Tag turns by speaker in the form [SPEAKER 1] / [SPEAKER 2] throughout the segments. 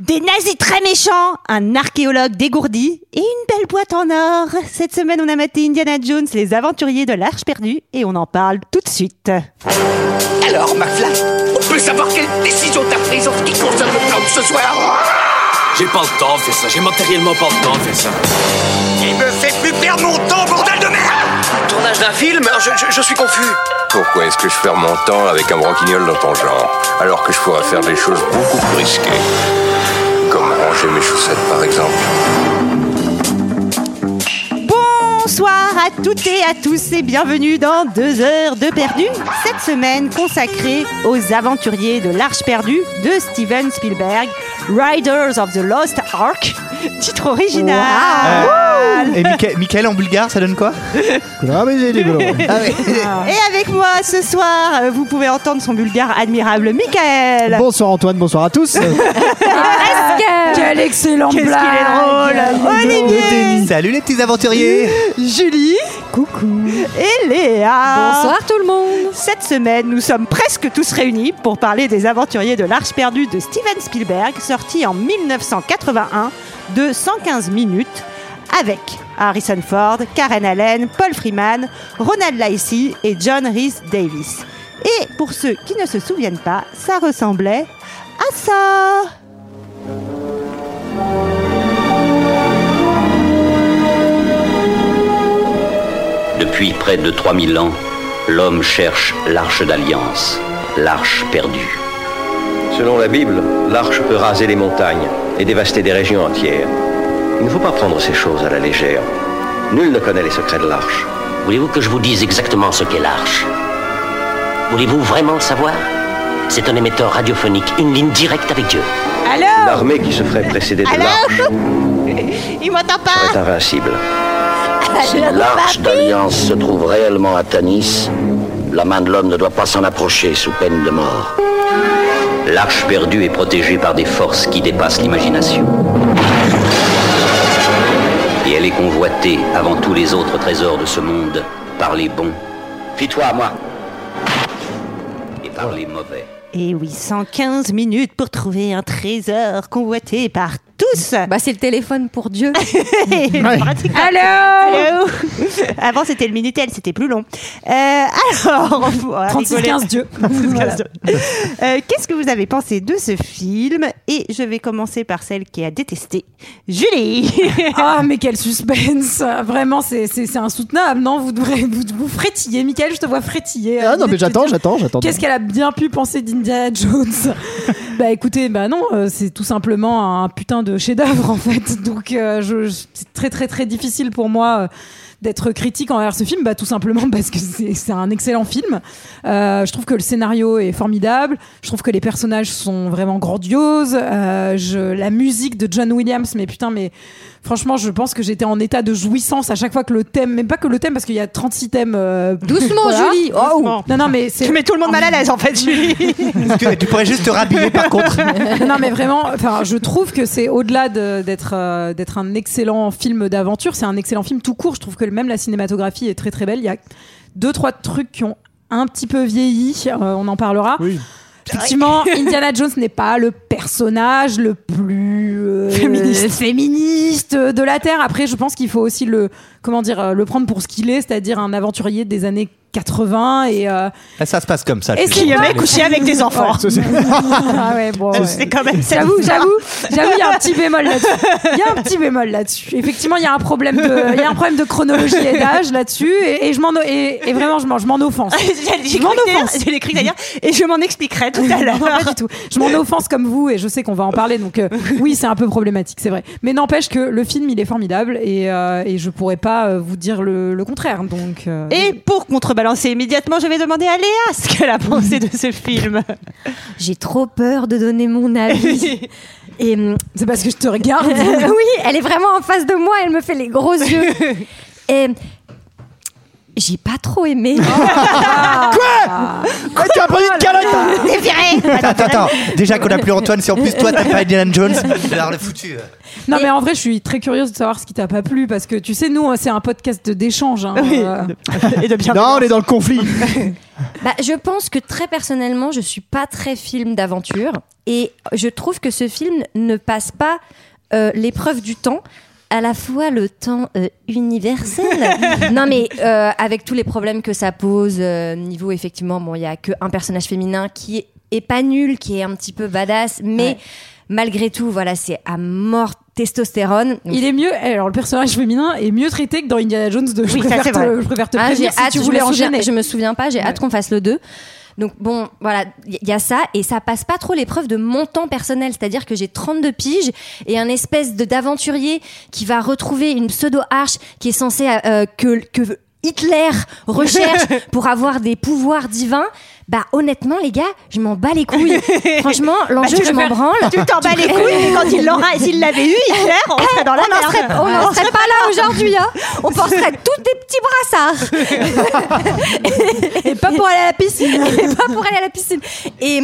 [SPEAKER 1] Des nazis très méchants, un archéologue dégourdi et une belle boîte en or. Cette semaine, on a maté Indiana Jones, les aventuriers de l'Arche perdue, et on en parle tout de suite.
[SPEAKER 2] Alors, McFly, on peut savoir quelle décision t'as prise en ce qui concerne le plan de ce soir
[SPEAKER 3] J'ai pas le temps de faire ça, j'ai matériellement pas le temps de faire ça.
[SPEAKER 2] Il me fait plus perdre mon temps, bordel de merde
[SPEAKER 4] Tournage d'un film hein, je, je- je suis confus.
[SPEAKER 5] Pourquoi est-ce que je perds mon temps avec un branquignol dans ton genre Alors que je pourrais faire des choses beaucoup plus risquées. Comme ranger mes chaussettes par exemple.
[SPEAKER 1] Bonsoir à toutes et à tous et bienvenue dans 2 heures de perdu, cette semaine consacrée aux aventuriers de l'Arche perdue de Steven Spielberg, Riders of the Lost Ark, titre original.
[SPEAKER 6] Euh, et Micha- Michael en bulgare, ça donne quoi
[SPEAKER 7] ah,
[SPEAKER 6] Ah
[SPEAKER 1] Et avec moi ce soir, euh, vous pouvez entendre son bulgare admirable Michael.
[SPEAKER 7] Bonsoir Antoine, bonsoir à tous.
[SPEAKER 8] Quelle excellente
[SPEAKER 1] Qu'est-ce qu'il
[SPEAKER 8] blague
[SPEAKER 1] est drôle Olivier,
[SPEAKER 6] Salut les petits aventuriers
[SPEAKER 1] Euh, Julie, coucou et Léa.
[SPEAKER 8] Bonsoir tout le monde
[SPEAKER 1] Cette semaine, nous sommes presque tous réunis pour parler des aventuriers de l'Arche perdue de Steven Spielberg, sorti en 1981 de 115 minutes, avec Harrison Ford, Karen Allen, Paul Freeman, Ronald Lacey et John Rhys Davis. Et pour ceux qui ne se souviennent pas, ça ressemblait à ça.
[SPEAKER 9] Depuis près de 3000 ans, l'homme cherche l'arche d'alliance, l'arche perdue.
[SPEAKER 4] Selon la Bible, l'arche peut raser les montagnes et dévaster des régions entières. Il ne faut pas prendre ces choses à la légère. Nul ne connaît les secrets de l'arche.
[SPEAKER 9] Voulez-vous que je vous dise exactement ce qu'est l'arche Voulez-vous vraiment le savoir C'est un émetteur radiophonique, une ligne directe avec Dieu.
[SPEAKER 1] Alors
[SPEAKER 4] L'armée qui se ferait précéder de
[SPEAKER 1] Allô
[SPEAKER 4] l'arche
[SPEAKER 1] Il m'entend
[SPEAKER 4] est
[SPEAKER 1] pas
[SPEAKER 4] invincible.
[SPEAKER 9] Si l'arche d'alliance se trouve réellement à Tanis, la main de l'homme ne doit pas s'en approcher sous peine de mort. L'arche perdue est protégée par des forces qui dépassent l'imagination. Et elle est convoitée avant tous les autres trésors de ce monde par les bons. Fis-toi à moi. Et par les mauvais.
[SPEAKER 1] Et oui, 115 minutes pour trouver un trésor convoité par tous
[SPEAKER 8] Bah c'est le téléphone pour Dieu.
[SPEAKER 1] Pratiquement. Allô Avant, c'était le Minitel, c'était plus long. Euh, alors, on va
[SPEAKER 8] 36
[SPEAKER 1] rigoler.
[SPEAKER 8] 15 Dieu.
[SPEAKER 1] 36,
[SPEAKER 8] Voilà.
[SPEAKER 1] 15. Euh, Qu'est-ce que vous avez pensé de ce film Et je vais commencer par celle qui a détesté, Julie
[SPEAKER 8] Ah mais quel suspense Vraiment c'est c'est- c'est insoutenable, non vous, devrez, vous vous frétillez. Michael, je te vois frétiller. euh,
[SPEAKER 7] Ah non, mais
[SPEAKER 8] Je te
[SPEAKER 7] j'attends,
[SPEAKER 8] dis-
[SPEAKER 7] j'attends, j'attends.
[SPEAKER 8] Qu'est-ce qu'elle a bien pu penser d'Indiana Jones Bah écoutez, bah non, euh, c'est tout simplement un putain de chef-d'œuvre en fait. Donc euh, je, je- c'est très très très difficile pour moi euh, d'être critique envers ce film, bah tout simplement parce que c'est c'est un excellent film. Euh, je trouve que le scénario est formidable. Je trouve que les personnages sont vraiment grandioses. Euh, je, la musique de John Williams, mais putain, mais franchement, je pense que j'étais en état de jouissance à chaque fois que le thème, même pas que le thème, parce qu'il y a 36 thèmes. euh,
[SPEAKER 1] Doucement, Julie Oh. Doucement.
[SPEAKER 8] Non, non, mais c'est
[SPEAKER 1] Tu mets tout le monde mal à l'aise, en fait, Julie
[SPEAKER 6] tu, tu pourrais juste te rhabiller par contre.
[SPEAKER 8] non mais vraiment enfin je trouve que c'est au-delà de- d'être euh, d'être un excellent film d'aventure c'est un excellent film tout court je trouve que même la cinématographie est très très belle il y a deux trois trucs qui ont un petit peu vieilli euh, on en parlera Effectivement, Indiana Jones n'est pas le personnage le plus euh, féministe. de la Terre. Après, je pense qu'il faut aussi le comment dire euh, le prendre pour ce qu'il est, c'est-à-dire un aventurier des années 80 et euh,
[SPEAKER 6] Là, Ah, ça se passe comme ça. je
[SPEAKER 8] Et
[SPEAKER 6] te
[SPEAKER 8] qui
[SPEAKER 6] jure.
[SPEAKER 8] aimait
[SPEAKER 6] Allez.
[SPEAKER 1] coucher avec des enfants
[SPEAKER 8] ah ouais, bon, ouais.
[SPEAKER 1] C'est quand même ça.
[SPEAKER 8] J'avoue, j'avoue, j'avoue, il y a un petit bémol là-dessus. Il y a un petit bémol là-dessus. Effectivement, il y a un problème de, il y a un problème de chronologie et d'âge là-dessus, et, et je m'en, et, et vraiment, je m'en, je m'en offense.
[SPEAKER 1] J'ai
[SPEAKER 8] Je m'en
[SPEAKER 1] cru que
[SPEAKER 8] offense.
[SPEAKER 1] t'allais- j'ai cru que t'allais dire, et je m'en expliquerai tout à
[SPEAKER 8] Non,
[SPEAKER 1] l'heure.
[SPEAKER 8] pas du tout. Je m'en offense comme vous et je sais qu'on va en parler. Donc euh, oui, c'est un peu problématique, c'est vrai. Mais n'empêche que le film, il est formidable et, euh, et je pourrais pas euh, vous dire le, le contraire. Donc euh,
[SPEAKER 1] Et pour contrebalancer immédiatement, je vais demander à Léa ce qu'elle a pensé de ce film.
[SPEAKER 10] J'ai trop peur de donner mon avis. Et hum,
[SPEAKER 8] c'est parce que je te regarde.
[SPEAKER 10] oui, elle est vraiment en face de moi, elle me fait les gros yeux. Et J'ai pas trop aimé.
[SPEAKER 1] Oh.
[SPEAKER 7] Ah,
[SPEAKER 6] Ouais, tu as pris une
[SPEAKER 7] hein.
[SPEAKER 6] calotte
[SPEAKER 1] T'es viré
[SPEAKER 6] Attends, attends, déjà qu'on a plus Antoine, si en plus toi t'as pas Indiana Jones, alors le foutu.
[SPEAKER 8] Non, mais en vrai, je suis très curieuse de savoir ce qui t'a pas plu parce que tu sais, nous, hein, c'est un podcast de- d'échange. hein,
[SPEAKER 1] Oui.
[SPEAKER 8] euh,
[SPEAKER 1] Et de bien
[SPEAKER 6] Non, on est dans le conflit.
[SPEAKER 10] Bah, je pense que très personnellement, je suis pas très film d'aventure et je trouve que ce film ne passe pas euh, l'épreuve du temps. À la fois le temps euh, universel. non mais euh, avec tous les problèmes que ça pose, euh, niveau effectivement, bon, il y a qu'un personnage féminin qui est pas nul, qui est un petit peu badass, mais malgré tout, voilà, c'est à mort testostérone. Donc,
[SPEAKER 8] Il est mieux. eh, Alors, le personnage féminin est mieux traité que dans Indiana Jones 2. Je,
[SPEAKER 1] Oui, ça,
[SPEAKER 8] préfère,
[SPEAKER 1] c'est
[SPEAKER 8] te,
[SPEAKER 1] vrai.
[SPEAKER 8] je préfère te
[SPEAKER 10] Ah, j'ai
[SPEAKER 8] prévenir si
[SPEAKER 10] hâte,
[SPEAKER 8] tu
[SPEAKER 10] je
[SPEAKER 8] voulais
[SPEAKER 10] me
[SPEAKER 8] en
[SPEAKER 10] souviens-
[SPEAKER 8] gêner.
[SPEAKER 10] Je me souviens pas, j'ai hâte qu'on fasse le 2. Donc bon, voilà, il y a ça et ça passe pas trop l'épreuve de mon temps personnel, c'est-à-dire que j'ai 32 piges et un espèce de d'aventurier qui va retrouver une pseudo-arche qui est censée euh, que que Hitler recherche pour avoir des pouvoirs divins. Bah honnêtement les gars, je m'en bats les couilles. Franchement,
[SPEAKER 8] Bah,
[SPEAKER 10] l'enjeu
[SPEAKER 1] tu
[SPEAKER 10] je m'en
[SPEAKER 1] préfères-
[SPEAKER 10] branle.
[SPEAKER 1] Tu t'en bats les couilles, mais quand il l'aura, s'il l'avait eu, Hitler, on serait dans la
[SPEAKER 10] On n'en serait,
[SPEAKER 1] merde.
[SPEAKER 10] on n'en serait pas là aujourd'hui, hein. On penserait à tous des petits brassards.
[SPEAKER 8] Et pas pour aller à la piscine.
[SPEAKER 10] Et pas pour aller à la piscine. Et,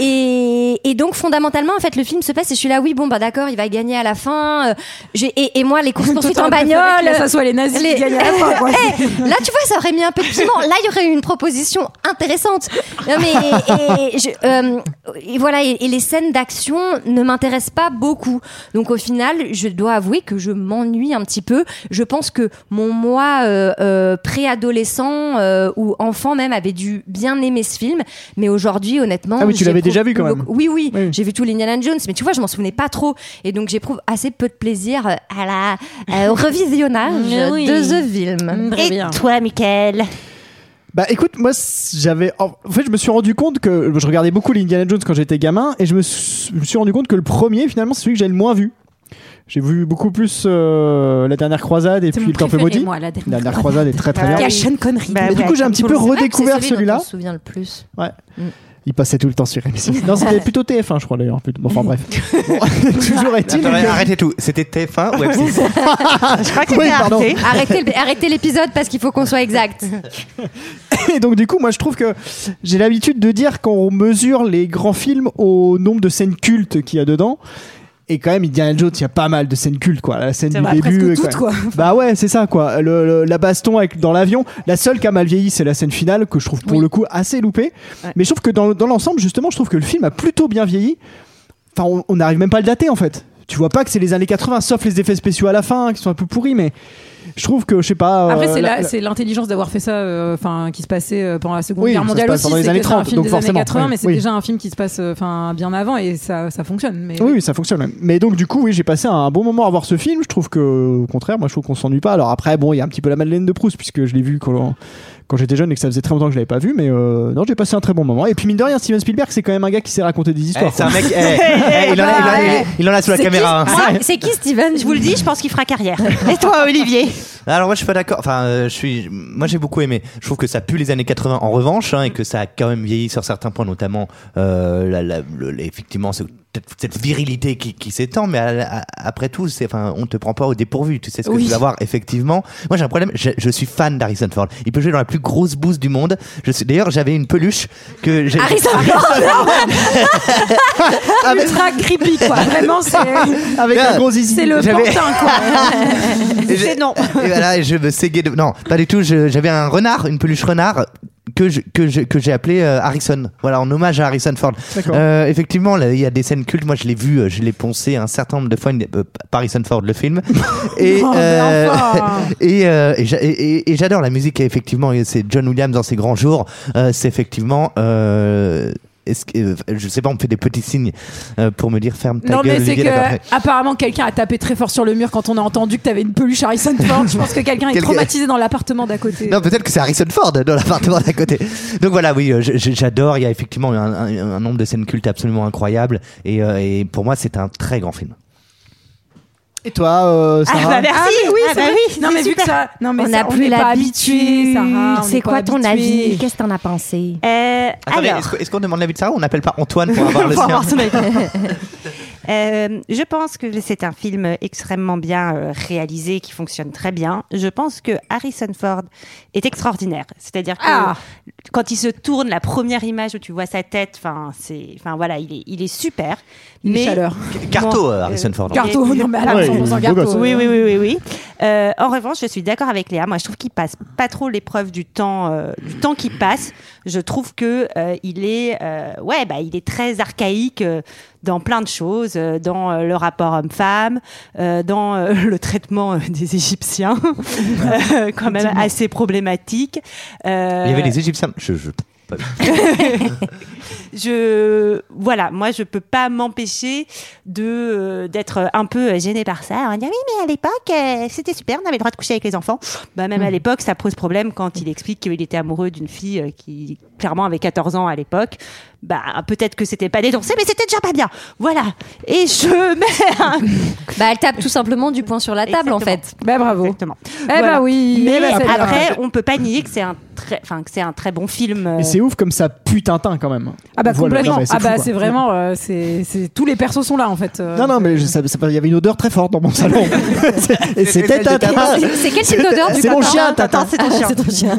[SPEAKER 10] et, et donc, fondamentalement, en fait, le film se passe et je suis là, oui, bon, bah d'accord, il va gagner à la fin. Euh, j'ai- et, et moi, les courses-poursuites en bagnole.
[SPEAKER 8] Là, ça soit les nazis
[SPEAKER 10] les-
[SPEAKER 8] qui gagnent à la fin. quoi.
[SPEAKER 10] Eh, là, tu vois, ça aurait mis un peu de piment. Là, il y aurait eu une proposition intéressante. Non, mais et, je- euh, et voilà, et, et les scènes d'action ne m'intéressent pas beaucoup. Donc, au final, je dois avouer que je m'ennuie un petit peu. Je pense que mon moi euh, euh, préadolescent euh, ou enfant même avait dû bien aimer ce film, mais aujourd'hui, honnêtement,
[SPEAKER 7] Ah oui, tu l'avais
[SPEAKER 10] j'éprouve
[SPEAKER 7] déjà vu quand
[SPEAKER 10] beaucoup-
[SPEAKER 7] même.
[SPEAKER 10] Oui, oui,
[SPEAKER 7] Oui.
[SPEAKER 10] j'ai vu tout l'Indiana Jones, mais tu vois, je m'en souvenais pas trop, et donc j'éprouve assez peu de plaisir euh, à la euh, au revisionnage
[SPEAKER 8] Mais oui.
[SPEAKER 10] de The Film.
[SPEAKER 8] Très bien.
[SPEAKER 1] toi, Michael
[SPEAKER 7] Bah écoute, moi c- j'avais. En fait, je me suis rendu compte que. Je regardais beaucoup les Indiana Jones quand j'étais gamin et je me, s- je me suis rendu compte que le premier, finalement, c'est celui que j'ai le moins vu. J'ai vu beaucoup plus euh, La dernière croisade et
[SPEAKER 8] C'est
[SPEAKER 7] puis
[SPEAKER 8] mon
[SPEAKER 7] Le Temple
[SPEAKER 8] préféré,
[SPEAKER 7] maudit.
[SPEAKER 8] moi, la dernière
[SPEAKER 7] La dernière croisade est très très
[SPEAKER 1] Ah
[SPEAKER 7] bien.
[SPEAKER 8] Qui a
[SPEAKER 1] oui.
[SPEAKER 8] Sean Connery.
[SPEAKER 1] Bah,
[SPEAKER 7] Mais du
[SPEAKER 1] ouais,
[SPEAKER 7] coup, j'ai un
[SPEAKER 1] comme
[SPEAKER 7] petit
[SPEAKER 1] tout
[SPEAKER 7] peu
[SPEAKER 1] le monde.
[SPEAKER 7] redécouvert
[SPEAKER 10] Ah, C'est celui
[SPEAKER 7] celui-là.
[SPEAKER 10] dont on se souvient le plus.
[SPEAKER 7] Il passait tout le temps sur émission. Non, c'était plutôt TF1, je crois d'ailleurs. plutôt. Bon, enfin bref. Bon, toujours est-il.
[SPEAKER 6] Attends,
[SPEAKER 7] que-
[SPEAKER 6] Arrêtez tout, c'était TF1 ou M6
[SPEAKER 1] Je crois que
[SPEAKER 7] Oui,
[SPEAKER 1] c'était Arte.
[SPEAKER 7] pardon.
[SPEAKER 10] Arrêtez, le- arrêtez l'épisode parce qu'il faut qu'on soit exact.
[SPEAKER 7] Et donc du coup, moi je trouve que j'ai l'habitude de dire qu'on mesure les grands films au nombre de scènes cultes qu'il y a dedans. Et quand même, Indiana Jones, il y a pas mal de scènes cultes, quoi. La scène
[SPEAKER 1] C'est
[SPEAKER 7] du
[SPEAKER 1] vrai,
[SPEAKER 7] début.
[SPEAKER 8] presque
[SPEAKER 7] et
[SPEAKER 8] toutes, quoi.
[SPEAKER 7] Bah ouais, c'est ça, quoi. Le- le- la baston avec, dans l'avion. La seule qui a mal vieilli, c'est la scène finale, que je trouve pour le coup assez loupée. Mais je trouve que dans, dans l'ensemble, justement, je trouve que le film a plutôt bien vieilli. Enfin, on- on n'arrive même pas à le dater, en fait. Tu vois pas que c'est les années 80, sauf les effets spéciaux à la fin, hein, qui sont un peu pourris, mais je trouve que, je sais pas.
[SPEAKER 8] Après,
[SPEAKER 7] euh,
[SPEAKER 8] c'est
[SPEAKER 7] la-
[SPEAKER 8] la-
[SPEAKER 7] la-
[SPEAKER 8] c'est l'intelligence d'avoir fait ça, euh, enfin, qui se passait euh, pendant la Seconde
[SPEAKER 7] Oui,
[SPEAKER 8] Guerre
[SPEAKER 7] ça se
[SPEAKER 8] mondiale
[SPEAKER 7] passe
[SPEAKER 8] aussi.
[SPEAKER 7] pendant les
[SPEAKER 8] C'est
[SPEAKER 7] années
[SPEAKER 8] que c'est un
[SPEAKER 7] 30,
[SPEAKER 8] film
[SPEAKER 7] donc
[SPEAKER 8] des années
[SPEAKER 7] forcément,
[SPEAKER 8] 80, mais c'est
[SPEAKER 7] oui.
[SPEAKER 8] déjà un film qui se passe, euh, enfin, bien avant et ça, ça fonctionne. Mais
[SPEAKER 7] Oui, oui, ça fonctionne. ouais. Mais donc, du coup, oui, j'ai passé un bon moment à voir ce film. Je trouve que, au contraire, moi, je trouve qu'on s'ennuie pas. Alors après, bon, il y a un petit peu la Madeleine de Proust, puisque je l'ai vu quand, quand j'étais jeune et que ça faisait très longtemps que je l'avais pas vu. Mais euh, non, j'ai passé un très bon moment. Et puis, mine de rien, Steven Spielberg, c'est quand même un gars qui sait raconter des
[SPEAKER 6] Eh,
[SPEAKER 7] histoires.
[SPEAKER 6] C'est un mec, eh, eh, il, en a, il en a- il en a- il en a sous la caméra. hein.
[SPEAKER 1] Ah,
[SPEAKER 10] Ah, C'est qui Steven
[SPEAKER 1] Je vous le dis, je pense qu'il fera carrière. Et toi, Olivier
[SPEAKER 6] Alors moi je suis pas d'accord. Enfin, euh, je suis. Moi j'ai beaucoup aimé. Je trouve que ça pue les années 80 en revanche hein, et que ça a quand même vieilli sur certains points, notamment euh, la- la- le- le- effectivement ce- cette virilité qui, qui s'étend. Mais à- à- après tout, c'est enfin on te prend pas au dépourvu. Tu sais ce que
[SPEAKER 8] Oui.
[SPEAKER 6] tu vas voir effectivement. Moi j'ai un problème. Je, je suis fan d'Harrison Ford. Il peut jouer dans la plus grosse bouse du monde. Je suis. D'ailleurs j'avais une peluche que j'ai. Ah,
[SPEAKER 10] Harrison
[SPEAKER 8] Ultra creepy, quoi. Vraiment, c'est
[SPEAKER 7] Avec
[SPEAKER 6] Bien.
[SPEAKER 7] un gros zizi.
[SPEAKER 8] c'est le
[SPEAKER 6] J'avais-
[SPEAKER 8] pantin, quoi.
[SPEAKER 6] Et
[SPEAKER 1] C'est
[SPEAKER 6] je-
[SPEAKER 1] non.
[SPEAKER 6] Et voilà, et je me séguais de. Non, pas du tout. je- J'avais un renard, une peluche renard que je, que je- que j'ai appelé euh, Harrison. Voilà, en hommage à Harrison Ford.
[SPEAKER 7] D'accord.
[SPEAKER 6] Euh, effectivement, là, il y a des scènes cultes. Moi, je l'ai vu, euh, je l'ai poncé un certain nombre de fois. une- euh, par Harrison Ford, le film. et,
[SPEAKER 8] Oh, mais
[SPEAKER 6] euh,
[SPEAKER 8] enfin.
[SPEAKER 6] et, euh, et j'a- et- et- et j'adore la musique. Et effectivement, et c'est John Williams dans ses grands jours. Euh, c'est effectivement. euh, est-ce que, euh, je sais pas, on me fait des petits signes euh, pour me dire ferme ta
[SPEAKER 8] Non,
[SPEAKER 6] gueule.
[SPEAKER 8] mais c'est
[SPEAKER 6] Olivier, d'accord.
[SPEAKER 8] que apparemment quelqu'un a tapé très fort sur le mur quand on a entendu que t'avais une peluche Harrison Ford. Je pense que quelqu'un est
[SPEAKER 6] Quelqu'un-
[SPEAKER 8] traumatisé dans l'appartement d'à côté.
[SPEAKER 6] Non, peut-être que c'est Harrison Ford dans l'appartement d'à côté. Donc voilà, oui, euh, je- je- j'adore. Il y a effectivement un, un- un nombre de scènes cultes absolument incroyables. Et, euh, et pour moi, c'est un très grand film.
[SPEAKER 7] Et toi, euh,
[SPEAKER 1] Ah
[SPEAKER 7] Sarah
[SPEAKER 1] bah merci
[SPEAKER 8] oui,
[SPEAKER 1] Ah
[SPEAKER 8] c'est
[SPEAKER 1] bah
[SPEAKER 8] vrai.
[SPEAKER 1] oui,
[SPEAKER 8] non
[SPEAKER 1] c'est
[SPEAKER 8] mais vu que
[SPEAKER 1] super.
[SPEAKER 8] ça, non mais
[SPEAKER 10] On
[SPEAKER 8] ça,
[SPEAKER 10] n'a plus
[SPEAKER 8] n'est pas
[SPEAKER 10] l'habitué.
[SPEAKER 8] habitué, Sarah. on
[SPEAKER 10] C'est
[SPEAKER 8] n'est pas
[SPEAKER 10] quoi ton
[SPEAKER 8] habitué.
[SPEAKER 10] avis Qu'est-ce que t'en as pensé
[SPEAKER 1] Euh,
[SPEAKER 6] Attendez,
[SPEAKER 1] alors,
[SPEAKER 6] est-ce que- est-ce qu'on demande l'avis de Sarah ou on n'appelle pas Antoine pour avoir
[SPEAKER 1] Pour
[SPEAKER 6] le sien
[SPEAKER 1] avoir son avis. Euh, je pense que c'est un film extrêmement bien euh, réalisé, qui fonctionne très bien. Je pense que Harrison Ford est extraordinaire. C'est-à-dire que
[SPEAKER 8] Ah.
[SPEAKER 1] quand il se tourne, la première image où tu vois sa tête, enfin, c'est, enfin voilà, il est, il est super.
[SPEAKER 8] Une chaleur.
[SPEAKER 6] Carto,
[SPEAKER 1] Bon,
[SPEAKER 6] euh, Harrison
[SPEAKER 1] euh,
[SPEAKER 6] Ford.
[SPEAKER 8] Carto, non mais à la
[SPEAKER 7] Ouais,
[SPEAKER 8] maison,
[SPEAKER 7] il est
[SPEAKER 8] on s'en
[SPEAKER 7] beau
[SPEAKER 8] garde,
[SPEAKER 7] gosse.
[SPEAKER 8] euh,
[SPEAKER 1] Oui, oui, oui, oui, oui. Euh, en revanche, je suis d'accord avec Léa. Moi, je trouve qu'il passe pas trop l'épreuve du temps, euh, du temps qui passe. Je trouve que euh, il est, euh, ouais, bah, il est très archaïque euh, dans plein de choses, euh, dans euh, le rapport homme-femme, euh, dans euh, le traitement euh, des Égyptiens, euh, quand même assez problématique. Euh,
[SPEAKER 6] Il y avait les Égyptiens. Je, je- pas-
[SPEAKER 1] je voilà, moi je peux pas m'empêcher de euh, d'être un peu gênée par ça. hein, On dit oui, mais à l'époque euh, c'était super, on avait le droit de coucher avec les enfants. Bah même à
[SPEAKER 10] Hmm.
[SPEAKER 1] l'époque ça pose problème quand il explique qu'il était amoureux d'une fille euh, qui clairement avait 14 ans à l'époque. Bah peut-être que c'était pas dénoncé, mais c'était déjà pas bien. Voilà. Et je mets un-
[SPEAKER 10] Bah, elle tape tout simplement du poing sur la table, en
[SPEAKER 1] Exactement.
[SPEAKER 10] fait.
[SPEAKER 8] Bah bravo.
[SPEAKER 1] Exactement.
[SPEAKER 8] Eh
[SPEAKER 1] Voilà.
[SPEAKER 8] bah oui.
[SPEAKER 1] Mais
[SPEAKER 8] eh bah, c'est bien.
[SPEAKER 1] après on peut pas nier que c'est un très, enfin que c'est un très bon film. euh,
[SPEAKER 7] Et c'est ouf comme ça putain teint quand même.
[SPEAKER 8] Ah bah
[SPEAKER 7] Voilà.
[SPEAKER 8] complètement.
[SPEAKER 7] Non, mais
[SPEAKER 8] ah
[SPEAKER 7] fou,
[SPEAKER 8] bah
[SPEAKER 7] quoi.
[SPEAKER 8] c'est vraiment, euh, c'est c'est- tous les persos sont là en fait. euh.
[SPEAKER 7] Non non mais je- ça- ça- il y avait une odeur très forte dans mon salon. C'est- et c'était Tintin.
[SPEAKER 10] C'est c'est quel type d'odeur du
[SPEAKER 7] C'est mon
[SPEAKER 10] copain
[SPEAKER 7] chien,
[SPEAKER 1] Tintin, c'est ton chien.
[SPEAKER 10] C'est ton chien.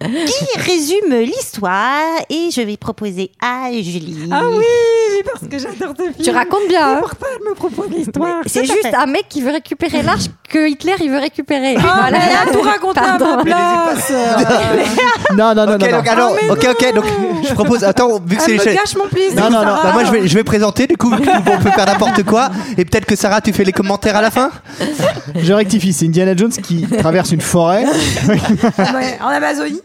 [SPEAKER 1] qui résume l'histoire et je vais proposer à Julie.
[SPEAKER 8] Ah oui, parce que j'adore tes films.
[SPEAKER 10] Tu racontes bien. hein.
[SPEAKER 8] Pourquoi elle me propose l'histoire
[SPEAKER 10] C'est
[SPEAKER 1] Tout à
[SPEAKER 10] juste
[SPEAKER 1] fait.
[SPEAKER 10] un mec qui veut récupérer l'arche que Hitler il veut récupérer.
[SPEAKER 8] Ah, mais elle a tout raconté à
[SPEAKER 10] Pardon.
[SPEAKER 8] ma place. Ah,
[SPEAKER 7] Non non non
[SPEAKER 6] Ok,
[SPEAKER 7] non, non.
[SPEAKER 6] donc, alors,
[SPEAKER 8] mais Ah,
[SPEAKER 6] ok, ok, donc je propose. Attends, vu que c'est
[SPEAKER 8] Elle
[SPEAKER 6] les
[SPEAKER 8] me
[SPEAKER 6] chaînes-
[SPEAKER 8] gâche mon plaisir.
[SPEAKER 6] Non, non, non.
[SPEAKER 8] Sarah.
[SPEAKER 6] Bah, moi, je vais, je vais présenter, du coup, on peut faire n'importe quoi. Et peut-être que Sarah, tu fais les commentaires à la fin
[SPEAKER 7] Je rectifie, c'est Indiana Jones qui traverse une forêt.
[SPEAKER 8] Ouais, en Amazonie,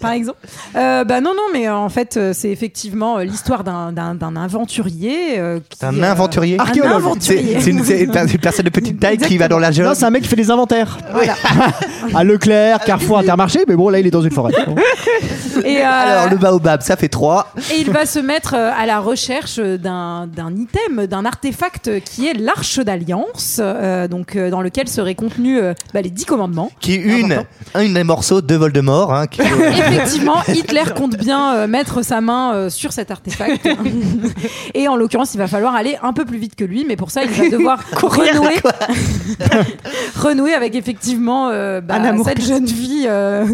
[SPEAKER 8] par exemple. Euh, bah non, non, mais euh, en fait, euh, c'est effectivement euh, l'histoire d'un- d'un d'un aventurier. euh, qui,
[SPEAKER 6] C'est un
[SPEAKER 8] euh,
[SPEAKER 6] aventurier.
[SPEAKER 8] Un aventurier.
[SPEAKER 6] C'est c'est une, c'est une per- une personne de petite taille qui va dans la
[SPEAKER 7] Non,
[SPEAKER 6] jungle.
[SPEAKER 7] c'est un mec qui fait des inventaires. à Leclerc, Carrefour, Intermarché, mais bon là il est dans une forêt.
[SPEAKER 8] Et, euh,
[SPEAKER 6] Alors, le baobab, ça fait 3.
[SPEAKER 8] et il va se mettre euh, à la recherche d'un d'un item, d'un artefact qui est l'Arche d'Alliance, euh, donc euh, dans lequel seraient contenus euh, bah, les dix commandements.
[SPEAKER 6] Qui est une, un des morceaux de Voldemort. Hein, qui-
[SPEAKER 8] Effectivement, Hitler compte bien euh, mettre sa main euh, sur cet artefact. Et en l'occurrence, il va falloir aller un peu plus vite que lui, mais pour ça, il va devoir renouer, renouer avec effectivement euh, bah,
[SPEAKER 1] Un amour
[SPEAKER 8] cette jeune fille, euh,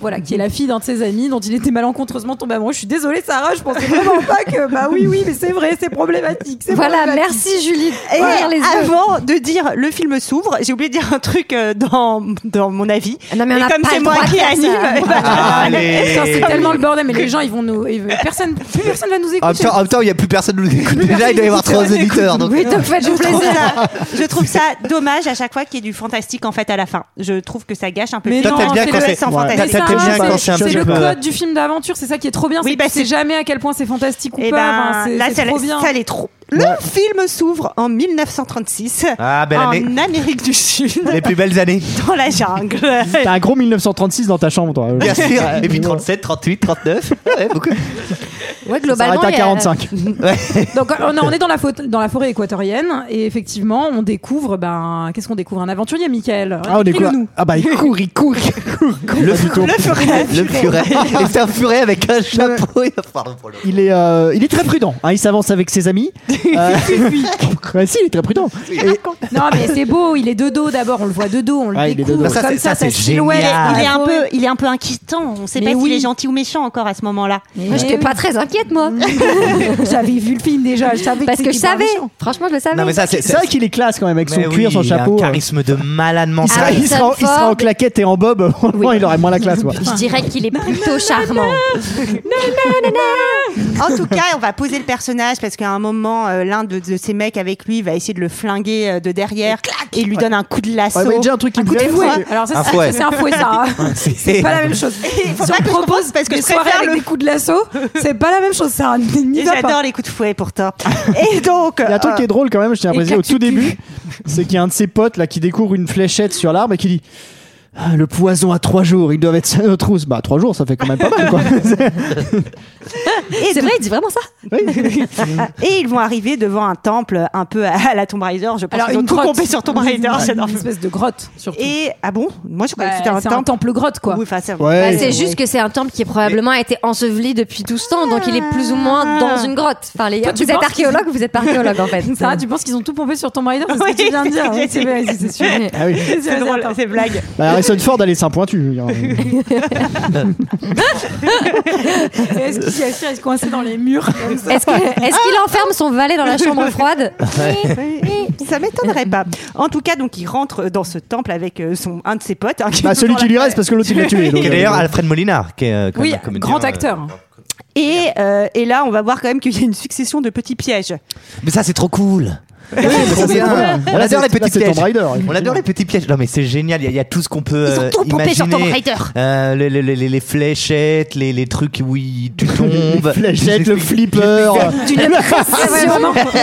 [SPEAKER 8] voilà, qui est la fille d'un de ses amis, dont il était malencontreusement tombé amoureux. Je suis désolée, Sarah, je pensais vraiment pas que. Bah oui, oui, mais c'est vrai, c'est problématique. c'est
[SPEAKER 10] Voilà,
[SPEAKER 8] problématique.
[SPEAKER 10] merci Julie.
[SPEAKER 1] Et
[SPEAKER 10] Ouvrir les yeux.
[SPEAKER 1] avant de dire le film s'ouvre, j'ai oublié de dire un truc euh, dans, dans mon avis.
[SPEAKER 10] Non, mais on
[SPEAKER 1] Et
[SPEAKER 10] a
[SPEAKER 1] comme
[SPEAKER 10] pas
[SPEAKER 1] c'est
[SPEAKER 10] le
[SPEAKER 1] moi
[SPEAKER 10] droit de
[SPEAKER 1] qui
[SPEAKER 10] faire
[SPEAKER 1] anime,
[SPEAKER 10] ça.
[SPEAKER 1] eh ben,
[SPEAKER 6] Allez.
[SPEAKER 8] Putain, C'est tellement le bordel, mais les gens, ils vont nous. ils- personne, plus personne va nous
[SPEAKER 6] En même
[SPEAKER 8] écouter.
[SPEAKER 7] oh,
[SPEAKER 6] temps- en même temps, il n'y a plus personne nous écoute. Déjà, il doit y avoir trois éditeurs. Donc...
[SPEAKER 10] Oui, donc faites-vous
[SPEAKER 1] je, trouve
[SPEAKER 10] plaisir.
[SPEAKER 1] ça, je trouve ça dommage à chaque fois qu'il y ait du fantastique en fait à la fin. Je trouve que ça gâche un peu.
[SPEAKER 8] Mais
[SPEAKER 1] le
[SPEAKER 8] Toi,
[SPEAKER 1] film.
[SPEAKER 8] t'aimes bien
[SPEAKER 1] C'est
[SPEAKER 6] quand
[SPEAKER 1] le
[SPEAKER 6] c'est-
[SPEAKER 1] sans
[SPEAKER 7] Ouais.
[SPEAKER 8] Mais
[SPEAKER 1] fantastique.
[SPEAKER 6] Ça,
[SPEAKER 8] ça,
[SPEAKER 6] t'aimes bien
[SPEAKER 8] c'est-
[SPEAKER 6] quand c'est un
[SPEAKER 8] c'est
[SPEAKER 6] petit
[SPEAKER 8] le
[SPEAKER 6] peu-
[SPEAKER 8] code du film d'aventure, c'est ça qui est trop bien,
[SPEAKER 1] Oui,
[SPEAKER 8] c'est
[SPEAKER 1] bah,
[SPEAKER 8] que tu sais
[SPEAKER 1] c'est-
[SPEAKER 8] jamais à quel point c'est fantastique ou
[SPEAKER 1] Eh
[SPEAKER 8] pas.
[SPEAKER 1] ben,
[SPEAKER 8] enfin, c'est-
[SPEAKER 1] là,
[SPEAKER 8] c'est
[SPEAKER 1] ça,
[SPEAKER 8] trop bien.
[SPEAKER 1] ça l'est trop. Le film s'ouvre en 1936
[SPEAKER 6] Ah, belle
[SPEAKER 1] en
[SPEAKER 6] année.
[SPEAKER 1] Amérique du Sud,
[SPEAKER 6] Les plus belles années.
[SPEAKER 1] dans la jungle.
[SPEAKER 7] T'as un gros 1936 dans ta chambre toi.
[SPEAKER 6] Bien sûr. Et puis 37, 38, 39. Ouais, beaucoup.
[SPEAKER 10] Ouais,
[SPEAKER 7] Ça
[SPEAKER 10] globalement.
[SPEAKER 7] arrête à
[SPEAKER 10] il y a-
[SPEAKER 7] 45.
[SPEAKER 8] Donc euh, on, on est dans la, faute- dans la forêt équatorienne et effectivement on découvre, ben, qu'est-ce qu'on découvre Un aventurier, Michael.
[SPEAKER 7] Ah, on est quoi
[SPEAKER 8] Décris-le nous.
[SPEAKER 7] Ah bah il court, il court, il court.
[SPEAKER 6] Le,
[SPEAKER 7] Pas du tout.
[SPEAKER 6] le furet. Et c'est un furet avec un chapeau. et- Pardon pour le-
[SPEAKER 7] Il est, euh, il est très prudent. hein, il s'avance avec ses amis. Euh, ouais, si, il est très prudent. Et-
[SPEAKER 8] Non mais c'est beau, il est de dos d'abord, on le voit de dos, on le
[SPEAKER 7] Ouais, il est de
[SPEAKER 8] découvre.
[SPEAKER 7] dos.
[SPEAKER 6] Ça, c'est-
[SPEAKER 8] Comme ça,
[SPEAKER 6] ça, c'est
[SPEAKER 8] cette silhouette,
[SPEAKER 6] génial.
[SPEAKER 8] il est
[SPEAKER 1] un
[SPEAKER 8] affreux.
[SPEAKER 1] peu, il est un peu inquiétant. On sait
[SPEAKER 8] Mais
[SPEAKER 1] pas
[SPEAKER 8] oui.
[SPEAKER 1] s'il est gentil ou méchant encore à ce moment-là.
[SPEAKER 10] Moi, j'étais pas très inquiète, moi.
[SPEAKER 8] J'avais vu le film déjà, je savais
[SPEAKER 10] Parce que je
[SPEAKER 8] c'était pas
[SPEAKER 10] savais.
[SPEAKER 8] méchant.
[SPEAKER 10] Franchement, je le savais.
[SPEAKER 6] Non, mais ça, c'est.
[SPEAKER 7] C'est vrai qu'il est classe quand même avec son
[SPEAKER 6] Mais
[SPEAKER 7] cuir,
[SPEAKER 6] oui,
[SPEAKER 7] son
[SPEAKER 6] il a
[SPEAKER 7] chapeau. euh.
[SPEAKER 6] Un charisme de malade
[SPEAKER 10] Ah
[SPEAKER 6] mental.
[SPEAKER 10] oui.
[SPEAKER 7] il, sera, il sera en claquette et en bob. Franchement,
[SPEAKER 10] Oui.
[SPEAKER 7] il aurait moins la classe. Quoi.
[SPEAKER 10] Je dirais qu'il est plutôt charmant.
[SPEAKER 1] En tout cas, on va poser le personnage parce qu'à un moment, euh, l'un de, de ces mecs avec lui va essayer de le flinguer euh, de derrière et, lui donne un coup de lasso.
[SPEAKER 7] Ah, Ouais, mais déjà un truc qui me
[SPEAKER 8] Coup de
[SPEAKER 7] plaît,
[SPEAKER 8] fouet.
[SPEAKER 7] c'est-
[SPEAKER 8] Alors ça,
[SPEAKER 6] Un
[SPEAKER 8] c'est-
[SPEAKER 6] fouet.
[SPEAKER 8] c'est un fouet, ça. hein. C'est pas la même chose.
[SPEAKER 1] faut
[SPEAKER 8] si
[SPEAKER 1] pas
[SPEAKER 8] on
[SPEAKER 1] que je
[SPEAKER 8] propose
[SPEAKER 1] propose parce que
[SPEAKER 8] des
[SPEAKER 1] je
[SPEAKER 8] soirées
[SPEAKER 1] préfère
[SPEAKER 8] avec
[SPEAKER 1] le-
[SPEAKER 8] des coups de lasso, c'est pas la même chose, ça. n'y
[SPEAKER 1] Et
[SPEAKER 8] va pas.
[SPEAKER 1] J'adore les coups de fouet pourtant. Et donc,
[SPEAKER 7] Il y a un truc qui est drôle quand même, je tiens à
[SPEAKER 8] Et
[SPEAKER 7] préciser au
[SPEAKER 8] claque
[SPEAKER 7] tout
[SPEAKER 8] sur le cul.
[SPEAKER 7] début, c'est qu'il y a un de ses potes là qui découvre une fléchette sur l'arbre et qui dit Ah, Le poison à trois jours, ils doivent être aux trousses. Bah, trois jours, ça fait quand même pas mal, quoi.
[SPEAKER 1] Et
[SPEAKER 10] C'est vrai, il dit vraiment ça Bah,
[SPEAKER 7] Oui.
[SPEAKER 1] euh, Et ils vont arriver devant un temple un peu à à la Tomb Raider. Je pense qu'ils ont tout
[SPEAKER 8] grotte.
[SPEAKER 1] compris sur Tomb Raider.
[SPEAKER 8] Une-
[SPEAKER 1] c'est
[SPEAKER 8] une
[SPEAKER 1] normal.
[SPEAKER 8] espèce de grotte, surtout.
[SPEAKER 1] Et ah bon Moi je croyais
[SPEAKER 8] Bah,
[SPEAKER 1] que c'était un
[SPEAKER 8] c'est un
[SPEAKER 1] temple.
[SPEAKER 8] temple grotte, quoi.
[SPEAKER 1] Oui, enfin, c'est-
[SPEAKER 10] Bah,
[SPEAKER 7] Ouais.
[SPEAKER 10] C'est juste que c'est un temple qui probablement a été enseveli depuis tout ce temps, donc il est plus ou moins dans une grotte. Enfin, les...
[SPEAKER 8] Toi,
[SPEAKER 10] vous
[SPEAKER 8] tu
[SPEAKER 10] êtes
[SPEAKER 8] penses qu'ils-
[SPEAKER 10] archéologue, vous êtes pas archéologue en fait.
[SPEAKER 8] Ça, tu penses qu'ils ont tout pompé sur Tomb Raider C'est ce
[SPEAKER 1] Oui,
[SPEAKER 8] que tu viens de dire.
[SPEAKER 1] c'est
[SPEAKER 8] Oui, c'est vrai, c'est sûr.
[SPEAKER 7] Ah oui.
[SPEAKER 1] c'est drôle, c'est blague.
[SPEAKER 7] Bah, Harrison Ford, elle est seins pointus. je veux dire.
[SPEAKER 8] Et Est-ce qu'il y a est coincé dans les murs comme ça
[SPEAKER 10] Est-ce que- est-ce qu'il enferme son valet dans la chambre froide
[SPEAKER 1] Ça m'étonnerait pas. En tout cas, donc il rentre dans ce temple avec euh, son un de ses potes. hein, qui
[SPEAKER 7] Bah,
[SPEAKER 1] est
[SPEAKER 7] celui
[SPEAKER 1] dans
[SPEAKER 7] qui
[SPEAKER 1] la-
[SPEAKER 7] lui reste parce que l'autre il l'a tué. donc,
[SPEAKER 6] Qui est d'ailleurs
[SPEAKER 7] euh,
[SPEAKER 6] Alfred Molinard, qui est euh, quand
[SPEAKER 8] Oui,
[SPEAKER 6] même un comédien,
[SPEAKER 8] grand
[SPEAKER 6] euh,
[SPEAKER 8] acteur.
[SPEAKER 1] Et, euh, et là, on va voir quand même qu'il y a une succession de petits pièges.
[SPEAKER 6] Mais ça, c'est trop cool.
[SPEAKER 7] ça, c'est bien.
[SPEAKER 6] On
[SPEAKER 7] Là, c'est-
[SPEAKER 6] adore les
[SPEAKER 7] là,
[SPEAKER 6] petits
[SPEAKER 7] c'est
[SPEAKER 6] pièges.
[SPEAKER 7] Tomb Raider,
[SPEAKER 6] On adore les petits pièges. Non, mais c'est génial. Il y, a- il y a tout ce qu'on peut
[SPEAKER 10] Ils ont
[SPEAKER 6] euh,
[SPEAKER 10] tout pompé sur Tomb
[SPEAKER 6] imaginer.
[SPEAKER 10] Raider.
[SPEAKER 6] Euh, les, les- les- les fléchettes, les, les trucs où il- tu tombes.
[SPEAKER 7] Les fléchettes, le flipper. Bah,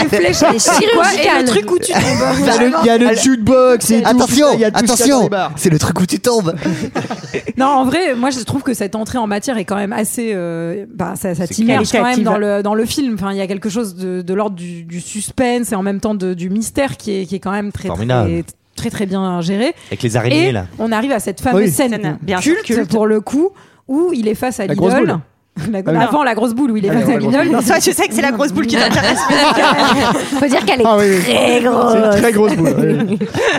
[SPEAKER 8] les flèches,
[SPEAKER 10] Les
[SPEAKER 8] quoi, et
[SPEAKER 10] chirurgicales.
[SPEAKER 8] le truc où
[SPEAKER 7] Il
[SPEAKER 8] tu
[SPEAKER 7] y a
[SPEAKER 8] tombes.
[SPEAKER 7] le- il y a le jukebox et tout.
[SPEAKER 6] Attention,
[SPEAKER 7] Il y a tout ce qu'il y a dans les
[SPEAKER 6] attention,
[SPEAKER 7] bars.
[SPEAKER 6] c'est le truc où tu tombes.
[SPEAKER 8] Non, en vrai, moi, je trouve que cette entrée en matière est quand même assez. euh, bah, ça ça t'immerge quand même
[SPEAKER 1] qualitative.
[SPEAKER 8] dans le, dans le film. Enfin, il y a quelque chose de, de l'ordre du, du suspense et en même temps de- du mystère qui est, qui est quand même très,
[SPEAKER 6] Formidable.
[SPEAKER 8] très, très, très bien géré.
[SPEAKER 6] Avec les araignées,
[SPEAKER 8] et
[SPEAKER 6] là.
[SPEAKER 8] on arrive à cette fameuse
[SPEAKER 7] Oui.
[SPEAKER 8] scène,
[SPEAKER 1] Scène, bien sûr,
[SPEAKER 8] culte,
[SPEAKER 1] culte.
[SPEAKER 8] pour le coup où il est face à
[SPEAKER 7] La grosse
[SPEAKER 8] l'idole.
[SPEAKER 7] Ah
[SPEAKER 8] La-
[SPEAKER 7] oui.
[SPEAKER 8] Avant la grosse boule où il est
[SPEAKER 7] Ah oui,
[SPEAKER 8] face à
[SPEAKER 7] la grosse
[SPEAKER 8] l'idole.
[SPEAKER 1] Non, ça, je sais que c'est la grosse boule qui t'intéresse.
[SPEAKER 10] Faut dire qu'elle est
[SPEAKER 7] Ah oui, oui.
[SPEAKER 10] très
[SPEAKER 7] C'est une
[SPEAKER 10] grosse.
[SPEAKER 7] très grosse boule. ouais.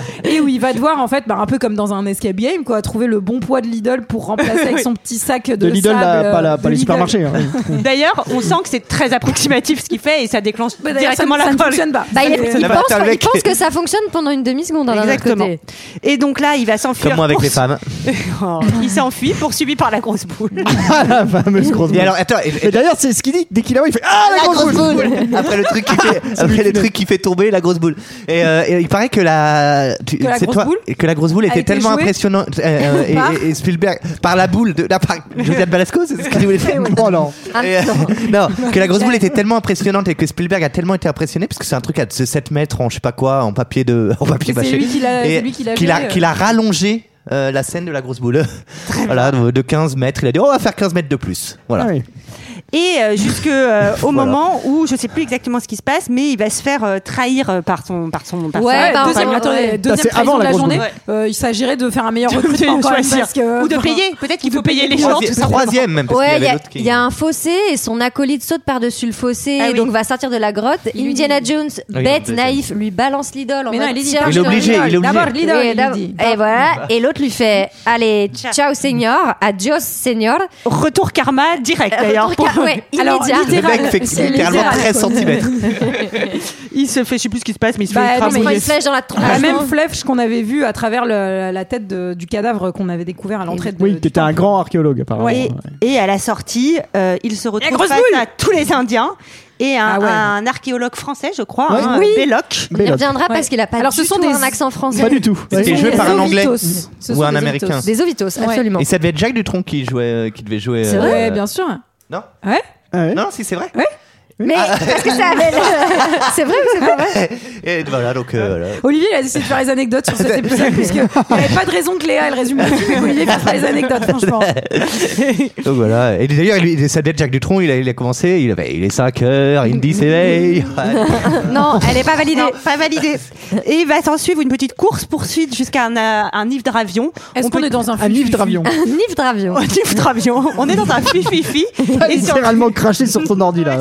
[SPEAKER 8] et où il va devoir en fait bah, un peu comme dans un escape game quoi trouver le bon poids de l'idole pour remplacer avec son petit sac de,
[SPEAKER 7] De Lidl,
[SPEAKER 8] sable,
[SPEAKER 7] là, pas, la,
[SPEAKER 8] euh,
[SPEAKER 7] pas
[SPEAKER 8] de
[SPEAKER 7] les
[SPEAKER 8] Lidl.
[SPEAKER 7] supermarchés. hein.
[SPEAKER 1] D'ailleurs, on sent que c'est très approximatif ce qu'il fait et ça déclenche
[SPEAKER 8] Bah, d'ailleurs, ça,
[SPEAKER 1] directement
[SPEAKER 8] ça
[SPEAKER 1] la
[SPEAKER 8] ne
[SPEAKER 1] folle.
[SPEAKER 8] fonctionne pas
[SPEAKER 10] Bah, il,
[SPEAKER 8] Ça-
[SPEAKER 10] il
[SPEAKER 6] La
[SPEAKER 10] pense,
[SPEAKER 6] bataille
[SPEAKER 10] il
[SPEAKER 6] avec-
[SPEAKER 10] pense que ça fonctionne pendant une demi-seconde hein, d'un autre
[SPEAKER 1] Exactement.
[SPEAKER 10] côté.
[SPEAKER 1] Et donc là, il va
[SPEAKER 6] Comme
[SPEAKER 1] s'enfuir.
[SPEAKER 6] moi avec les
[SPEAKER 1] poursu-
[SPEAKER 6] femmes.
[SPEAKER 1] Oh, il s'enfuit, poursuivi par la grosse boule.
[SPEAKER 7] Ah, la fameuse grosse boule.
[SPEAKER 6] Et alors, attends, et- et-
[SPEAKER 7] Mais d'ailleurs, c'est ce qu'il dit. Dès qu'il la voit, il fait Ah, la, grosse, boule,
[SPEAKER 6] après le truc qui fait, après le truc qui fait tomber la grosse boule. Et, euh, et il paraît que la, tu-
[SPEAKER 8] Que la
[SPEAKER 6] c'est
[SPEAKER 8] grosse
[SPEAKER 6] toi-
[SPEAKER 8] boule
[SPEAKER 6] et que la grosse boule
[SPEAKER 8] a
[SPEAKER 6] était
[SPEAKER 8] été
[SPEAKER 6] tellement
[SPEAKER 8] jouée
[SPEAKER 6] impressionnante euh, euh,
[SPEAKER 8] Par
[SPEAKER 6] et, et Spielberg par la boule de la par Juliette Balasco, c'est ce que tu voulais dire.
[SPEAKER 7] Oh non.
[SPEAKER 10] Ah,
[SPEAKER 6] Et, euh, non, que la grosse boule était tellement impressionnante et que Spielberg a tellement été impressionné parce que c'est un truc à de 7 mètres en je sais pas quoi en papier de en papier
[SPEAKER 8] Et c'est
[SPEAKER 6] mâché
[SPEAKER 8] lui qui l'a-
[SPEAKER 6] Et
[SPEAKER 8] c'est lui qui l'a
[SPEAKER 6] qu'il a
[SPEAKER 8] géré, euh.
[SPEAKER 6] qu'il a rallongé euh, la scène de la grosse boule voilà de de 15 mètres il a dit oh, on va faire 15 mètres de plus voilà
[SPEAKER 7] Ah oui.
[SPEAKER 1] Et euh, jusque euh, au moment où je sais plus exactement ce qui se passe, mais il va se faire euh, trahir euh, par son par son par
[SPEAKER 10] Ouais,
[SPEAKER 1] sa-
[SPEAKER 10] bah,
[SPEAKER 8] deuxième,
[SPEAKER 10] enfin,
[SPEAKER 8] attendez,
[SPEAKER 10] ouais.
[SPEAKER 8] deuxième
[SPEAKER 7] Ça, c'est avant
[SPEAKER 8] trahison de
[SPEAKER 7] la
[SPEAKER 8] la,
[SPEAKER 7] grosse
[SPEAKER 8] journée,
[SPEAKER 1] boule.
[SPEAKER 8] euh, il s'agirait de faire un meilleur recrutement
[SPEAKER 1] de
[SPEAKER 8] quand même,
[SPEAKER 1] choisir.
[SPEAKER 8] parce que-
[SPEAKER 1] ou de payer. Peut-être qu'il faut payer les gens.
[SPEAKER 6] Troisième-
[SPEAKER 1] tout simplement.
[SPEAKER 6] troisième même parce qu'il y
[SPEAKER 10] Ouais, il y,
[SPEAKER 6] avait
[SPEAKER 10] a-
[SPEAKER 6] l'autre qui
[SPEAKER 10] il y a un fossé et son acolyte saute par-dessus le fossé
[SPEAKER 1] Ah
[SPEAKER 10] et
[SPEAKER 1] oui.
[SPEAKER 10] donc va sortir de la grotte. Indiana Jones,
[SPEAKER 6] Ah oui,
[SPEAKER 10] bête,
[SPEAKER 6] deuxième.
[SPEAKER 10] naïf, lui balance l'idole en
[SPEAKER 8] Mais non,
[SPEAKER 10] mode
[SPEAKER 8] il est dit,
[SPEAKER 10] tiens,
[SPEAKER 6] Il est
[SPEAKER 10] je te
[SPEAKER 6] obligé,
[SPEAKER 10] rends
[SPEAKER 6] il est obligé.
[SPEAKER 8] D'abord l'idole,
[SPEAKER 10] Et,
[SPEAKER 8] il
[SPEAKER 10] là-
[SPEAKER 8] dit.
[SPEAKER 10] et voilà, et l'autre lui fait Allez,
[SPEAKER 1] Ciao.
[SPEAKER 10] ciao senior, adios senior.
[SPEAKER 1] Retour karma direct d'ailleurs.
[SPEAKER 10] Retour-
[SPEAKER 1] Pour-
[SPEAKER 10] ouais,
[SPEAKER 8] Alors,
[SPEAKER 10] immédiat.
[SPEAKER 8] littéral-
[SPEAKER 6] le mec fait
[SPEAKER 8] C'est
[SPEAKER 6] littéralement
[SPEAKER 8] littéral,
[SPEAKER 6] 13
[SPEAKER 8] quoi.
[SPEAKER 6] cm
[SPEAKER 1] Il se fait, je sais plus ce qui se passe, mais il se
[SPEAKER 8] Bah,
[SPEAKER 1] fait
[SPEAKER 10] Il se
[SPEAKER 8] non, mais
[SPEAKER 10] prend
[SPEAKER 1] écrabouiller.
[SPEAKER 10] une flèche dans la tronche.
[SPEAKER 8] la même flèche qu'on avait vue à travers le- la tête de- du cadavre qu'on avait découvert à l'entrée de
[SPEAKER 7] Oui, qui était un grand archéologue, apparemment.
[SPEAKER 1] Et, et à la sortie, euh, il se retrouve
[SPEAKER 8] Eh, grosse
[SPEAKER 1] face
[SPEAKER 8] boule.
[SPEAKER 1] à tous les Indiens et un,
[SPEAKER 8] Ah ouais.
[SPEAKER 1] un archéologue français, je crois,
[SPEAKER 7] Ouais.
[SPEAKER 1] hein,
[SPEAKER 8] Oui.
[SPEAKER 1] Belloc.
[SPEAKER 10] On y
[SPEAKER 7] Belloc.
[SPEAKER 10] reviendra parce
[SPEAKER 8] Ouais.
[SPEAKER 10] qu'il a pas
[SPEAKER 8] Alors,
[SPEAKER 10] du
[SPEAKER 8] ce sont
[SPEAKER 10] tout
[SPEAKER 8] des-
[SPEAKER 10] un accent français.
[SPEAKER 7] Pas du tout.
[SPEAKER 8] Ce
[SPEAKER 6] C'était
[SPEAKER 8] sont
[SPEAKER 6] joué
[SPEAKER 8] des
[SPEAKER 6] par un Anglais
[SPEAKER 8] Ovitos. Ce
[SPEAKER 6] ou
[SPEAKER 8] sont
[SPEAKER 6] un
[SPEAKER 8] des
[SPEAKER 6] Américain.
[SPEAKER 8] Ovitos.
[SPEAKER 10] Des ovitos,
[SPEAKER 8] Ouais.
[SPEAKER 10] absolument.
[SPEAKER 6] Et ça devait être Jacques Dutronc qui jouait, euh, qui devait jouer. euh,
[SPEAKER 8] Ouais, bien sûr.
[SPEAKER 6] Non,
[SPEAKER 7] Ah Ouais.
[SPEAKER 6] non, si c'est vrai. Ah.
[SPEAKER 10] Mais parce que ça avait l'air- C'est vrai ou c'est pas vrai
[SPEAKER 6] Et voilà donc. euh, voilà.
[SPEAKER 8] Olivier, il a décidé de faire les anecdotes sur cet épisode, puisque il n'y avait pas de raison que Léa, elle résume le film. Olivier fait faire les anecdotes, franchement.
[SPEAKER 6] Donc voilà. Et d'ailleurs, lui, ça devait être Jacques Dutronc. Il a, il a commencé. Il avait, il est 5 heures. Il me dit s'éveille.
[SPEAKER 10] Non, elle est pas validée.
[SPEAKER 1] Non, pas validé. Et il va s'en suivre une petite course poursuite jusqu'à un, euh, un hydravion.
[SPEAKER 8] Est-ce
[SPEAKER 1] On
[SPEAKER 8] qu'on
[SPEAKER 1] peut-
[SPEAKER 8] est dans un
[SPEAKER 7] Un livre
[SPEAKER 8] fufu-fufu
[SPEAKER 7] d'avion.
[SPEAKER 10] Nif Dravion.
[SPEAKER 1] Un hydravion. On est dans un fifi et, sur,
[SPEAKER 7] Littéralement craché sur son ordi, là.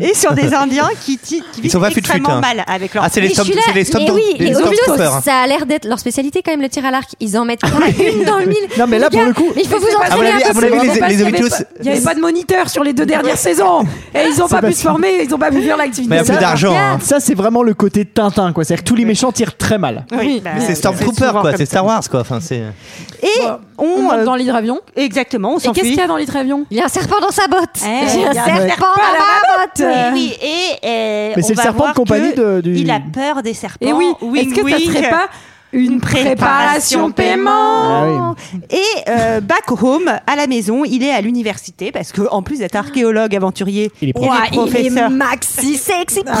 [SPEAKER 1] et sur des Indiens qui, ti- qui vivent
[SPEAKER 6] sont pas
[SPEAKER 1] extrêmement
[SPEAKER 6] fut-fut, hein.
[SPEAKER 1] mal avec leur.
[SPEAKER 6] Ah, c'est les
[SPEAKER 10] Mais
[SPEAKER 6] stop,
[SPEAKER 10] je suis
[SPEAKER 6] c'est
[SPEAKER 10] là,
[SPEAKER 6] les stop,
[SPEAKER 10] mais oui,
[SPEAKER 6] les
[SPEAKER 10] et
[SPEAKER 6] stop
[SPEAKER 10] Ovitos,
[SPEAKER 6] troopers, hein.
[SPEAKER 10] ça a l'air d'être leur spécialité quand même le tir à l'arc. Ils en mettent pas une dans le mille.
[SPEAKER 7] Non, mais là,
[SPEAKER 10] Les
[SPEAKER 7] pour
[SPEAKER 10] gars,
[SPEAKER 7] le coup-
[SPEAKER 10] mais il faut vous
[SPEAKER 6] À mon
[SPEAKER 10] entraîner
[SPEAKER 6] avis,
[SPEAKER 10] un
[SPEAKER 6] à
[SPEAKER 10] peu
[SPEAKER 6] mon
[SPEAKER 10] plus.
[SPEAKER 6] avis,
[SPEAKER 10] C'est pas
[SPEAKER 6] les, les
[SPEAKER 10] qu'il y avait
[SPEAKER 6] Ovitos.
[SPEAKER 8] Il n'y avait pas de moniteur sur les deux dernières saisons. Et ils n'ont pas pu se former, ils n'ont pas pu faire l'activité.
[SPEAKER 6] Mais il y a plus d'argent. hein.
[SPEAKER 7] Ça, c'est vraiment le côté Tintin, quoi. C'est-à-dire que tous les méchants tirent très mal.
[SPEAKER 1] Oui, bah,
[SPEAKER 6] Mais Ah, c'est Stormtrooper
[SPEAKER 1] souvent
[SPEAKER 6] quoi.
[SPEAKER 1] comme
[SPEAKER 6] C'est
[SPEAKER 1] ça.
[SPEAKER 6] Star Wars quoi. Enfin c'est. euh.
[SPEAKER 1] Et
[SPEAKER 8] On
[SPEAKER 1] on.
[SPEAKER 8] monte
[SPEAKER 1] euh,
[SPEAKER 8] dans l'hydravion.
[SPEAKER 1] Exactement, on
[SPEAKER 8] Et qu'est-ce
[SPEAKER 1] s'enfuit.
[SPEAKER 8] qu'il y a dans l'hydravion
[SPEAKER 10] Il y a un serpent dans sa botte.
[SPEAKER 8] Eh,
[SPEAKER 10] Il y a un
[SPEAKER 8] il y a un
[SPEAKER 10] serpent
[SPEAKER 8] serpent à la
[SPEAKER 10] dans ma botte.
[SPEAKER 8] botte.
[SPEAKER 1] Oui, oui, et. euh,
[SPEAKER 7] Mais
[SPEAKER 1] on
[SPEAKER 7] c'est le
[SPEAKER 1] va
[SPEAKER 7] serpent
[SPEAKER 1] voir
[SPEAKER 7] de compagnie
[SPEAKER 1] que
[SPEAKER 7] de- du-
[SPEAKER 1] Il a peur des serpents.
[SPEAKER 8] Et Eh oui,
[SPEAKER 6] Oh,
[SPEAKER 1] Wing,
[SPEAKER 8] est-ce que ça
[SPEAKER 1] wing.
[SPEAKER 8] serait pas une préparation paiement
[SPEAKER 7] Ah
[SPEAKER 1] Et euh, back home, à la maison, il est à l'université parce que en plus d'être archéologue, aventurier,
[SPEAKER 7] Il est prof.
[SPEAKER 1] il est
[SPEAKER 10] Ouah, il est
[SPEAKER 1] professeur.
[SPEAKER 10] maxi sexy prof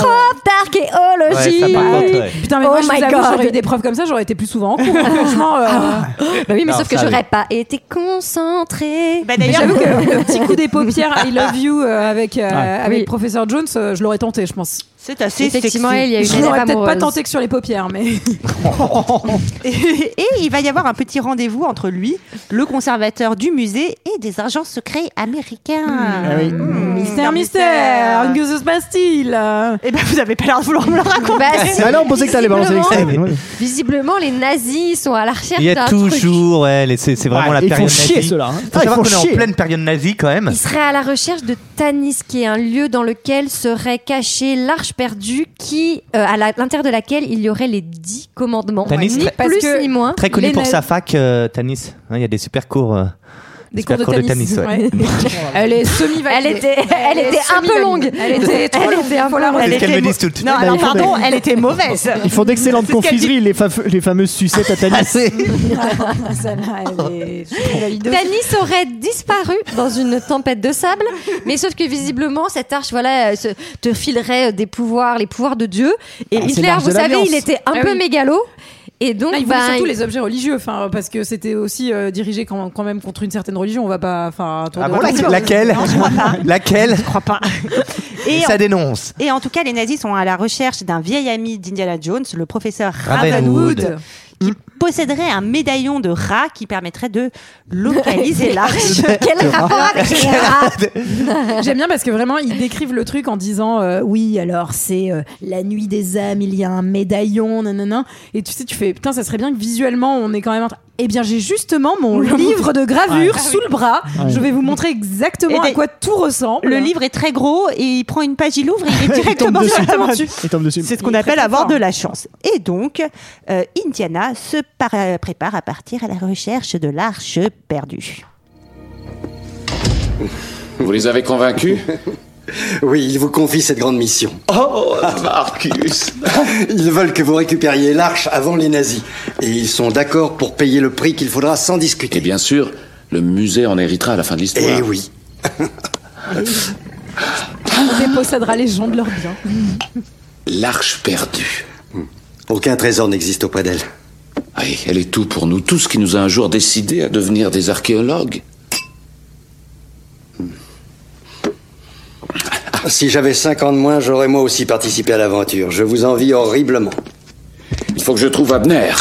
[SPEAKER 1] magie.
[SPEAKER 10] d'archéologie.
[SPEAKER 6] ça, par contre, ouais.
[SPEAKER 8] Putain, mais
[SPEAKER 10] Oh
[SPEAKER 8] moi, je vous
[SPEAKER 10] my
[SPEAKER 8] avoue,
[SPEAKER 10] God.
[SPEAKER 8] j'aurais eu des preuves comme ça, j'aurais été plus souvent en cours. hein, Franchement, euh,
[SPEAKER 10] Bah oui, mais
[SPEAKER 6] Non,
[SPEAKER 10] sauf que
[SPEAKER 6] ça, oui.
[SPEAKER 10] j'aurais pas été concentrée.
[SPEAKER 1] Bah,
[SPEAKER 8] mais
[SPEAKER 1] d'ailleurs,
[SPEAKER 8] j'avoue que le petit coup des paupières I love you euh, avec, euh, avec
[SPEAKER 10] Oui.
[SPEAKER 8] professeur Jones, euh, je l'aurais tenté, je pense.
[SPEAKER 1] c'est assez
[SPEAKER 10] Effectivement,
[SPEAKER 1] sexy.
[SPEAKER 10] il y a une
[SPEAKER 8] Je l'aurais
[SPEAKER 10] élève
[SPEAKER 8] peut-être pas
[SPEAKER 10] amoureuse.
[SPEAKER 8] tenté que sur les paupières, mais.
[SPEAKER 1] Et il va y avoir un petit rendez-vous entre lui, le conservateur du musée et des agents secrets
[SPEAKER 7] Ah
[SPEAKER 1] américains. Mmh,
[SPEAKER 8] Mystère, mystère Que se passe-t-il euh
[SPEAKER 1] Eh ben, vous avez pas l'air de vouloir me le raconter.
[SPEAKER 10] Bah, si,
[SPEAKER 7] Ah non, on pensait que t'allais balancer
[SPEAKER 10] visiblement-
[SPEAKER 7] l'extrême.
[SPEAKER 10] Visiblement, les nazis sont à la recherche
[SPEAKER 6] Il y a
[SPEAKER 10] d'un truc.
[SPEAKER 6] toujours, ouais, les- c'est Eh, c'est vraiment la
[SPEAKER 7] Ah, ils font
[SPEAKER 6] période
[SPEAKER 7] chier
[SPEAKER 6] nazie.
[SPEAKER 7] ceux-là. hein.
[SPEAKER 6] Faut
[SPEAKER 7] Ah, ils
[SPEAKER 6] savoir
[SPEAKER 7] font
[SPEAKER 6] qu'on est en
[SPEAKER 7] chier.
[SPEAKER 6] pleine période nazie quand même.
[SPEAKER 10] Ils seraient à la recherche de Tanis, qui est un lieu dans lequel serait caché l'arche perdue, qui, euh, à la- l'intérieur de laquelle il y aurait les dix commandements.
[SPEAKER 6] Tanis,
[SPEAKER 10] ni
[SPEAKER 6] très-
[SPEAKER 8] parce
[SPEAKER 10] plus
[SPEAKER 8] que-
[SPEAKER 10] ni moins.
[SPEAKER 6] Très connu
[SPEAKER 8] les
[SPEAKER 6] pour
[SPEAKER 8] nazis-
[SPEAKER 6] sa fac, euh, Tanis. Hein, Il y a des super cours. euh,
[SPEAKER 8] Des
[SPEAKER 6] super
[SPEAKER 8] cours de
[SPEAKER 6] tennis.
[SPEAKER 8] tennis.
[SPEAKER 6] ouais.
[SPEAKER 8] Elle est
[SPEAKER 10] Elle
[SPEAKER 8] semi-validée.
[SPEAKER 10] était- elle était un peu
[SPEAKER 8] semi-validée.
[SPEAKER 10] longue.
[SPEAKER 8] Elle était trop
[SPEAKER 10] Elle
[SPEAKER 8] longue.
[SPEAKER 10] était un
[SPEAKER 8] Faut
[SPEAKER 10] peu
[SPEAKER 8] la
[SPEAKER 10] longue.
[SPEAKER 8] refaire.
[SPEAKER 6] C'est ce qu'elles
[SPEAKER 1] était
[SPEAKER 6] me
[SPEAKER 1] mo-
[SPEAKER 6] disent toutes.
[SPEAKER 1] Non,
[SPEAKER 7] Bah,
[SPEAKER 1] alors
[SPEAKER 7] il faut-
[SPEAKER 1] pardon, elle était mauvaise.
[SPEAKER 7] Ils font d'excellentes
[SPEAKER 1] C'est ce qu'elle
[SPEAKER 7] confiseries, les, fa- les fameuses sucettes à
[SPEAKER 6] Ah,
[SPEAKER 7] Thalys.
[SPEAKER 8] Celle-là, elle est semi-validée.
[SPEAKER 10] Tanis aurait disparu dans une tempête de sable, mais sauf que visiblement cette arche, voilà, euh, se- te filerait euh, des pouvoirs, les pouvoirs de Dieu. Et
[SPEAKER 7] Ah, c'est
[SPEAKER 10] Hitler,
[SPEAKER 7] l'arche
[SPEAKER 10] vous
[SPEAKER 7] de
[SPEAKER 10] savez,
[SPEAKER 7] l'Alliance.
[SPEAKER 10] il était un
[SPEAKER 8] Ah
[SPEAKER 10] peu
[SPEAKER 8] oui.
[SPEAKER 10] mégalo, et donc
[SPEAKER 8] Là, ils
[SPEAKER 10] bah,
[SPEAKER 8] voulaient surtout
[SPEAKER 10] il-
[SPEAKER 8] les objets religieux, enfin, parce que c'était aussi euh, dirigé quand, quand même contre une certaine religion. On va pas, enfin, tour
[SPEAKER 6] Ah
[SPEAKER 8] de
[SPEAKER 7] bah,
[SPEAKER 6] bon,
[SPEAKER 8] bateau.
[SPEAKER 6] laquelle Laquelle, Laquelle
[SPEAKER 1] Je crois pas. Et,
[SPEAKER 6] Ça
[SPEAKER 1] en,
[SPEAKER 6] dénonce.
[SPEAKER 1] et en tout cas, les nazis sont à la recherche d'un vieil ami d'Indiana Jones, le professeur
[SPEAKER 6] Ravenwood.
[SPEAKER 1] Ravenwood, qui posséderait un médaillon de rat qui permettrait de localiser l'arche.
[SPEAKER 10] quel rapport avec Hera
[SPEAKER 8] J'aime bien parce que vraiment ils décrivent le truc en disant euh, oui alors c'est euh, la nuit des âmes il y a un médaillon nanana et tu sais tu fais putain ça serait bien que visuellement on est quand même en train- eh bien j'ai justement mon livre de gravure sous le bras je vais vous montrer exactement
[SPEAKER 1] Et
[SPEAKER 8] à
[SPEAKER 1] des-
[SPEAKER 8] quoi tout ressemble
[SPEAKER 1] Le livre est très gros et il prend une page, il l'ouvre et il est directement
[SPEAKER 7] dessus.
[SPEAKER 1] sur la table.
[SPEAKER 7] Ils tombent dessus.
[SPEAKER 1] C'est ce
[SPEAKER 8] Il
[SPEAKER 1] qu'on
[SPEAKER 8] est très,
[SPEAKER 1] appelle
[SPEAKER 8] très
[SPEAKER 1] avoir
[SPEAKER 8] fort.
[SPEAKER 1] de la chance. Et donc, euh, Indiana se para- prépare à partir à la recherche de l'arche perdue.
[SPEAKER 3] Vous les avez convaincus
[SPEAKER 11] Oui, ils vous confient cette grande mission.
[SPEAKER 5] Oh, Marcus
[SPEAKER 11] Ils veulent que vous récupériez l'arche avant les nazis. Et ils sont d'accord pour payer le prix qu'il faudra sans discuter.
[SPEAKER 3] Et bien sûr, le musée en héritera à la fin de l'histoire.
[SPEAKER 11] Eh oui.
[SPEAKER 8] on possédera les gens de leurs biens
[SPEAKER 3] L'arche perdue.
[SPEAKER 11] Aucun trésor n'existe auprès d'elle.
[SPEAKER 3] Oui, elle est tout pour nous, tout ce qui nous a un jour décidé à devenir des archéologues.
[SPEAKER 11] Si j'avais 5 ans de moins, j'aurais moi aussi participé à l'aventure. Je vous envie horriblement.
[SPEAKER 3] Il faut que je trouve Abner.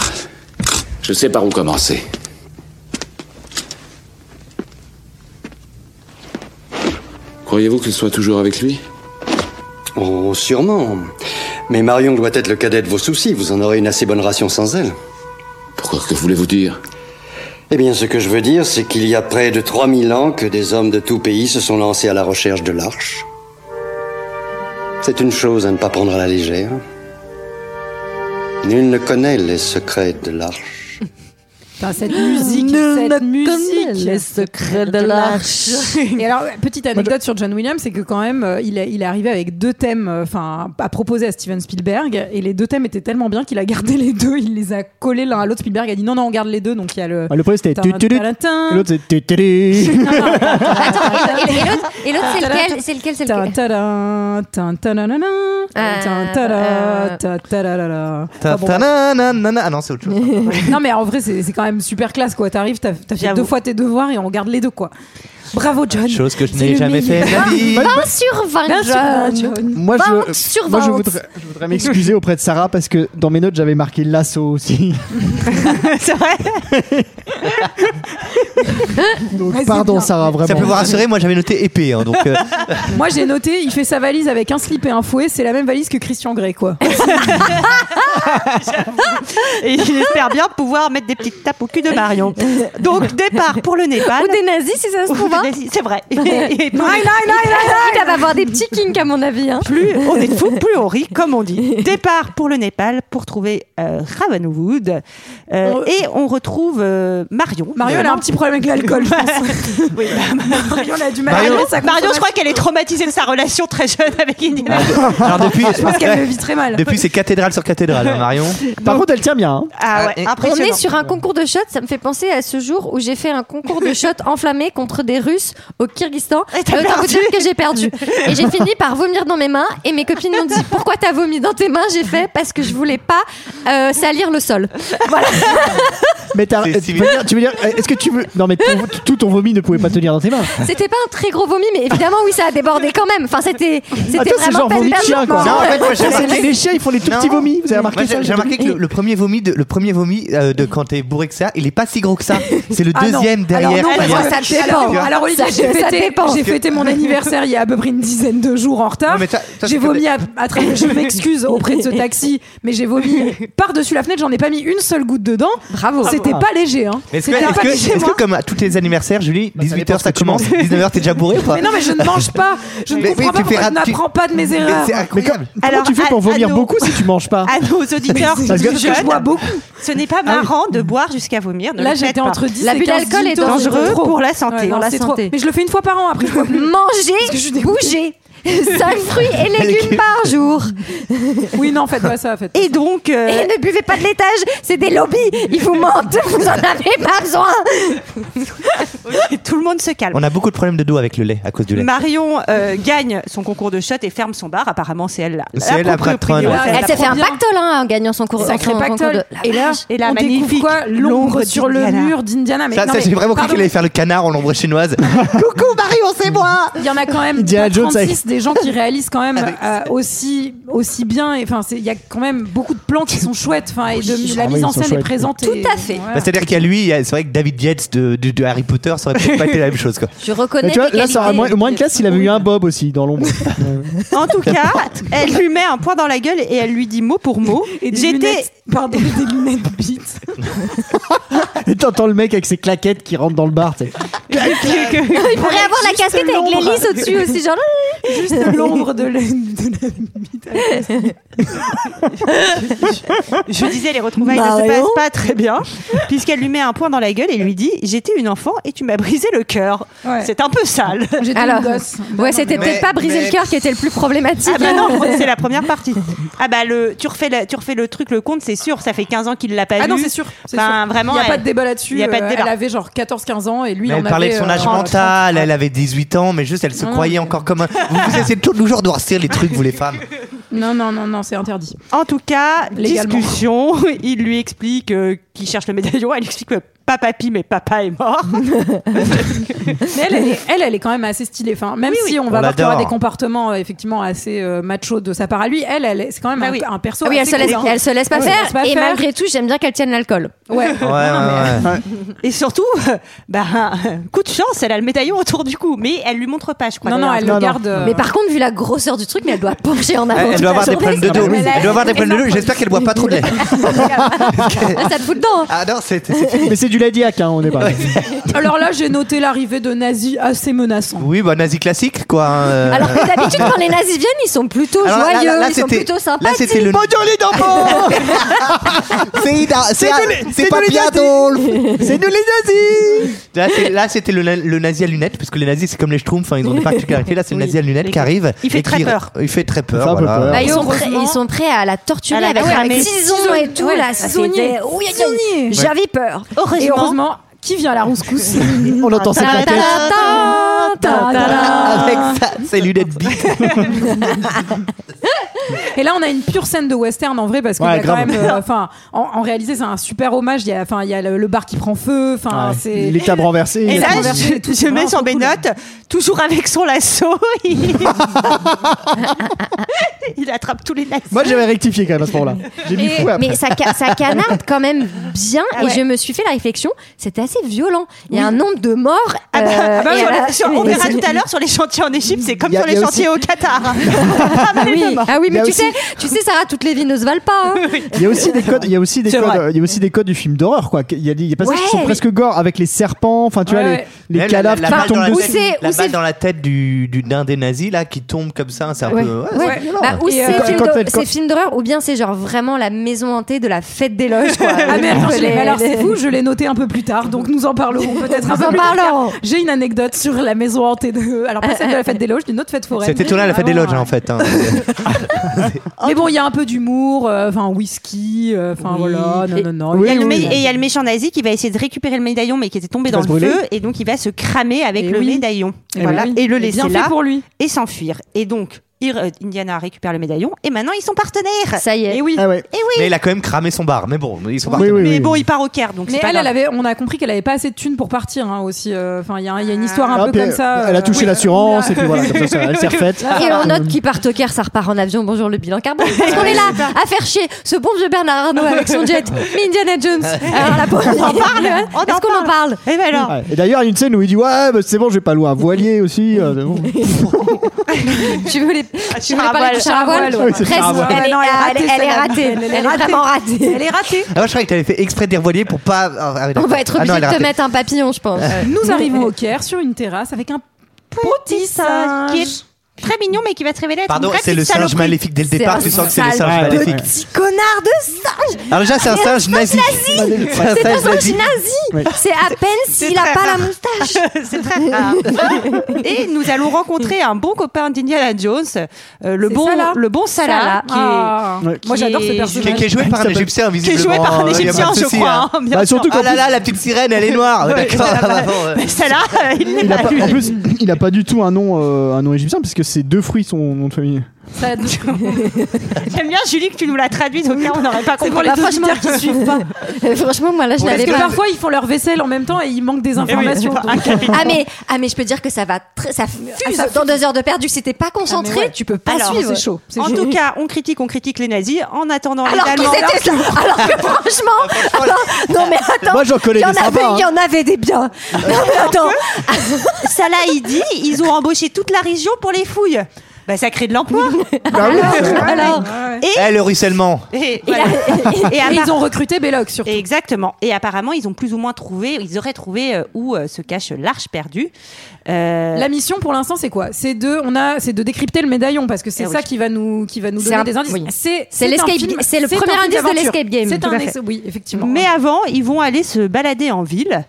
[SPEAKER 3] Je sais par où commencer. Croyez-vous qu'il soit toujours avec lui
[SPEAKER 11] Oh, sûrement. Mais Marion doit être le cadet de vos soucis. Vous en aurez une assez bonne ration sans elle.
[SPEAKER 3] Pourquoi que voulez-vous dire
[SPEAKER 11] Eh bien, ce que je veux dire, c'est qu'il y a près de 3000 ans que des hommes de tout pays se sont lancés à la recherche de l'arche. C'est une chose à ne pas prendre à la légère. Nul ne connaît les secrets de l'arche.
[SPEAKER 8] Putain, cette musique, cette musique, les secrets de l'arche. Et alors, petite anecdote sur John Williams, c'est que quand même, euh, il, est- il est arrivé avec deux thèmes, euh, enfin, à proposer à Steven Spielberg, et les deux thèmes étaient tellement bien qu'il a gardé les deux, il les a collés l'un à l'autre. Spielberg a dit non, non, on garde les deux, donc il y a le.
[SPEAKER 7] Ah, le premier c'était
[SPEAKER 8] Tintin,
[SPEAKER 7] tu tu tu,
[SPEAKER 8] tintin,
[SPEAKER 7] et l'autre c'était tu tu tu.
[SPEAKER 10] Et- et l'autre- Et l'autre, c'est lequel C'est lequel C'est lequel
[SPEAKER 8] tintin, tintin, nanana,
[SPEAKER 10] Ah,
[SPEAKER 8] tintin,
[SPEAKER 10] euh.
[SPEAKER 8] tintararara.
[SPEAKER 6] Ta-
[SPEAKER 8] Ah, bon,
[SPEAKER 6] ta- na- na- na- na- Ah non, c'est autre chose.
[SPEAKER 8] Non mais en vrai c'est c'est quand même super classe quoi. T'arrives, t'as t'as fait
[SPEAKER 1] J'avoue.
[SPEAKER 8] deux fois tes devoirs et on regarde les deux quoi. Bravo John.
[SPEAKER 6] Chose que je
[SPEAKER 8] C'est
[SPEAKER 6] n'ai
[SPEAKER 8] le
[SPEAKER 6] jamais fait de
[SPEAKER 8] meilleur.
[SPEAKER 6] ma
[SPEAKER 7] Bah
[SPEAKER 6] vie.
[SPEAKER 10] 20 Ah, sur 20,
[SPEAKER 8] Bien sûr,
[SPEAKER 10] John.
[SPEAKER 8] John.
[SPEAKER 7] Moi,
[SPEAKER 10] Vingt
[SPEAKER 7] je,
[SPEAKER 10] sur
[SPEAKER 7] moi je,
[SPEAKER 10] vingt.
[SPEAKER 7] voudrais, je voudrais m'excuser auprès de Sarah parce que dans mes notes j'avais marqué lasso aussi.
[SPEAKER 1] C'est vrai
[SPEAKER 7] Donc,
[SPEAKER 8] Ouais, c'est
[SPEAKER 7] pardon
[SPEAKER 8] bien.
[SPEAKER 7] Sarah, vraiment.
[SPEAKER 6] Ça peut vous rassurer, moi j'avais noté épée. hein, donc, euh,
[SPEAKER 8] Moi j'ai noté, il fait sa valise avec un slip et un fouet, c'est la même valise que Christian Grey quoi.
[SPEAKER 1] Et j'espère bien pouvoir mettre des petites tapes au cul de Marion. Donc, départ pour le Népal.
[SPEAKER 10] Ou des nazis, si ça se trouve. hein.
[SPEAKER 1] C'est vrai. Et plus,
[SPEAKER 10] Il va avoir des petits kinks, à mon avis. hein.
[SPEAKER 1] plus on est fou, plus on rit, comme on dit. Départ pour le Népal pour trouver euh, Ravenwood. Euh,
[SPEAKER 8] On-
[SPEAKER 1] Et on retrouve euh, Marion.
[SPEAKER 8] Marion elle a un petit problème avec l'alcool. je pense.
[SPEAKER 1] Oui, bah,
[SPEAKER 8] Marion elle a du mal. à
[SPEAKER 1] Marion,
[SPEAKER 8] gérer sa
[SPEAKER 1] Marion, je
[SPEAKER 8] consommation.
[SPEAKER 1] crois qu'elle est traumatisée de sa relation très jeune avec Indiana.
[SPEAKER 6] alors depuis,
[SPEAKER 8] Ah, Je pense qu'elle le vit très mal.
[SPEAKER 6] depuis c'est cathédrale sur cathédrale, hein, Marion.
[SPEAKER 7] Par contre elle tient bien. hein.
[SPEAKER 1] Ah
[SPEAKER 6] Ah, et-
[SPEAKER 1] ouais,
[SPEAKER 10] On
[SPEAKER 1] impressionnant.
[SPEAKER 10] est sur un concours de shots, ça me fait penser à ce jour où j'ai fait un concours de shots enflammé contre des russe au Kyrgyzstan. euh,
[SPEAKER 1] t'as
[SPEAKER 10] autant vous
[SPEAKER 1] perdu.
[SPEAKER 10] dire que j'ai perdu. Et j'ai fini par vomir dans mes mains. Et mes copines m'ont dit Pourquoi t'as vomi dans tes mains J'ai fait Parce que je voulais pas euh, salir le sol. Voilà.
[SPEAKER 7] Mais t'as-
[SPEAKER 6] C'est
[SPEAKER 7] tu veux dire, tu veux dire, eh, est-ce que tu veux Non, mais ton- tout ton vomi ne pouvait pas tenir dans tes mains.
[SPEAKER 10] C'était pas un très gros vomi, mais évidemment, oui, ça a débordé quand même. Enfin, c'était c'était
[SPEAKER 7] Attends, Ah, c'est
[SPEAKER 10] vraiment
[SPEAKER 7] genre
[SPEAKER 10] peine
[SPEAKER 7] vomi de chien,
[SPEAKER 10] perdue.
[SPEAKER 7] quoi.
[SPEAKER 6] Non, en fait, moi, j'ai
[SPEAKER 7] Ça, c'est
[SPEAKER 6] remarqué-
[SPEAKER 7] les chiens, ils font les tout
[SPEAKER 6] Non.
[SPEAKER 7] petits vomis. Vous avez remarqué
[SPEAKER 6] Moi,
[SPEAKER 7] ça
[SPEAKER 6] j'ai j'ai remarqué que le, le premier vomi, de- le premier vomi euh, de quand t'es bourré que ça, il est pas si gros que ça. C'est le
[SPEAKER 8] Ah non.
[SPEAKER 6] deuxième derrière.
[SPEAKER 8] Alors, non,
[SPEAKER 6] qui vient.
[SPEAKER 8] parce que ça
[SPEAKER 10] dépend.
[SPEAKER 8] dépend. Alors,
[SPEAKER 10] hein. Alors,
[SPEAKER 8] Olivia,
[SPEAKER 10] ça,
[SPEAKER 8] j'ai
[SPEAKER 10] ça
[SPEAKER 8] fêté,
[SPEAKER 10] dépend.
[SPEAKER 8] j'ai fêté mon anniversaire il y a à peu près une dizaine de jours en retard.
[SPEAKER 6] Non, mais ça- ça,
[SPEAKER 8] j'ai
[SPEAKER 6] c'est
[SPEAKER 8] vomi
[SPEAKER 6] que-
[SPEAKER 8] à, à travers. Je m'excuse auprès de ce taxi, mais j'ai vomi par-dessus la fenêtre. J'en ai pas mis une seule goutte dedans. Bravo. C'était pas léger. Hein.
[SPEAKER 6] Est-ce que,
[SPEAKER 8] C'était
[SPEAKER 6] est-ce
[SPEAKER 8] pas
[SPEAKER 6] que-
[SPEAKER 8] léger,
[SPEAKER 6] est-ce que
[SPEAKER 8] moi.
[SPEAKER 6] comme à tous les anniversaires, Julie, 18h
[SPEAKER 7] Bah, dépend
[SPEAKER 6] ça
[SPEAKER 7] ce que tu
[SPEAKER 6] commence, 19h t'es déjà bourré ou pas
[SPEAKER 8] Mais non, mais je ne mange pas. Je ne
[SPEAKER 6] Mais oui,
[SPEAKER 8] comprends
[SPEAKER 6] tu
[SPEAKER 8] pas. pourquoi
[SPEAKER 6] feras-
[SPEAKER 8] Je n'apprends
[SPEAKER 6] tu-
[SPEAKER 8] pas de mes
[SPEAKER 6] Mais
[SPEAKER 8] erreurs.
[SPEAKER 6] c'est incroyable.
[SPEAKER 7] Comment
[SPEAKER 1] Alors,
[SPEAKER 7] tu fais pour
[SPEAKER 1] à- à
[SPEAKER 7] vomir
[SPEAKER 1] nos-
[SPEAKER 7] beaucoup si tu manges pas
[SPEAKER 1] À nos auditeurs qui
[SPEAKER 8] Parce que-
[SPEAKER 1] nous
[SPEAKER 8] je bois
[SPEAKER 1] jeunes,
[SPEAKER 8] beaucoup. Ah
[SPEAKER 1] ce n'est pas marrant de boire jusqu'à vomir. ne
[SPEAKER 8] Là,
[SPEAKER 1] le faites
[SPEAKER 8] j'étais
[SPEAKER 1] pas.
[SPEAKER 8] entre 10 et
[SPEAKER 10] L'abus
[SPEAKER 8] 15
[SPEAKER 10] d'alcool est
[SPEAKER 8] gin tonic.
[SPEAKER 1] dangereux
[SPEAKER 8] C'est trop.
[SPEAKER 1] pour la santé.
[SPEAKER 8] Ouais, non,
[SPEAKER 10] Pour la
[SPEAKER 8] c'est trop.
[SPEAKER 10] santé.
[SPEAKER 8] Mais je le fais une fois par an. Après, je bois plus.
[SPEAKER 10] Manger, bouger. 5 fruits et légumes par jour.
[SPEAKER 8] Oui, non, faites pas ça. Faites.
[SPEAKER 1] Et donc, euh,
[SPEAKER 10] Et ne buvez pas de laitage, c'est des lobbies. Ils vous mentent, vous en avez pas besoin.
[SPEAKER 1] tout le monde se calme.
[SPEAKER 6] On a beaucoup de problèmes de dos avec le lait à cause du lait.
[SPEAKER 1] Marion euh, gagne son concours de shot et ferme son bar. Apparemment, c'est elle là.
[SPEAKER 6] C'est elle la patronne.
[SPEAKER 10] Elle s'est
[SPEAKER 8] s'est
[SPEAKER 10] fait un
[SPEAKER 8] pacte
[SPEAKER 10] pactole hein, en gagnant son cours.
[SPEAKER 8] Sacré
[SPEAKER 10] son concours
[SPEAKER 8] pactole.
[SPEAKER 10] de-
[SPEAKER 8] Et là,
[SPEAKER 1] Et là,
[SPEAKER 8] on
[SPEAKER 1] magnifique.
[SPEAKER 8] découvre quoi L'ombre
[SPEAKER 1] L'ombre
[SPEAKER 8] sur le
[SPEAKER 1] d'Indiana.
[SPEAKER 8] mur d'Indiana. Mais
[SPEAKER 6] ça,
[SPEAKER 8] non,
[SPEAKER 6] ça,
[SPEAKER 8] mais
[SPEAKER 6] j'ai vraiment cru
[SPEAKER 8] pardon,
[SPEAKER 6] qu'il allait faire le canard en l'ombre chinoise.
[SPEAKER 1] Coucou Marion, c'est moi.
[SPEAKER 8] Il y en a quand même
[SPEAKER 7] Indiana
[SPEAKER 8] pas
[SPEAKER 7] Jones,
[SPEAKER 8] 36 des gens qui réalisent quand même euh, aussi aussi bien. et, Enfin, c'est- il y a quand même beaucoup de plans qui sont chouettes. Enfin, et de-
[SPEAKER 7] Oui,
[SPEAKER 8] la
[SPEAKER 6] ah
[SPEAKER 7] oui,
[SPEAKER 8] mise en
[SPEAKER 7] ils sont
[SPEAKER 8] scène est
[SPEAKER 7] chouettes.
[SPEAKER 8] présente.
[SPEAKER 10] Tout à fait.
[SPEAKER 6] Bah, C'est-à-dire qu'il y a lui, il y a- c'est vrai que David Yates de, de- de Harry Potter, ça aurait peut-être pas été la même chose. Quoi.
[SPEAKER 10] Je reconnais.
[SPEAKER 7] Mais tu vois, là, ça aurait
[SPEAKER 10] l'égalité.
[SPEAKER 7] moins, moins de classe s'il avait eu un Bob aussi dans l'ombre. Euh,
[SPEAKER 1] En tout cas, elle lui met un point dans la gueule et elle lui dit mot pour mot.
[SPEAKER 8] Et des
[SPEAKER 1] J'étais
[SPEAKER 8] lunettes, pardon, des lunettes bites.
[SPEAKER 7] Et t'entends le mec avec ses claquettes qui rentre dans le bar. tu sais.
[SPEAKER 10] Il pourrait avoir la
[SPEAKER 8] Juste
[SPEAKER 10] casquette avec les
[SPEAKER 8] l'ombre.
[SPEAKER 10] lisses au-dessus aussi, genre.
[SPEAKER 8] Juste l'ombre de la, de la bite.
[SPEAKER 1] Je disais, les retrouvailles ne se
[SPEAKER 8] Marion
[SPEAKER 1] passent pas très bien, puisqu'elle lui met un point dans la gueule et lui dit J'étais une enfant et tu m'as brisé le cœur.
[SPEAKER 8] Ouais.
[SPEAKER 1] C'est un peu sale.
[SPEAKER 8] J'étais
[SPEAKER 10] Alors,
[SPEAKER 8] une gosse.
[SPEAKER 10] Ouais, c'était
[SPEAKER 6] mais-
[SPEAKER 10] peut-être pas briser
[SPEAKER 6] mais-
[SPEAKER 10] le cœur qui était le plus problématique.
[SPEAKER 1] Ah bah non, c'est la première partie. Ah bah le, tu refais, la- tu refais le truc, le compte, c'est sûr, ça fait 15 ans qu'il l'a pas
[SPEAKER 8] Ah
[SPEAKER 1] lu.
[SPEAKER 8] non, c'est sûr. c'est
[SPEAKER 1] Enfin,
[SPEAKER 8] sûr.
[SPEAKER 1] vraiment,
[SPEAKER 8] Il n'y a pas
[SPEAKER 1] elle-
[SPEAKER 8] de débat là-dessus.
[SPEAKER 1] il y a pas de
[SPEAKER 8] Euh,
[SPEAKER 1] débat.
[SPEAKER 8] Elle avait genre 14-15 ans et lui,
[SPEAKER 6] Mais
[SPEAKER 8] il
[SPEAKER 6] elle
[SPEAKER 8] en
[SPEAKER 6] parlait de
[SPEAKER 8] avait,
[SPEAKER 6] son
[SPEAKER 8] euh, Ah.
[SPEAKER 6] âge
[SPEAKER 8] genre,
[SPEAKER 6] mental, elle avait 18 ans, mais juste elle se
[SPEAKER 8] Non,
[SPEAKER 6] croyait
[SPEAKER 8] non.
[SPEAKER 6] encore comme un. Vous, vous essayez toujours de sortir les trucs, vous les femmes.
[SPEAKER 8] Non, non, non, non, c'est interdit.
[SPEAKER 1] En tout cas,
[SPEAKER 8] Légalement.
[SPEAKER 1] discussion. Il lui explique euh, qu'il cherche le médaillon. Elle lui explique que pas papy, mais papa est mort.
[SPEAKER 8] Mais elle, elle, est- elle, elle est quand même assez stylée. Enfin, même si on va
[SPEAKER 6] On
[SPEAKER 8] voir qu'il y aura
[SPEAKER 6] l'adore.
[SPEAKER 8] des comportements euh, effectivement assez euh, macho de sa part à lui, elle, elle est- c'est quand même
[SPEAKER 1] Bah
[SPEAKER 8] un,
[SPEAKER 1] oui.
[SPEAKER 8] un perso.
[SPEAKER 10] Ah oui, elle
[SPEAKER 8] assez
[SPEAKER 10] se, laisse,
[SPEAKER 8] cool, hein.
[SPEAKER 10] elle se laisse pas
[SPEAKER 8] Ouais,
[SPEAKER 10] faire.
[SPEAKER 8] elle se laisse pas
[SPEAKER 10] et
[SPEAKER 8] faire.
[SPEAKER 10] malgré tout, j'aime bien qu'elle tienne l'alcool.
[SPEAKER 8] Ouais.
[SPEAKER 6] Ouais, ouais, ouais.
[SPEAKER 1] Et surtout, euh, bah, coup de chance, elle a le médaillon autour du cou. Mais elle lui montre pas, je crois.
[SPEAKER 8] Non, non,
[SPEAKER 1] d'ailleurs.
[SPEAKER 8] elle
[SPEAKER 7] Non,
[SPEAKER 8] le
[SPEAKER 7] non.
[SPEAKER 8] garde. euh,
[SPEAKER 10] Mais par contre, vu la grosseur du truc, mais elle doit pencher en avant.
[SPEAKER 6] Elle
[SPEAKER 10] toute
[SPEAKER 6] doit
[SPEAKER 10] la
[SPEAKER 6] avoir des
[SPEAKER 10] journée.
[SPEAKER 6] problèmes de dos.
[SPEAKER 8] Mais là,
[SPEAKER 6] Elle doit avoir des
[SPEAKER 8] elle
[SPEAKER 6] problèmes de
[SPEAKER 8] est
[SPEAKER 6] dos. J'espère qu'elle boit pas trop de lait.
[SPEAKER 10] Ah, ça te fout dedans.
[SPEAKER 6] Ah non, c'est c'est-
[SPEAKER 7] Mais c'est du Ladiac, hein, on est pas.
[SPEAKER 8] Alors là, j'ai noté l'arrivée de nazis assez menaçant.
[SPEAKER 6] Oui, bah nazi classique quoi. hein, euh.
[SPEAKER 10] Alors que d'habitude, quand les nazis viennent, ils sont plutôt
[SPEAKER 6] Alors, là, là,
[SPEAKER 10] joyeux,
[SPEAKER 6] là,
[SPEAKER 10] ils sont
[SPEAKER 6] c'était-
[SPEAKER 10] plutôt sympas.
[SPEAKER 6] Là c'était le. C'est c'est- c'est pas bien drôle. C'est nous les nazis. Là, c'est- Là c'était le, na- le nazi à lunettes parce que les nazis c'est comme les schtroumpfs, hein, ils ont des particularités. Là c'est le nazi à lunettes qui arrive.
[SPEAKER 1] Il fait
[SPEAKER 6] et
[SPEAKER 1] très
[SPEAKER 6] qui-
[SPEAKER 1] peur.
[SPEAKER 6] Il fait très peur.
[SPEAKER 7] Ça fait un peu
[SPEAKER 6] voilà.
[SPEAKER 7] peur.
[SPEAKER 10] Bah, ils, sont prêts,
[SPEAKER 8] heureusement-
[SPEAKER 10] ils sont prêts à la torturer
[SPEAKER 1] À la
[SPEAKER 10] avec,
[SPEAKER 1] cramer.
[SPEAKER 10] avec ciseaux et tout,
[SPEAKER 8] ouais,
[SPEAKER 10] la
[SPEAKER 8] ça,
[SPEAKER 10] soigner.
[SPEAKER 8] c'était-
[SPEAKER 10] Oui, oui, oui. J'avais peur.
[SPEAKER 8] Et heureusement, qui vient à la rouscousse
[SPEAKER 7] On entend sa claquette.
[SPEAKER 6] Avec ça, c'est lunettes bites.
[SPEAKER 8] Et là, on a une pure scène de western en vrai parce que
[SPEAKER 7] Ouais,
[SPEAKER 8] il y a quand
[SPEAKER 7] grave.
[SPEAKER 8] même, euh, enfin, en, en réalité, c'est un super hommage. Il y a, enfin, il y a le, le bar qui prend feu. Enfin,
[SPEAKER 7] Ouais.
[SPEAKER 8] c'est.
[SPEAKER 7] Les câbles renversés.
[SPEAKER 1] Et
[SPEAKER 7] il y
[SPEAKER 1] là,
[SPEAKER 7] a-
[SPEAKER 8] renversé et
[SPEAKER 1] je,
[SPEAKER 8] tout,
[SPEAKER 1] je
[SPEAKER 8] c'est
[SPEAKER 1] mets
[SPEAKER 8] vraiment
[SPEAKER 1] sur
[SPEAKER 8] trop
[SPEAKER 1] mes
[SPEAKER 8] cool.
[SPEAKER 1] notes, toujours avec son lasso, il... il attrape tous les nazis.
[SPEAKER 7] Moi, j'avais rectifié quand même à ce moment-là. J'ai mis fou après.
[SPEAKER 10] Mais ça, ca- ça canarde quand même bien.
[SPEAKER 1] Ah
[SPEAKER 10] et
[SPEAKER 1] ouais.
[SPEAKER 10] je me suis fait la réflexion, c'était assez violent. Il y a un nombre de morts.
[SPEAKER 1] Ah bah,
[SPEAKER 10] euh,
[SPEAKER 1] ah bah,
[SPEAKER 10] et
[SPEAKER 1] sur les-
[SPEAKER 10] voilà.
[SPEAKER 1] sur- on
[SPEAKER 10] Mais
[SPEAKER 1] verra
[SPEAKER 10] c'est-
[SPEAKER 1] tout à l'heure sur les chantiers en Égypte, c'est comme
[SPEAKER 7] Y a-
[SPEAKER 1] sur les
[SPEAKER 7] y a
[SPEAKER 1] chantiers au Qatar. Ah, mais
[SPEAKER 10] Ah oui,
[SPEAKER 1] demain.
[SPEAKER 10] ah oui,
[SPEAKER 7] Il y
[SPEAKER 10] mais
[SPEAKER 7] a
[SPEAKER 10] tu
[SPEAKER 7] aussi-
[SPEAKER 10] sais, tu sais, Sarah, toutes les vies ne se valent pas. hein.
[SPEAKER 7] Il y a aussi des codes, il y a aussi des
[SPEAKER 1] C'est
[SPEAKER 7] codes,
[SPEAKER 1] vrai.
[SPEAKER 7] euh, il y a aussi des codes du film d'horreur quoi. Il y a des, il y a des passages qui sont
[SPEAKER 10] Ouais.
[SPEAKER 7] presque gore avec les serpents, enfin tu
[SPEAKER 8] Ouais,
[SPEAKER 7] vois
[SPEAKER 8] ouais.
[SPEAKER 7] les, les
[SPEAKER 6] Là, la-
[SPEAKER 7] cadavres
[SPEAKER 6] la,
[SPEAKER 7] qui
[SPEAKER 6] balle dans
[SPEAKER 7] tombent
[SPEAKER 6] la
[SPEAKER 10] Où
[SPEAKER 7] dessus.
[SPEAKER 10] c'est-
[SPEAKER 6] tête- la
[SPEAKER 10] où
[SPEAKER 6] balle
[SPEAKER 10] c'est-
[SPEAKER 6] dans la tête du, du- d'un des nazis là qui tombe comme ça, c'est un
[SPEAKER 10] Ouais.
[SPEAKER 6] peu. ouais,
[SPEAKER 10] Ouais.
[SPEAKER 6] c'est violent.
[SPEAKER 10] Bah, ou
[SPEAKER 8] Et,
[SPEAKER 10] c'est
[SPEAKER 8] euh, quand-
[SPEAKER 10] film
[SPEAKER 7] quand-
[SPEAKER 10] d'hor-
[SPEAKER 7] quand-
[SPEAKER 10] c'est film d'horreur, ou bien c'est genre vraiment la maison hantée de la fête des loges. Quoi.
[SPEAKER 8] Ah mais attends, je l'ai-
[SPEAKER 10] Les-
[SPEAKER 8] mais alors c'est
[SPEAKER 10] les-
[SPEAKER 8] fou, je l'ai noté un peu plus tard, donc nous en parlerons peut-être un
[SPEAKER 10] Nous
[SPEAKER 8] peu
[SPEAKER 10] en
[SPEAKER 8] plus
[SPEAKER 10] parlerons.
[SPEAKER 8] tard. J'ai une anecdote sur la maison hantée de... Alors pas celle de la fête des loges, d'une autre fête foraine.
[SPEAKER 1] Ah
[SPEAKER 6] C'était tourné à la fête des
[SPEAKER 8] Vraiment,
[SPEAKER 6] loges hein, en fait. hein.
[SPEAKER 8] euh,
[SPEAKER 6] Mais bon, il y a un peu d'humour, euh, enfin whisky, euh, enfin
[SPEAKER 1] Oui.
[SPEAKER 6] voilà, non,
[SPEAKER 1] Et-
[SPEAKER 6] non, non.
[SPEAKER 1] Il y a le mé- et il y a le méchant nazi qui va essayer de récupérer le médaillon mais qui était tombé
[SPEAKER 6] Qui
[SPEAKER 1] dans le
[SPEAKER 6] va se brûler.
[SPEAKER 1] feu et donc il va se cramer avec
[SPEAKER 6] Et
[SPEAKER 1] le
[SPEAKER 6] oui.
[SPEAKER 1] médaillon
[SPEAKER 6] Et
[SPEAKER 1] voilà,
[SPEAKER 6] oui.
[SPEAKER 1] et le
[SPEAKER 6] Et bien
[SPEAKER 1] laisser
[SPEAKER 6] fait
[SPEAKER 1] là
[SPEAKER 6] pour lui.
[SPEAKER 1] et s'enfuir. Et donc il- euh, Indiana récupère le médaillon et maintenant ils sont partenaires.
[SPEAKER 10] Ça y est.
[SPEAKER 1] Et oui.
[SPEAKER 7] Ah ouais.
[SPEAKER 1] Et oui.
[SPEAKER 8] Mais il a quand même cramé son bar. Mais bon, ils sont
[SPEAKER 7] Oui, oui,
[SPEAKER 1] Mais
[SPEAKER 7] oui.
[SPEAKER 1] bon, il part au Caire donc
[SPEAKER 6] Mais
[SPEAKER 1] c'est pas
[SPEAKER 6] elle,
[SPEAKER 1] grave.
[SPEAKER 6] elle avait, on a compris qu'elle avait pas assez de thunes pour partir hein, aussi. euh, Enfin, il y, a un- il y a une histoire
[SPEAKER 7] Ah,
[SPEAKER 6] un peu
[SPEAKER 7] puis
[SPEAKER 6] comme
[SPEAKER 7] elle-
[SPEAKER 6] ça.
[SPEAKER 7] Elle
[SPEAKER 6] euh,
[SPEAKER 7] a touché
[SPEAKER 6] oui.
[SPEAKER 7] l'assurance et puis voilà, comme ça, ça, elle s'est refaite.
[SPEAKER 10] Et on note qui part au Caire, ça repart en avion. Bonjour le bilan carbone. Parce qu'on est là à faire chier ce bon vieux Bernard Arnault avec son jet. Mais Indiana Jones. Alors la pauvre-
[SPEAKER 1] On en parle, hein On en
[SPEAKER 10] Est-ce qu'on en parle
[SPEAKER 1] Eh ben alors,
[SPEAKER 7] Ouais. Et d'ailleurs, il y a une scène où il dit Ouais, bah, c'est bon, je vais pas loin. Voilier aussi. euh, bon.
[SPEAKER 10] Tu veux les.
[SPEAKER 1] Ah, tu
[SPEAKER 10] tu veux
[SPEAKER 1] parles
[SPEAKER 10] parler
[SPEAKER 1] à
[SPEAKER 10] de
[SPEAKER 1] voile.
[SPEAKER 10] char à voile
[SPEAKER 7] Oui, c'est
[SPEAKER 10] Presque.
[SPEAKER 7] char à voile.
[SPEAKER 10] Elle
[SPEAKER 1] Ah
[SPEAKER 10] est-
[SPEAKER 1] non, elle est
[SPEAKER 10] ah,
[SPEAKER 1] ratée,
[SPEAKER 10] elle est- elle
[SPEAKER 1] celle-là.
[SPEAKER 10] est ratée. Elle est vraiment ratée.
[SPEAKER 1] elle est ratée.
[SPEAKER 8] Ah, moi, je croyais que t'avais fait exprès de dire voilier pour pas. Ah, ah, oui,
[SPEAKER 10] On
[SPEAKER 8] d'accord.
[SPEAKER 10] va être
[SPEAKER 8] Ah, non,
[SPEAKER 10] obligé
[SPEAKER 8] elle a
[SPEAKER 10] de te
[SPEAKER 8] raté.
[SPEAKER 10] mettre un papillon, je pense.
[SPEAKER 6] Nous arrivons au Caire sur une terrasse avec un petit singe.
[SPEAKER 1] qui est très mignon mais qui va se révéler être une
[SPEAKER 8] Pardon,
[SPEAKER 1] vraie
[SPEAKER 8] c'est le
[SPEAKER 1] petite
[SPEAKER 8] singe
[SPEAKER 1] saloperie.
[SPEAKER 8] maléfique dès le départ.
[SPEAKER 10] un
[SPEAKER 8] Tu sens que c'est le
[SPEAKER 10] sale
[SPEAKER 8] singe
[SPEAKER 7] petit
[SPEAKER 8] maléfique.
[SPEAKER 10] Petit connard de singe
[SPEAKER 8] Alors déjà, c'est un singe nazi.
[SPEAKER 10] C'est un
[SPEAKER 8] singe
[SPEAKER 10] singe
[SPEAKER 8] nazi.
[SPEAKER 7] Oui.
[SPEAKER 10] nazi C'est à peine s'il
[SPEAKER 1] très
[SPEAKER 10] a pas la
[SPEAKER 1] rare.
[SPEAKER 10] moustache
[SPEAKER 1] c'est très rare. Et nous allons rencontrer un bon copain d'Indiana Jones, euh, le,
[SPEAKER 6] C'est
[SPEAKER 1] bon,
[SPEAKER 6] Salah.
[SPEAKER 1] le bon Salah,
[SPEAKER 10] Salah.
[SPEAKER 1] qui est-
[SPEAKER 6] Ah.
[SPEAKER 7] Ouais.
[SPEAKER 6] Moi,
[SPEAKER 1] qui
[SPEAKER 6] j'adore
[SPEAKER 1] est
[SPEAKER 6] ce
[SPEAKER 8] Qui,
[SPEAKER 6] personnage.
[SPEAKER 8] qui est joué par un
[SPEAKER 7] s'appelle-
[SPEAKER 8] égyptien,
[SPEAKER 1] qui est joué
[SPEAKER 8] visiblement.
[SPEAKER 1] par un
[SPEAKER 8] Euh, il y a pas
[SPEAKER 1] Égyptien,
[SPEAKER 8] de
[SPEAKER 1] je
[SPEAKER 8] souci,
[SPEAKER 1] crois.
[SPEAKER 8] hein.
[SPEAKER 1] hein, bien
[SPEAKER 7] Bah,
[SPEAKER 1] sûr.
[SPEAKER 7] surtout qu'en
[SPEAKER 8] Ah là là, la petite sirène, elle est noire. Ouais, D'accord. Ah, bon, ouais.
[SPEAKER 1] Mais celle-là, euh, il
[SPEAKER 7] Il a
[SPEAKER 1] l'a
[SPEAKER 7] pas-
[SPEAKER 1] eu.
[SPEAKER 7] en plus, il a pas du tout un nom, euh, un nom égyptien parce que ses deux fruits sont nom de famille.
[SPEAKER 6] Ça-
[SPEAKER 1] J'aime bien, Julie, que tu nous l'as traduite, au cas où on n'aurait pas
[SPEAKER 6] C'est
[SPEAKER 1] compris.
[SPEAKER 6] pour les
[SPEAKER 10] Bah, franchement. Euh,
[SPEAKER 6] auditeurs qui suivent pas.
[SPEAKER 10] Franchement, moi là, je
[SPEAKER 6] Parce
[SPEAKER 10] l'avais
[SPEAKER 6] que
[SPEAKER 10] pas.
[SPEAKER 6] parfois, ils font leur vaisselle en même temps et il manque des
[SPEAKER 1] Eh oui,
[SPEAKER 6] informations.
[SPEAKER 1] un
[SPEAKER 6] donc, euh,
[SPEAKER 1] capitaine.
[SPEAKER 10] Ah mais, ah mais je peux dire que ça va très, Ah, ça fuse. dans deux heures de perdu, c'était pas concentré,
[SPEAKER 6] Ah, mais ouais.
[SPEAKER 10] tu peux pas
[SPEAKER 1] Alors,
[SPEAKER 10] suivre.
[SPEAKER 6] c'est chaud. c'est
[SPEAKER 1] En
[SPEAKER 6] chaud.
[SPEAKER 1] tout cas, on critique, on critique les nazis. En attendant,
[SPEAKER 10] Alors
[SPEAKER 1] les
[SPEAKER 10] que
[SPEAKER 1] Allemands.
[SPEAKER 10] c'était ça. Alors que franchement, attends, non mais attends.
[SPEAKER 7] Moi, j'en connais
[SPEAKER 10] il y en
[SPEAKER 7] des
[SPEAKER 10] avait,
[SPEAKER 7] sympas,
[SPEAKER 10] il y en avait des biens. Non mais attends.
[SPEAKER 1] Salah, il dit ils ont embauché toute la région pour les fouilles. Bah, ça crée de l'emploi.
[SPEAKER 10] Bah Alors,
[SPEAKER 8] Eh, le ruissellement.
[SPEAKER 1] Et,
[SPEAKER 10] il
[SPEAKER 1] voilà.
[SPEAKER 10] a-
[SPEAKER 1] Et à
[SPEAKER 6] Et
[SPEAKER 1] part-
[SPEAKER 6] ils ont recruté Belloc surtout.
[SPEAKER 1] Et Exactement. Et apparemment, ils ont plus ou moins trouvé, ils auraient trouvé euh, où euh, se cache l'arche perdue. Euh,
[SPEAKER 6] La mission pour l'instant c'est quoi C'est de on a c'est de décrypter le médaillon parce que c'est
[SPEAKER 1] Eh oui.
[SPEAKER 6] ça qui va nous qui va nous
[SPEAKER 10] C'est
[SPEAKER 6] donner
[SPEAKER 10] un-
[SPEAKER 6] des indices.
[SPEAKER 10] oui.
[SPEAKER 6] C'est
[SPEAKER 10] C'est
[SPEAKER 6] un
[SPEAKER 10] l'escape-
[SPEAKER 6] film-
[SPEAKER 10] c'est le
[SPEAKER 6] un
[SPEAKER 10] premier
[SPEAKER 6] film
[SPEAKER 10] indice de
[SPEAKER 6] d'aventure.
[SPEAKER 10] l'escape game,
[SPEAKER 6] C'est
[SPEAKER 10] tout
[SPEAKER 6] un
[SPEAKER 10] à fait.
[SPEAKER 6] ex- oui effectivement.
[SPEAKER 1] Mais avant, ils vont aller se balader en ville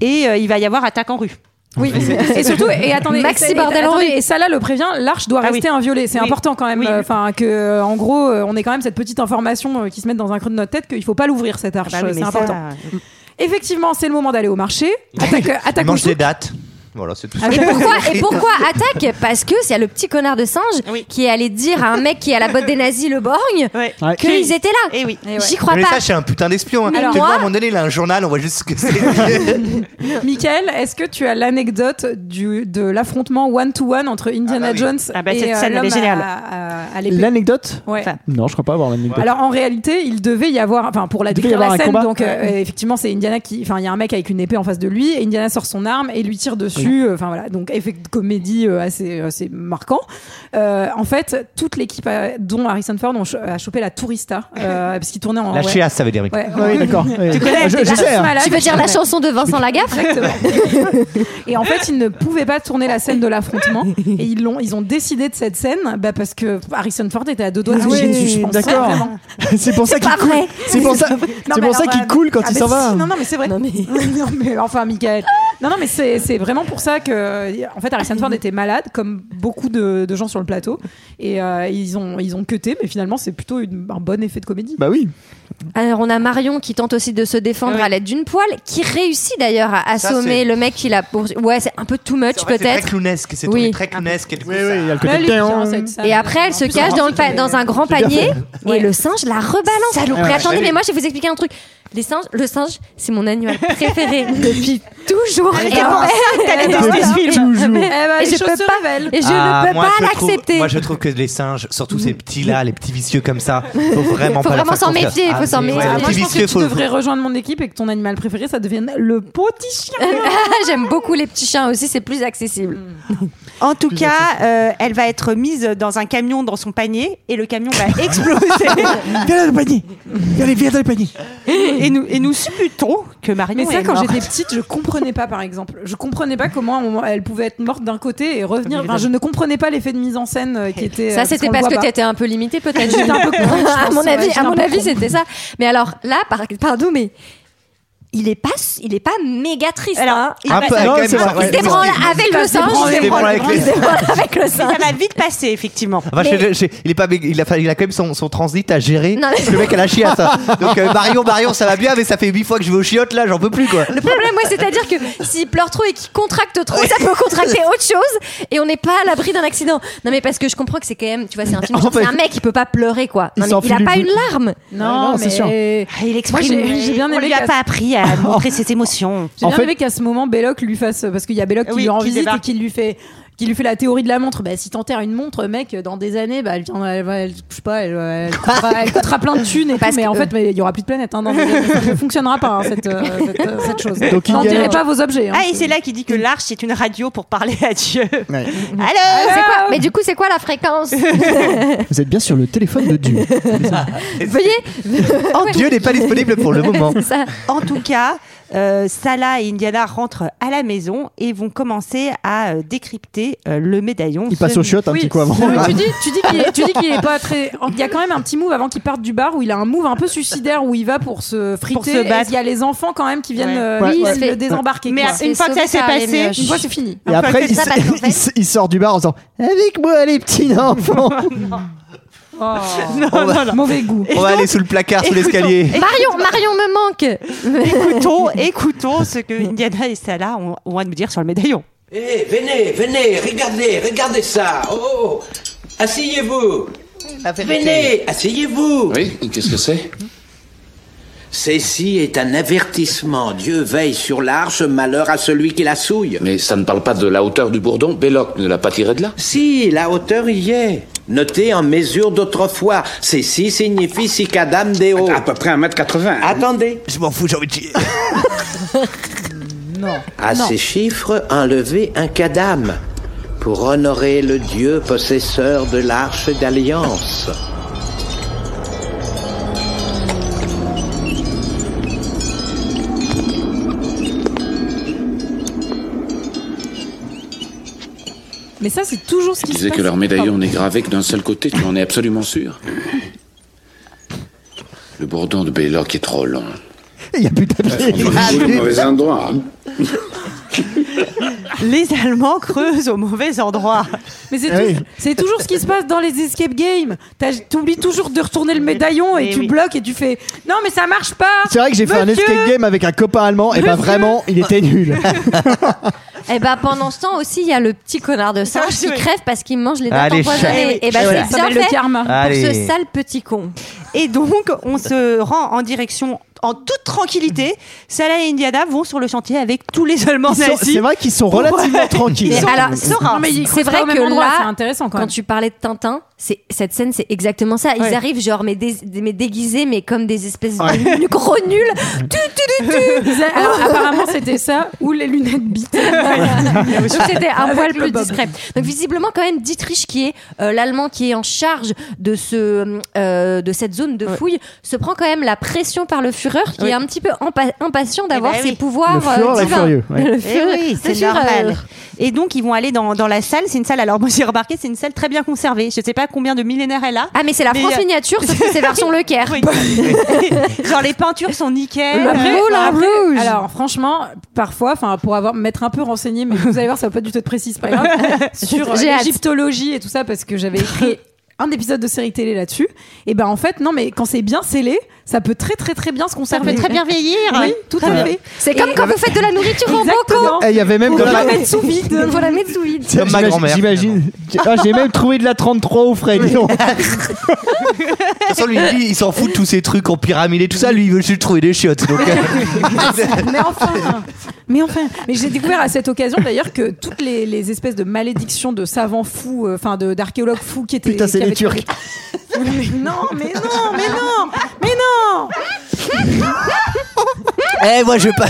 [SPEAKER 1] et euh, il va y avoir attaque en rue.
[SPEAKER 6] oui. et surtout et attendez
[SPEAKER 10] Maxi
[SPEAKER 6] et- et-
[SPEAKER 10] Bordel en
[SPEAKER 6] attendez,
[SPEAKER 10] rue.
[SPEAKER 6] et ça là le prévient l'arche doit
[SPEAKER 1] Ah
[SPEAKER 6] rester
[SPEAKER 1] oui.
[SPEAKER 6] inviolée. C'est
[SPEAKER 1] Oui.
[SPEAKER 6] important quand même
[SPEAKER 1] Oui.
[SPEAKER 6] enfin que euh, en gros euh, on ait quand même cette petite information euh, qui se met dans un creux de notre tête qu'il faut pas l'ouvrir cette arche.
[SPEAKER 1] Ah bah oui,
[SPEAKER 6] c'est
[SPEAKER 1] mais ça,
[SPEAKER 6] important.
[SPEAKER 1] euh,
[SPEAKER 6] Effectivement c'est le moment d'aller au marché. Attaque
[SPEAKER 8] Il
[SPEAKER 6] attaque
[SPEAKER 8] mange
[SPEAKER 6] au
[SPEAKER 8] des dates. Voilà, c'est tout.
[SPEAKER 10] Et pourquoi, et pourquoi attaque Parce que c'est le petit connard de singe
[SPEAKER 1] Oui.
[SPEAKER 10] qui est allé dire à un mec qui est à la botte des nazis, le borgne,
[SPEAKER 1] ouais.
[SPEAKER 7] Ouais.
[SPEAKER 10] qu'ils étaient là.
[SPEAKER 1] Eh oui.
[SPEAKER 10] Et J'y crois
[SPEAKER 8] Mais
[SPEAKER 10] pas.
[SPEAKER 8] ça, c'est un putain d'espion. Hein.
[SPEAKER 10] Mais
[SPEAKER 8] Tu le
[SPEAKER 10] moi-
[SPEAKER 8] vois, à un moment donné, il a un journal, on voit juste ce que c'est.
[SPEAKER 6] Michael, est-ce que tu as l'anecdote du- de l'affrontement one-to-one entre Indiana
[SPEAKER 8] Ah bah oui.
[SPEAKER 6] Jones
[SPEAKER 1] Ah bah
[SPEAKER 6] et
[SPEAKER 1] cette
[SPEAKER 6] euh,
[SPEAKER 1] scène, elle est
[SPEAKER 6] l'homme à-
[SPEAKER 1] géniale.
[SPEAKER 6] à, à l'épée
[SPEAKER 7] L'anecdote
[SPEAKER 6] Ouais.
[SPEAKER 1] Enfin,
[SPEAKER 7] Non, je crois pas avoir l'anecdote.
[SPEAKER 6] Alors en réalité, il devait y avoir, enfin pour la
[SPEAKER 7] Il devait y
[SPEAKER 6] décrire
[SPEAKER 7] avoir
[SPEAKER 6] la
[SPEAKER 7] un
[SPEAKER 6] scène,
[SPEAKER 7] combat.
[SPEAKER 6] donc euh, effectivement c'est Indiana qui, enfin il y a un mec avec une épée en face de lui, et Indiana sort son arme et lui tire dessus, euh, enfin voilà, donc effet de comédie euh, assez, assez marquant. Euh, en fait, toute l'équipe euh, dont Harrison Ford ont cho- a chopé la tourista, euh, parce qu'il tournait en
[SPEAKER 8] La
[SPEAKER 6] ouais.
[SPEAKER 8] chiasse, ça veut dire.
[SPEAKER 6] Ouais.
[SPEAKER 7] Ah oui, d'accord. Tu
[SPEAKER 6] connais,
[SPEAKER 7] je,
[SPEAKER 6] t'es
[SPEAKER 7] je
[SPEAKER 6] là,
[SPEAKER 7] sais.
[SPEAKER 6] ce
[SPEAKER 7] hein.
[SPEAKER 6] malade.
[SPEAKER 10] Tu veux dire la chanson de Vincent Lagaffe
[SPEAKER 6] Exactement. et en fait, ils ne pouvaient pas tourner la scène de l'affrontement. hein. Et ils, l'ont, ils ont décidé de cette scène bah, parce que Harrison Ford était à deux doigts de
[SPEAKER 7] Ah
[SPEAKER 6] lui
[SPEAKER 7] oui,
[SPEAKER 6] chier dessus, je pense.
[SPEAKER 7] d'accord.
[SPEAKER 6] Ouais, vraiment.
[SPEAKER 7] c'est pour ça qu'il
[SPEAKER 10] Pas
[SPEAKER 7] coule.
[SPEAKER 10] vrai.
[SPEAKER 7] C'est pour ça,
[SPEAKER 6] Non,
[SPEAKER 7] c'est
[SPEAKER 6] mais
[SPEAKER 7] pour ça
[SPEAKER 6] alors,
[SPEAKER 7] qu'il
[SPEAKER 6] euh,
[SPEAKER 7] coule quand
[SPEAKER 6] ah,
[SPEAKER 7] il
[SPEAKER 6] mais
[SPEAKER 7] s'en
[SPEAKER 6] si,
[SPEAKER 7] va.
[SPEAKER 6] Non, non, mais c'est vrai. Non, mais, enfin, Michael. Non, non, mais c'est, c'est vraiment pour ça que. En fait, Harrison Ford était malade, comme beaucoup de, de gens sur le plateau. Et euh, ils, ont, ils ont cuté, mais finalement, c'est plutôt une- un bon effet de comédie.
[SPEAKER 7] Bah oui.
[SPEAKER 10] Alors on a Marion qui tente aussi de se défendre
[SPEAKER 1] Oui.
[SPEAKER 10] à l'aide d'une poêle, qui réussit d'ailleurs à
[SPEAKER 8] Ça,
[SPEAKER 10] assommer
[SPEAKER 8] c'est-
[SPEAKER 10] le mec qui l'a poursuivi. Ouais, c'est un peu too much
[SPEAKER 8] En fait, C'est très
[SPEAKER 10] peut-être.
[SPEAKER 8] clownesque. C'est
[SPEAKER 10] Oui.
[SPEAKER 8] tourné très clownesque. et du coup,
[SPEAKER 7] Oui, oui, il y a le
[SPEAKER 8] ça-
[SPEAKER 7] côté.
[SPEAKER 6] Là, elle est bien,
[SPEAKER 7] Mm.
[SPEAKER 6] cette scène.
[SPEAKER 10] Et après, elle
[SPEAKER 6] En
[SPEAKER 10] se
[SPEAKER 6] plus,
[SPEAKER 10] cache
[SPEAKER 6] on
[SPEAKER 10] dans,
[SPEAKER 6] sent
[SPEAKER 10] le pa-
[SPEAKER 6] qu'elle est-
[SPEAKER 10] dans un grand panier et le singe la rebalance. Mais attendez,
[SPEAKER 8] Ouais.
[SPEAKER 10] mais moi je vais vous expliquer un truc. Les singes, le singe, c'est mon animal préféré depuis toujours. Et, en fait,
[SPEAKER 1] T'as détesté ce film.
[SPEAKER 7] Toujours.
[SPEAKER 6] Eh ben,
[SPEAKER 10] Et
[SPEAKER 6] les
[SPEAKER 10] je
[SPEAKER 6] choses
[SPEAKER 10] peux
[SPEAKER 6] se
[SPEAKER 10] pas.
[SPEAKER 6] révèlent.
[SPEAKER 10] et je
[SPEAKER 8] Ah,
[SPEAKER 10] ne peux
[SPEAKER 8] moi,
[SPEAKER 10] pas
[SPEAKER 8] je trouve-
[SPEAKER 10] l'accepter.
[SPEAKER 8] Moi, je trouve que les singes, surtout ces petits-là, les petits vicieux comme ça, faut vraiment
[SPEAKER 10] Faut
[SPEAKER 8] pas leur
[SPEAKER 10] vraiment
[SPEAKER 8] faire
[SPEAKER 10] s'en
[SPEAKER 8] confiance.
[SPEAKER 10] méfier, faut
[SPEAKER 8] Ah,
[SPEAKER 10] s'en
[SPEAKER 8] mais ouais,
[SPEAKER 10] méfier.
[SPEAKER 8] les
[SPEAKER 6] Ah, moi,
[SPEAKER 8] petits
[SPEAKER 6] je pense que
[SPEAKER 8] vicieux,
[SPEAKER 6] tu
[SPEAKER 8] faut-
[SPEAKER 6] devrais rejoindre mon équipe et que ton animal préféré, ça devienne le petit chien.
[SPEAKER 10] J'aime beaucoup les petits chiens aussi, c'est plus accessible.
[SPEAKER 1] En tout cas, euh, elle va être mise dans un camion dans son panier et le camion va exploser.
[SPEAKER 7] Viens là le panier. Allez, viens dans le panier.
[SPEAKER 1] et, nous, et nous supputons que Marion
[SPEAKER 6] Mais ça,
[SPEAKER 1] est
[SPEAKER 6] quand
[SPEAKER 1] morte.
[SPEAKER 6] j'étais petite, je comprenais pas, par exemple. Je comprenais pas comment on- elle pouvait être morte d'un côté et revenir. Enfin, je ne comprenais pas l'effet de mise en scène euh, qui était.
[SPEAKER 10] Ça, c'était parce que tu étais un peu limité, peut-être.
[SPEAKER 6] J'étais un peu con, je
[SPEAKER 10] à
[SPEAKER 6] pense,
[SPEAKER 10] mon
[SPEAKER 6] ouais,
[SPEAKER 10] avis,
[SPEAKER 6] j'étais
[SPEAKER 10] à
[SPEAKER 6] un
[SPEAKER 10] mon
[SPEAKER 6] peu
[SPEAKER 10] avis,
[SPEAKER 6] con.
[SPEAKER 10] c'était ça. Mais alors là, par- pardon, mais il est pas, il est pas méga triste.
[SPEAKER 1] Alors,
[SPEAKER 10] hein.
[SPEAKER 7] Ah,
[SPEAKER 1] il Un va- peu,
[SPEAKER 10] il
[SPEAKER 1] quand même,
[SPEAKER 10] se
[SPEAKER 1] ça va.
[SPEAKER 10] débranle- il se débranle avec
[SPEAKER 1] Il
[SPEAKER 10] le
[SPEAKER 1] se
[SPEAKER 10] singe.
[SPEAKER 1] débranle
[SPEAKER 10] il se débranle
[SPEAKER 1] avec le
[SPEAKER 10] il se
[SPEAKER 1] singe.
[SPEAKER 10] débranle avec le singe.
[SPEAKER 1] Ça va vite passer, effectivement.
[SPEAKER 6] Enfin,
[SPEAKER 10] Mais-
[SPEAKER 6] je- je- je- il, est pas, il, a, fa- il a quand même son, son transit à gérer.
[SPEAKER 10] Non, mais-
[SPEAKER 6] parce que Le mec, elle a chiasse. hein. Donc, euh, Marion, Marion, ça va bien, mais ça fait 8 fois que je vais aux chiottes, là, j'en peux plus, quoi.
[SPEAKER 10] Le problème, ouais, c'est-à-dire que s'il pleure trop et qu'il contracte trop, ça peut contracter autre chose et on n'est pas à l'abri d'un accident. Non, mais parce que je comprends que c'est quand même, tu vois, c'est un film,
[SPEAKER 6] En
[SPEAKER 10] genre,
[SPEAKER 6] fait-
[SPEAKER 10] c'est un mec qui peut pas pleurer, quoi.
[SPEAKER 7] Il
[SPEAKER 10] Non, mais
[SPEAKER 7] s'enfuit
[SPEAKER 10] il a
[SPEAKER 7] du
[SPEAKER 10] pas
[SPEAKER 7] bout.
[SPEAKER 10] une larme.
[SPEAKER 7] Ouais,
[SPEAKER 8] Non,
[SPEAKER 7] non, c'est sûr.
[SPEAKER 8] mais
[SPEAKER 1] Ah, il exprime.
[SPEAKER 8] Moi, j'ai- j'ai bien
[SPEAKER 1] On
[SPEAKER 8] aimé
[SPEAKER 1] lui a
[SPEAKER 8] qu'à-
[SPEAKER 1] pas appris à montrer ses émotions.
[SPEAKER 8] j'ai
[SPEAKER 7] En
[SPEAKER 8] bien
[SPEAKER 7] fait-
[SPEAKER 8] aimé qu'à ce moment Belloc lui fasse parce qu'il y a Belloc qui
[SPEAKER 1] Oui,
[SPEAKER 8] lui rend
[SPEAKER 1] qui
[SPEAKER 8] visite et
[SPEAKER 1] débarque.
[SPEAKER 8] qui lui fait qui lui fait la théorie de la montre. Bah si t'enterres une montre, mec, dans des années, bah elle, vient- elle, va- elle- je sais pas, elle, elle coûtera, elle coûtera plein de thunes. Et tout,
[SPEAKER 10] Parce
[SPEAKER 8] mais
[SPEAKER 10] que-
[SPEAKER 8] en fait, mais il y aura plus de planète. Hein, dans des années. ça ne fonctionnera pas hein, cette, euh, cette, euh, cette chose.
[SPEAKER 7] Donc, il
[SPEAKER 8] N'enterrez
[SPEAKER 7] galère.
[SPEAKER 8] pas vos objets. hein.
[SPEAKER 1] Ah, et c'est là qu'il dit que l'arche est une radio pour parler à Dieu.
[SPEAKER 7] Ouais.
[SPEAKER 1] Allô
[SPEAKER 10] C'est quoi Mais du coup, c'est quoi la fréquence
[SPEAKER 7] Vous êtes bien sur le téléphone de Dieu.
[SPEAKER 10] Veuillez.
[SPEAKER 6] Oh, Dieu n'est pas disponible pour le moment.
[SPEAKER 10] C'est ça.
[SPEAKER 1] En tout cas, euh, Salah et Indiana rentrent à la maison et vont commencer à euh, décrypter euh, le médaillon.
[SPEAKER 7] Il passe aux chiottes un
[SPEAKER 8] Oui,
[SPEAKER 7] petit coup avant.
[SPEAKER 8] euh, tu dis, tu dis qu'il est, tu dis qu'il est pas très. Il y a quand même un petit move avant qu'il parte du bar où il a un move un peu suicidaire où il va pour se friter.
[SPEAKER 1] Pour se
[SPEAKER 8] et
[SPEAKER 1] battre.
[SPEAKER 8] il y a les enfants quand même qui viennent
[SPEAKER 1] Ouais.
[SPEAKER 8] euh,
[SPEAKER 7] Ouais,
[SPEAKER 8] qui
[SPEAKER 7] ouais.
[SPEAKER 8] viennent le
[SPEAKER 10] Ouais.
[SPEAKER 8] désembarquer.
[SPEAKER 1] Mais
[SPEAKER 8] quoi.
[SPEAKER 1] une fois que ça s'est
[SPEAKER 10] Sauvetar, les
[SPEAKER 1] passé,
[SPEAKER 10] mioches.
[SPEAKER 8] Une fois c'est fini.
[SPEAKER 7] Et après, il,
[SPEAKER 10] Ça, parce qu'en
[SPEAKER 7] s- il s- il sort du bar en disant Avec moi, les petits enfants
[SPEAKER 1] Non,
[SPEAKER 6] On va-
[SPEAKER 1] non, non.
[SPEAKER 8] Mauvais goût.
[SPEAKER 6] On va aller sous le placard, sous
[SPEAKER 1] Écoutons-
[SPEAKER 6] l'escalier.
[SPEAKER 10] Marion, Marion me manque.
[SPEAKER 1] Écoutons, écoutons ce que Indiana et Salah ont, ont à nous dire sur le médaillon.
[SPEAKER 2] Eh, venez, venez, regardez, regardez ça. Oh, oh. asseyez-vous. Venez, asseyez-vous.
[SPEAKER 3] Oui Qu'est-ce que c'est
[SPEAKER 2] Ceci est un avertissement. Dieu veille sur l'arche, malheur à celui qui la souille.
[SPEAKER 3] Mais ça ne parle pas de la hauteur du bourdon. Belloc ne l'a pas tiré de là.
[SPEAKER 2] Si, la hauteur y est. Notez en mesure d'autrefois. Ceci signifie cicadam deo.
[SPEAKER 5] À peu près 1m80.
[SPEAKER 2] Attendez.
[SPEAKER 6] Je m'en fous, j'ai envie de chier.
[SPEAKER 2] À ces chiffres, enlevez un cadam pour honorer le dieu possesseur de l'arche d'alliance.
[SPEAKER 8] Mais ça c'est toujours ce
[SPEAKER 3] Tu
[SPEAKER 8] qui se
[SPEAKER 3] disais
[SPEAKER 8] passe.
[SPEAKER 3] que leur médaillon n'est gravé que d'un seul côté. Tu en es absolument sûr Le bourdon de Belloc est trop long.
[SPEAKER 7] Il n'y a plus de papier.
[SPEAKER 5] mauvais endroit. hein.
[SPEAKER 1] Les Allemands creusent au mauvais endroit.
[SPEAKER 8] Mais c'est
[SPEAKER 7] Oui.
[SPEAKER 8] tout- c'est toujours ce qui se passe dans les escape games. T'as- T'oublies toujours de retourner le médaillon et
[SPEAKER 1] Mais
[SPEAKER 8] tu
[SPEAKER 1] oui.
[SPEAKER 8] bloques et tu fais non mais ça marche pas.
[SPEAKER 7] C'est vrai que j'ai fait un
[SPEAKER 8] Monsieur
[SPEAKER 7] escape game avec un copain allemand, et bah
[SPEAKER 8] Monsieur
[SPEAKER 7] vraiment, il était nul.
[SPEAKER 10] Et ben pendant ce temps aussi, il y a le petit connard de singe qui
[SPEAKER 1] Oui.
[SPEAKER 10] crève parce qu'il mange les
[SPEAKER 6] Allez,
[SPEAKER 10] dates empoisonnées.
[SPEAKER 1] chat.
[SPEAKER 10] Et ben
[SPEAKER 8] Ça
[SPEAKER 10] c'est bien
[SPEAKER 8] s'appelle le
[SPEAKER 10] fait
[SPEAKER 8] karma.
[SPEAKER 10] pour
[SPEAKER 6] Allez.
[SPEAKER 10] ce sale petit con.
[SPEAKER 1] Et donc, on se rend en direction, en toute tranquillité. Salah et Indiana vont sur le chantier avec tous les Allemands
[SPEAKER 7] Ils sont-
[SPEAKER 1] nazis.
[SPEAKER 7] C'est vrai qu'ils sont relativement tranquilles.
[SPEAKER 10] Mais alors,
[SPEAKER 1] Sora.
[SPEAKER 8] Non, mais ils
[SPEAKER 10] C'est
[SPEAKER 8] creusent pas
[SPEAKER 10] vrai
[SPEAKER 8] au même
[SPEAKER 10] que
[SPEAKER 8] endroit,
[SPEAKER 10] là,
[SPEAKER 8] c'est intéressant quand
[SPEAKER 10] Quand
[SPEAKER 8] même.
[SPEAKER 10] tu parlais de Tintin, c'est cette scène, c'est exactement ça. Ils
[SPEAKER 1] Ouais.
[SPEAKER 10] arrivent genre mais, dés- mais déguisés, mais comme des espèces de gros nuls. Tu, tu, tu, tu.
[SPEAKER 8] Ils a- Alors, apparemment, c'était ça ou les lunettes bites.
[SPEAKER 10] Donc c'était un
[SPEAKER 8] Avec
[SPEAKER 10] poil
[SPEAKER 8] le
[SPEAKER 10] plus
[SPEAKER 8] bob.
[SPEAKER 10] discret. Donc visiblement quand même Dietrich qui est euh, l'allemand qui est en charge de ce euh, de cette zone de fouille se prend quand même la pression par le Führer qui
[SPEAKER 1] Oui.
[SPEAKER 10] est un petit peu empa- impatient d'avoir
[SPEAKER 1] Eh ben
[SPEAKER 10] ses
[SPEAKER 1] oui.
[SPEAKER 10] pouvoirs
[SPEAKER 7] Le Führer
[SPEAKER 10] euh,
[SPEAKER 7] est
[SPEAKER 10] divins.
[SPEAKER 7] furieux, ouais.
[SPEAKER 10] Le
[SPEAKER 1] Eh
[SPEAKER 10] Führer- euh,
[SPEAKER 1] oui,
[SPEAKER 10] le
[SPEAKER 1] c'est
[SPEAKER 10] Führer,
[SPEAKER 1] normal. Et donc, ils vont aller dans, dans la salle. C'est une salle, alors moi j'ai remarqué, c'est une salle très bien conservée. Je ne sais pas combien de millénaires elle a.
[SPEAKER 10] Ah mais c'est la
[SPEAKER 1] Mais,
[SPEAKER 10] France
[SPEAKER 1] euh,
[SPEAKER 10] miniature sauf que c'est version Le Caire.
[SPEAKER 1] Oui. Genre, les peintures sont nickel. Ah,
[SPEAKER 8] Après,
[SPEAKER 10] Moulin
[SPEAKER 8] après,
[SPEAKER 10] Rouge.
[SPEAKER 8] Alors franchement, parfois, enfin pour avoir m'être un peu renseigné, mais vous allez voir, ça va pas du tout être précis, c'est pas grave, sur euh,
[SPEAKER 10] J'ai hâte.
[SPEAKER 8] l'égyptologie et tout ça parce que j'avais écrit un épisode de série télé là-dessus. Et ben en fait, non mais quand c'est bien scellé, ça peut très très très bien se
[SPEAKER 1] Ça
[SPEAKER 8] conserver.
[SPEAKER 1] fait très bien vieillir.
[SPEAKER 8] Oui, tout à fait.
[SPEAKER 10] C'est comme quand vous faites de la nourriture en boco.
[SPEAKER 8] Exactement.
[SPEAKER 7] Eh, Il y avait même
[SPEAKER 8] On
[SPEAKER 7] de
[SPEAKER 8] peut
[SPEAKER 7] la.
[SPEAKER 8] la mettre sous vide.
[SPEAKER 10] Il faut la mettre sous vide.
[SPEAKER 6] Comme ma
[SPEAKER 7] J'imagine-
[SPEAKER 6] grand-mère,
[SPEAKER 7] J'imagine. Ah, J'ai même trouvé de la 33 au frais, dis donc.
[SPEAKER 6] De toute façon, lui, lui, il s'en fout de tous ces trucs en pyramide et tout ça. Lui, il veut juste trouver des chiottes. Donc, euh,
[SPEAKER 8] Ah, mais enfin mais enfin mais j'ai découvert à cette occasion d'ailleurs que toutes les, les espèces de malédictions de savants fous euh, enfin de d'archéologues fous qui étaient
[SPEAKER 7] Putain, c'est
[SPEAKER 8] qui
[SPEAKER 7] les
[SPEAKER 8] avaient-
[SPEAKER 7] Turcs.
[SPEAKER 8] non mais non mais non mais non
[SPEAKER 6] eh, moi, je vais pas,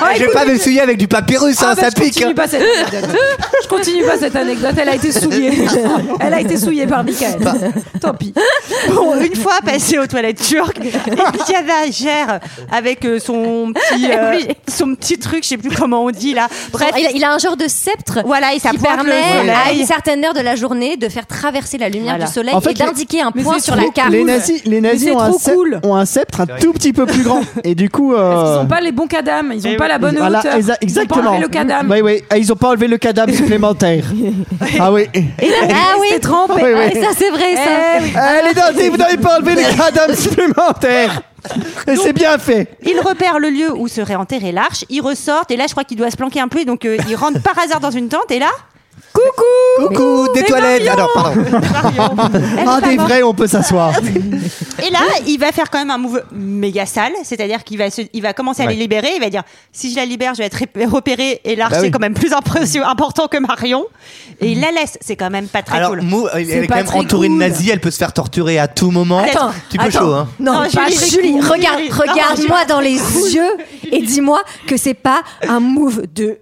[SPEAKER 8] Ah,
[SPEAKER 6] je vais
[SPEAKER 8] écoute,
[SPEAKER 6] pas me souiller avec du papyrus,
[SPEAKER 8] ah,
[SPEAKER 6] hein,
[SPEAKER 8] bah,
[SPEAKER 6] ça
[SPEAKER 8] je
[SPEAKER 6] pique.
[SPEAKER 8] continue
[SPEAKER 6] hein.
[SPEAKER 8] pas cette anecdote je continue pas cette anecdote elle a été souillée elle a été souillée par Michael tant pis
[SPEAKER 1] Bon, une fois passé aux toilettes turques, Diana gère avec euh, son petit, euh,
[SPEAKER 10] Oui.
[SPEAKER 1] son petit truc, je sais plus comment on dit là. Bref,
[SPEAKER 10] il, a, il a un genre de sceptre
[SPEAKER 1] voilà, et ça
[SPEAKER 10] qui
[SPEAKER 1] pointe le
[SPEAKER 10] permet à
[SPEAKER 1] soleil.
[SPEAKER 10] une certaine heure de la journée de faire traverser la lumière
[SPEAKER 1] Voilà.
[SPEAKER 10] du soleil
[SPEAKER 7] En fait,
[SPEAKER 10] et d'indiquer un
[SPEAKER 8] mais
[SPEAKER 10] point
[SPEAKER 8] c'est
[SPEAKER 10] sur
[SPEAKER 8] trop
[SPEAKER 10] la carte.
[SPEAKER 7] les nazis, les nazis
[SPEAKER 8] c'est
[SPEAKER 7] ont, un
[SPEAKER 8] trop
[SPEAKER 7] sceptre-
[SPEAKER 8] cool.
[SPEAKER 7] ont un sceptre un tout petit peu plus grand. Et du coup.
[SPEAKER 8] Parce qu'ils
[SPEAKER 7] euh,
[SPEAKER 8] n'ont pas les bons cadams, ils n'ont pas la bonne
[SPEAKER 7] voilà,
[SPEAKER 8] hauteur.
[SPEAKER 7] exa- exactement.
[SPEAKER 8] Ils n'ont pas enlevé le cadam.
[SPEAKER 7] Oui, oui. Ah, ils ont pas enlevé le cadavre supplémentaire. ah oui. Eh,
[SPEAKER 10] Ah oui,
[SPEAKER 8] trempé.
[SPEAKER 7] Oui, oui.
[SPEAKER 10] Ah, ça c'est vrai ça.
[SPEAKER 7] les nazis, vous n'avez pas enlevé le cadavre supplémentaire. Et c'est bien fait.
[SPEAKER 1] Il repère le lieu où serait enterré l'arche, il ressort, et là je crois qu'il doit se planquer un peu, et donc euh, il rentre par hasard dans une tente, et là,
[SPEAKER 6] Coucou, des toilettes. Ah non, pardon.
[SPEAKER 7] Ah, des vrais, on peut s'asseoir.
[SPEAKER 1] et là il va faire quand même un move méga sale, c'est-à-dire qu'il va, se- il va commencer à les
[SPEAKER 6] Ouais.
[SPEAKER 1] libérer, il va dire si je la libère je vais être ré- repéré, et l'arche
[SPEAKER 6] Bah
[SPEAKER 1] c'est
[SPEAKER 6] oui.
[SPEAKER 1] quand même plus impr- important que Marion, et il la laisse, c'est quand même pas très
[SPEAKER 6] Alors,
[SPEAKER 1] cool.
[SPEAKER 6] Mou, elle est
[SPEAKER 8] pas
[SPEAKER 6] quand même
[SPEAKER 8] très
[SPEAKER 6] entourée
[SPEAKER 8] cool.
[SPEAKER 6] de nazis, elle peut se faire torturer à tout moment.
[SPEAKER 1] Attends,
[SPEAKER 6] tu peux chaud, hein.
[SPEAKER 10] Non,
[SPEAKER 1] Non,
[SPEAKER 10] pas
[SPEAKER 1] Julie, c'est
[SPEAKER 10] Julie,
[SPEAKER 1] cool.
[SPEAKER 10] regarde,
[SPEAKER 1] Julie.
[SPEAKER 10] regarde-moi dans les yeux et dis-moi que c'est pas un move de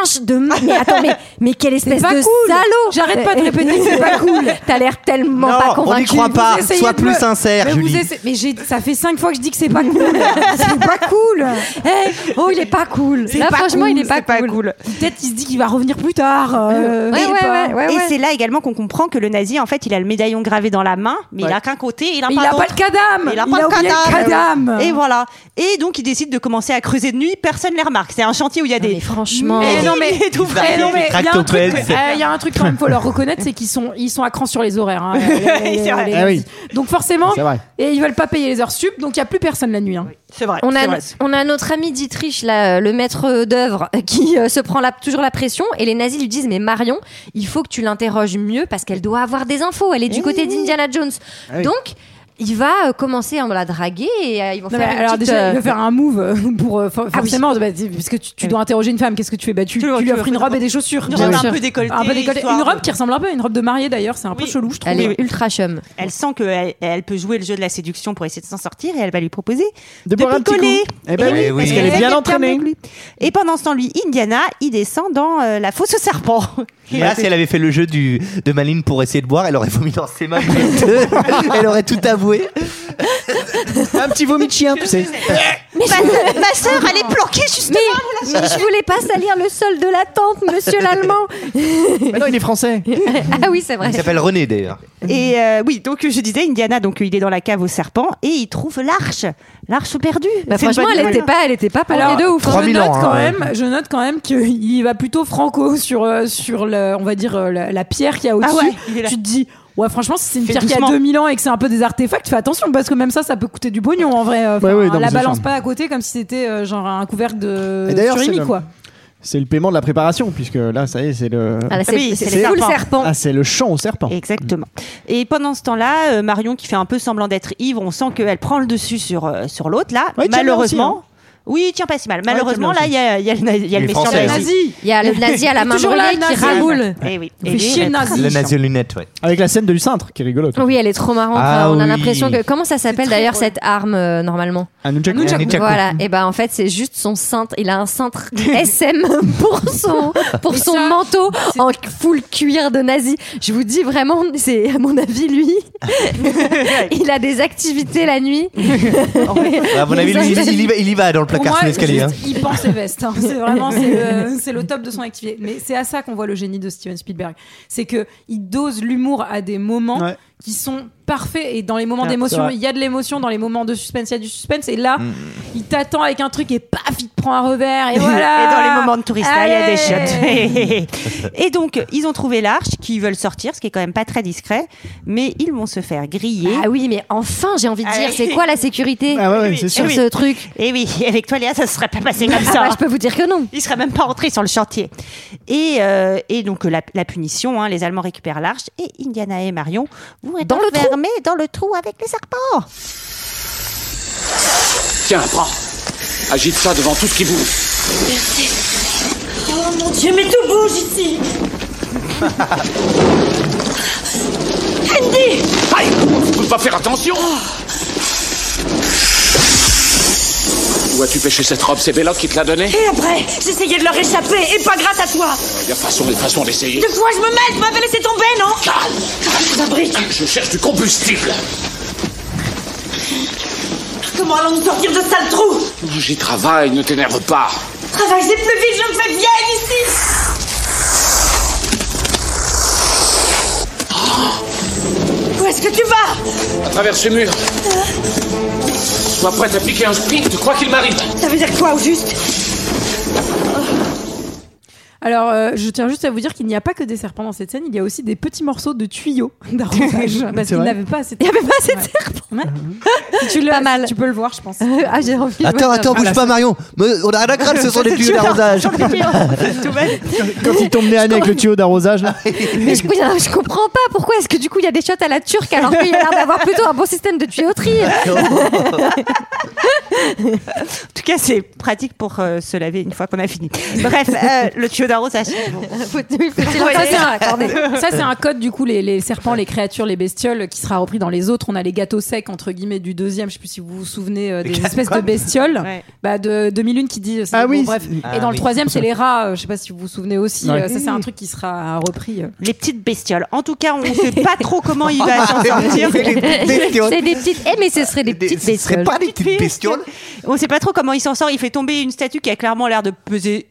[SPEAKER 10] yinche de ma- mais attends mais, mais quelle espèce
[SPEAKER 8] pas
[SPEAKER 10] de
[SPEAKER 8] cool.
[SPEAKER 10] salaud Eh,
[SPEAKER 8] J'arrête pas de répéter que c'est pas cool.
[SPEAKER 10] T'as l'air tellement
[SPEAKER 6] Non,
[SPEAKER 10] pas
[SPEAKER 6] on n'y
[SPEAKER 10] convaincu.
[SPEAKER 6] croit pas.
[SPEAKER 8] Vous essayez
[SPEAKER 6] Sois
[SPEAKER 8] de
[SPEAKER 6] plus
[SPEAKER 8] me-
[SPEAKER 6] sincère,
[SPEAKER 8] mais vous
[SPEAKER 6] Julie.
[SPEAKER 8] essayez- Mais j'ai- ça fait cinq fois que je dis que c'est pas cool. c'est pas cool.
[SPEAKER 10] Eh, oh, il est pas cool. Là,
[SPEAKER 1] pas
[SPEAKER 10] franchement,
[SPEAKER 1] cool,
[SPEAKER 10] il est pas
[SPEAKER 1] c'est pas
[SPEAKER 10] cool.
[SPEAKER 1] cool.
[SPEAKER 8] Peut-être il se dit qu'il va revenir plus tard. euh,
[SPEAKER 10] Ouais,
[SPEAKER 8] je sais
[SPEAKER 10] ouais,
[SPEAKER 8] pas.
[SPEAKER 10] ouais, ouais,
[SPEAKER 1] Et
[SPEAKER 10] ouais.
[SPEAKER 1] c'est là également qu'on comprend que le nazi, en fait, il a le médaillon gravé dans la main, mais il a qu'un côté, et il a
[SPEAKER 8] Mais il
[SPEAKER 1] pas
[SPEAKER 8] a
[SPEAKER 1] l'autre.
[SPEAKER 8] pas le cadam.
[SPEAKER 1] Il a pas le
[SPEAKER 8] oublié
[SPEAKER 1] cadam.
[SPEAKER 8] cadam.
[SPEAKER 1] Et voilà. Et donc, il décide de commencer à creuser de nuit. Personne ne les remarque. C'est un chantier où il y a
[SPEAKER 10] Non,
[SPEAKER 1] des.
[SPEAKER 10] mais franchement.
[SPEAKER 1] Mais non, mais
[SPEAKER 8] Eh
[SPEAKER 1] tout vrai.
[SPEAKER 8] non, mais il y a un truc,
[SPEAKER 6] Tractopelle,
[SPEAKER 8] que-
[SPEAKER 6] c'est-
[SPEAKER 8] euh, il y a un truc quand même, faut leur reconnaître, c'est qu'ils sont, ils sont à cran sur les horaires. hein, les-
[SPEAKER 1] C'est vrai.
[SPEAKER 8] les-
[SPEAKER 7] Eh oui.
[SPEAKER 8] Donc forcément,
[SPEAKER 7] C'est vrai.
[SPEAKER 8] et ils veulent pas payer les heures sup, donc il y a plus personne la nuit. hein.
[SPEAKER 1] C'est vrai.
[SPEAKER 10] On
[SPEAKER 1] c'est
[SPEAKER 10] a,
[SPEAKER 1] vrai.
[SPEAKER 10] on a notre ami Dietrich, là, euh, le maître d'œuvre, qui euh, se prend la- toujours la pression. Et les nazis lui disent Mais Marion, il faut que tu l'interroges mieux parce qu'elle doit avoir des infos. Elle est du côté d'Indiana Jones. Donc, il va euh, commencer à la draguer et euh, ils vont
[SPEAKER 8] Non, mais
[SPEAKER 10] faire une
[SPEAKER 8] alors
[SPEAKER 10] petite,
[SPEAKER 8] déjà,
[SPEAKER 10] euh,
[SPEAKER 8] il veut faire un move euh, pour euh, for-
[SPEAKER 10] Ah oui.
[SPEAKER 8] forcément, bah, dis- parce que tu, tu dois interroger une femme. Qu'est-ce que tu fais bah,
[SPEAKER 1] Tu
[SPEAKER 8] tu, tu
[SPEAKER 1] lui-
[SPEAKER 8] lui
[SPEAKER 1] tu
[SPEAKER 8] offres
[SPEAKER 1] lui
[SPEAKER 8] une
[SPEAKER 1] offres
[SPEAKER 8] robe et des chaussures.
[SPEAKER 1] Une
[SPEAKER 8] Bien
[SPEAKER 1] robe
[SPEAKER 8] sûr.
[SPEAKER 1] un peu décolletée.
[SPEAKER 8] Un peu décolletée.
[SPEAKER 1] histoire
[SPEAKER 8] Une robe
[SPEAKER 1] de-
[SPEAKER 8] qui ressemble un peu à une robe de mariée d'ailleurs. C'est un peu
[SPEAKER 1] Oui.
[SPEAKER 8] chelou, je trouve.
[SPEAKER 10] Elle est
[SPEAKER 1] Oui, oui.
[SPEAKER 10] ultra chum.
[SPEAKER 1] Elle sent qu'elle elle peut jouer le jeu de la séduction pour essayer de s'en sortir et elle va lui proposer de,
[SPEAKER 7] De boire un petit
[SPEAKER 1] picoler.
[SPEAKER 7] coup. Eh ben
[SPEAKER 1] Et
[SPEAKER 6] oui, parce
[SPEAKER 1] parce qu'il y
[SPEAKER 6] qu'elle
[SPEAKER 7] est
[SPEAKER 1] a
[SPEAKER 7] bien
[SPEAKER 1] quelqu'un
[SPEAKER 7] entraînée.
[SPEAKER 1] avec lui. Et pendant ce temps, lui, Indiana, il descend dans euh, la fosse aux serpents.
[SPEAKER 6] Et là, si elle avait fait le jeu du, de Maline pour essayer de boire, elle aurait vomi dans ses mains. elle aurait tout avoué.
[SPEAKER 7] Un petit vomi de chien, tu sais.
[SPEAKER 1] Ma, ma sœur, elle est planquée justement.
[SPEAKER 10] Mais, mais je voulais pas salir le sol de la tente, monsieur l'Allemand.
[SPEAKER 7] Mais Bah non, il est français.
[SPEAKER 10] ah oui, c'est vrai.
[SPEAKER 6] Il s'appelle René, d'ailleurs.
[SPEAKER 1] Et euh, oui, donc je disais, Indiana, donc il est dans la cave aux serpents et il trouve l'arche, l'arche perdue.
[SPEAKER 10] Bah,
[SPEAKER 1] C'est une
[SPEAKER 10] franchement,
[SPEAKER 1] bonne
[SPEAKER 10] elle
[SPEAKER 1] nouvelle.
[SPEAKER 10] était pas, elle était pas pour
[SPEAKER 8] Alors,
[SPEAKER 10] les deux ou
[SPEAKER 8] je
[SPEAKER 6] 3000
[SPEAKER 8] note
[SPEAKER 6] ans, hein,
[SPEAKER 8] quand
[SPEAKER 6] ouais.
[SPEAKER 8] même, je note quand même qu'il va plutôt franco sur euh, sur le, on va dire euh, la, la pierre qu'il y a au-dessus.
[SPEAKER 1] Ah ouais, il est là.
[SPEAKER 8] tu te dis. Ouais, franchement, si c'est une
[SPEAKER 1] Fais
[SPEAKER 8] pierre qui a
[SPEAKER 1] doucement.
[SPEAKER 8] 2000 ans et que c'est un peu des artefacts, fais attention parce que même ça, ça peut coûter du pognon en vrai. Enfin,
[SPEAKER 7] Ouais, ouais, non,
[SPEAKER 8] la
[SPEAKER 7] mais
[SPEAKER 8] balance
[SPEAKER 7] c'est
[SPEAKER 8] pas à côté comme si c'était euh, genre un couvercle de
[SPEAKER 7] Et d'ailleurs,
[SPEAKER 8] surimi,
[SPEAKER 7] c'est le-
[SPEAKER 8] quoi.
[SPEAKER 7] C'est le paiement de la préparation, puisque là, ça y est, c'est le.
[SPEAKER 10] Ah, là, c'est
[SPEAKER 1] Oui,
[SPEAKER 10] c'est
[SPEAKER 1] c'est
[SPEAKER 10] le
[SPEAKER 1] les
[SPEAKER 10] full
[SPEAKER 1] serpents.
[SPEAKER 10] serpent.
[SPEAKER 7] Ah, c'est le chant au serpent.
[SPEAKER 1] Exactement. Et pendant ce temps-là, euh, Marion qui fait un peu semblant d'être ivre, on sent qu'elle prend le dessus sur, euh, sur l'autre là.
[SPEAKER 7] Ouais, tiens bien
[SPEAKER 1] Malheureusement.
[SPEAKER 7] aussi,
[SPEAKER 1] Oui, hein. tiens pas si mal. Malheureusement,
[SPEAKER 7] tiens
[SPEAKER 1] là, il y a, il y a le, na- il y a le
[SPEAKER 6] Les
[SPEAKER 1] messieurs
[SPEAKER 6] Français,
[SPEAKER 1] nazis.
[SPEAKER 8] Nazi,
[SPEAKER 10] Il y a le nazi à la main
[SPEAKER 8] Toujours là,
[SPEAKER 10] brûlée
[SPEAKER 8] le
[SPEAKER 10] qui
[SPEAKER 8] nazi.
[SPEAKER 10] raboule.
[SPEAKER 1] Eh oui.
[SPEAKER 8] Vous
[SPEAKER 1] Et lui,
[SPEAKER 8] faites chier le
[SPEAKER 1] elle-
[SPEAKER 8] nazi.
[SPEAKER 6] Le nazi aux lunettes, ouais.
[SPEAKER 7] Avec la scène de Lucintre, qui est rigolote.
[SPEAKER 10] Oui, elle est trop marrante.
[SPEAKER 6] Ah
[SPEAKER 10] Enfin, on a
[SPEAKER 6] oui.
[SPEAKER 10] l'impression que comment ça s'appelle
[SPEAKER 8] C'est très
[SPEAKER 10] d'ailleurs
[SPEAKER 8] drôle.
[SPEAKER 10] cette arme euh, normalement
[SPEAKER 7] Un Ah, nunchaku.
[SPEAKER 6] Un nunchaku.
[SPEAKER 10] Voilà. Et ben en fait c'est juste son cintre. Il a un cintre SM pour son pour
[SPEAKER 8] Mais
[SPEAKER 10] son
[SPEAKER 8] ça,
[SPEAKER 10] manteau en full cuir de nazi. Je vous dis vraiment, c'est à mon avis lui. il a des activités la nuit.
[SPEAKER 6] Ah, À mon avis, lui, il, il y va, il y va dans le
[SPEAKER 8] Pour
[SPEAKER 6] placard
[SPEAKER 8] moi,
[SPEAKER 6] sous l'escalier.
[SPEAKER 8] juste, il pense ses vestes. hein. C'est vraiment c'est le, c'est le top de son activité. Mais c'est à ça qu'on voit le génie de Steven Spielberg. C'est que il dose l'humour à des moments
[SPEAKER 7] Ouais.
[SPEAKER 8] qui sont parfaits et dans les moments
[SPEAKER 7] Ouais, c'est
[SPEAKER 8] d'émotion,
[SPEAKER 7] vrai.
[SPEAKER 8] il y a de l'émotion. Dans les moments de suspense, il y a du suspense. Et
[SPEAKER 6] Mm.
[SPEAKER 8] là, il t'attend avec un truc et paf, il te prend un revers et voilà.
[SPEAKER 1] Et dans les moments de touristes, là, il y a des
[SPEAKER 8] Allez.
[SPEAKER 1] shots. et donc, ils ont trouvé l'arche, qu'ils veulent sortir, ce qui est quand même pas très discret, mais ils vont se faire griller.
[SPEAKER 10] Ah oui, mais enfin j'ai envie de dire,
[SPEAKER 1] Allez.
[SPEAKER 10] c'est quoi la sécurité
[SPEAKER 7] Ah ouais, ouais,
[SPEAKER 1] Oui,
[SPEAKER 7] c'est
[SPEAKER 1] oui.
[SPEAKER 7] sûr.
[SPEAKER 10] sur
[SPEAKER 1] oui.
[SPEAKER 10] ce truc
[SPEAKER 1] Et Eh oui, avec toi, Léa, ça se serait pas passé comme
[SPEAKER 10] Ah
[SPEAKER 1] ça.
[SPEAKER 10] bah, Je peux vous dire que non.
[SPEAKER 1] Il serait même pas rentré sur le chantier. Et, euh, et donc la, la punition, hein, les Allemands récupèrent l'arche et Indiana et Marion vont être
[SPEAKER 10] Dans le trou.
[SPEAKER 1] enfermés dans le trou avec les serpents.
[SPEAKER 3] Tiens, prends. Agite ça devant tout ce qui bouge.
[SPEAKER 12] Oh mon Dieu, mais tout bouge ici Andy
[SPEAKER 3] Aïe Vous ne pouvez pas faire attention Où as-tu pêché cette robe C'est Belloc qui te l'a donnée
[SPEAKER 12] Et après, j'essayais de leur échapper, et pas grâce à toi
[SPEAKER 3] Il y a Eh façon et façon d'essayer.
[SPEAKER 12] De quoi je me mêle Tu m'avais laissé tomber, non
[SPEAKER 3] Calme Je cherche du combustible
[SPEAKER 12] Comment allons-nous sortir de ce sale trou
[SPEAKER 3] J'y travaille, ne t'énerve pas
[SPEAKER 12] Travaille, c'est plus vite, je me fais vieille ici Oh. Où est-ce que tu vas
[SPEAKER 3] À travers ce mur Sois prête à piquer un sprint, tu crois qu'il m'arrive
[SPEAKER 12] Ça veut dire quoi au juste
[SPEAKER 8] Alors, euh, je tiens juste à vous dire qu'il n'y a pas que des serpents dans cette scène, il y a aussi des petits morceaux de tuyaux d'arrosage. parce
[SPEAKER 7] C'est
[SPEAKER 8] qu'il
[SPEAKER 7] vrai.
[SPEAKER 8] n'avait pas assez de serpents. Il avait pas assez de serpents. tu, le- tu peux le voir, je pense.
[SPEAKER 10] ah, j'ai envie.
[SPEAKER 6] Attends, attends, bouge pas Marion. Me- On a la crâne, ce sont des tuyaux d'arrosage.
[SPEAKER 7] Quand ils tombent nez à nez avec le tuyau d'arrosage, là.
[SPEAKER 10] Mais je, je comprends pas pourquoi est-ce que du coup il y a des shots à la turque alors qu'il y a l'air d'avoir plutôt un bon système de tuyauterie.
[SPEAKER 1] En tout cas, c'est pratique pour euh, se laver une fois qu'on a fini. Bref, euh, le tuyau d'arrosage.
[SPEAKER 8] Ça, c'est un- Ça, c'est un code, du coup, les, les serpents, les créatures, les bestioles, qui sera repris dans les autres. On a les gâteaux secs, entre guillemets, du deuxième, je sais plus si vous vous souvenez, euh,
[SPEAKER 1] Les
[SPEAKER 8] des
[SPEAKER 1] gâteaux-
[SPEAKER 8] espèces de bestioles.
[SPEAKER 1] Ouais.
[SPEAKER 8] Bah, de 2001 qui dit.
[SPEAKER 7] Ah
[SPEAKER 8] bon,
[SPEAKER 7] oui,
[SPEAKER 8] bref.
[SPEAKER 7] c'est-
[SPEAKER 8] Et
[SPEAKER 6] Ah
[SPEAKER 8] dans le
[SPEAKER 6] oui.
[SPEAKER 8] troisième, c'est les rats, euh, je sais pas si vous vous souvenez aussi.
[SPEAKER 7] Ouais.
[SPEAKER 8] euh, Ça, c'est un truc qui sera repris. euh.
[SPEAKER 1] Les petites bestioles. En tout cas, on ne sait pas trop comment il
[SPEAKER 7] Ah,
[SPEAKER 1] va s'en sortir.
[SPEAKER 10] C'est des petites. Eh, mais ce serait des petites
[SPEAKER 6] Ce serait
[SPEAKER 10] bestioles.
[SPEAKER 6] pas des petites bestioles
[SPEAKER 1] On ne sait pas trop comment il s'en sort. Il fait tomber une statue qui a clairement l'air de peser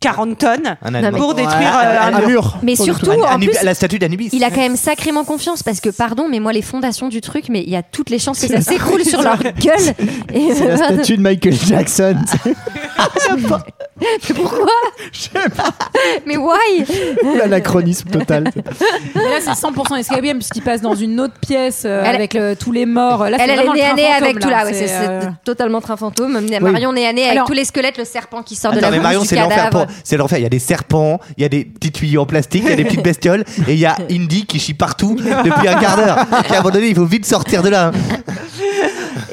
[SPEAKER 1] 40 tonnes
[SPEAKER 6] Un Allemand.
[SPEAKER 1] pour
[SPEAKER 7] Ouais,
[SPEAKER 1] détruire euh, un mur.
[SPEAKER 7] un Ah, mur.
[SPEAKER 10] Mais
[SPEAKER 7] Pour le
[SPEAKER 10] surtout,
[SPEAKER 7] coup.
[SPEAKER 10] en
[SPEAKER 6] Anub-
[SPEAKER 10] plus,
[SPEAKER 6] La statue d'Anubis.
[SPEAKER 10] Il a quand même sacrément confiance parce que, pardon, mais moi, les fondations du truc, mais il y a toutes les chances que ça s'écroule sur leur gueule. Et
[SPEAKER 7] C'est la statue de Michael Jackson.
[SPEAKER 10] pourquoi Mais why
[SPEAKER 7] L'anachronisme total.
[SPEAKER 8] Mais là, c'est 100% escabième, puisqu'il passe dans une autre pièce euh,
[SPEAKER 10] Elle-
[SPEAKER 8] avec le- tous les morts. Là, c'est
[SPEAKER 10] Elle, elle est
[SPEAKER 8] vraiment le
[SPEAKER 10] née à
[SPEAKER 8] train
[SPEAKER 10] nez
[SPEAKER 8] fantôme,
[SPEAKER 10] avec tout là, ouais, c'est
[SPEAKER 8] c'est,
[SPEAKER 10] c'est
[SPEAKER 8] euh,
[SPEAKER 10] totalement train fantôme. Marion née à nez avec
[SPEAKER 8] Alors-
[SPEAKER 10] tous les squelettes, le serpent qui sort de
[SPEAKER 6] Attends,
[SPEAKER 10] la
[SPEAKER 6] mais
[SPEAKER 10] bouche
[SPEAKER 6] Marion,
[SPEAKER 10] du
[SPEAKER 6] c'est l'enfer.
[SPEAKER 10] cadavre.
[SPEAKER 6] pour- C'est l'enfer. Il y a des serpents, il y a des petits tuyaux en plastique, il y a des petites bestioles, et il y a Indy qui chie partout depuis un quart d'heure. Et à un moment donné, il faut vite sortir de là. hein.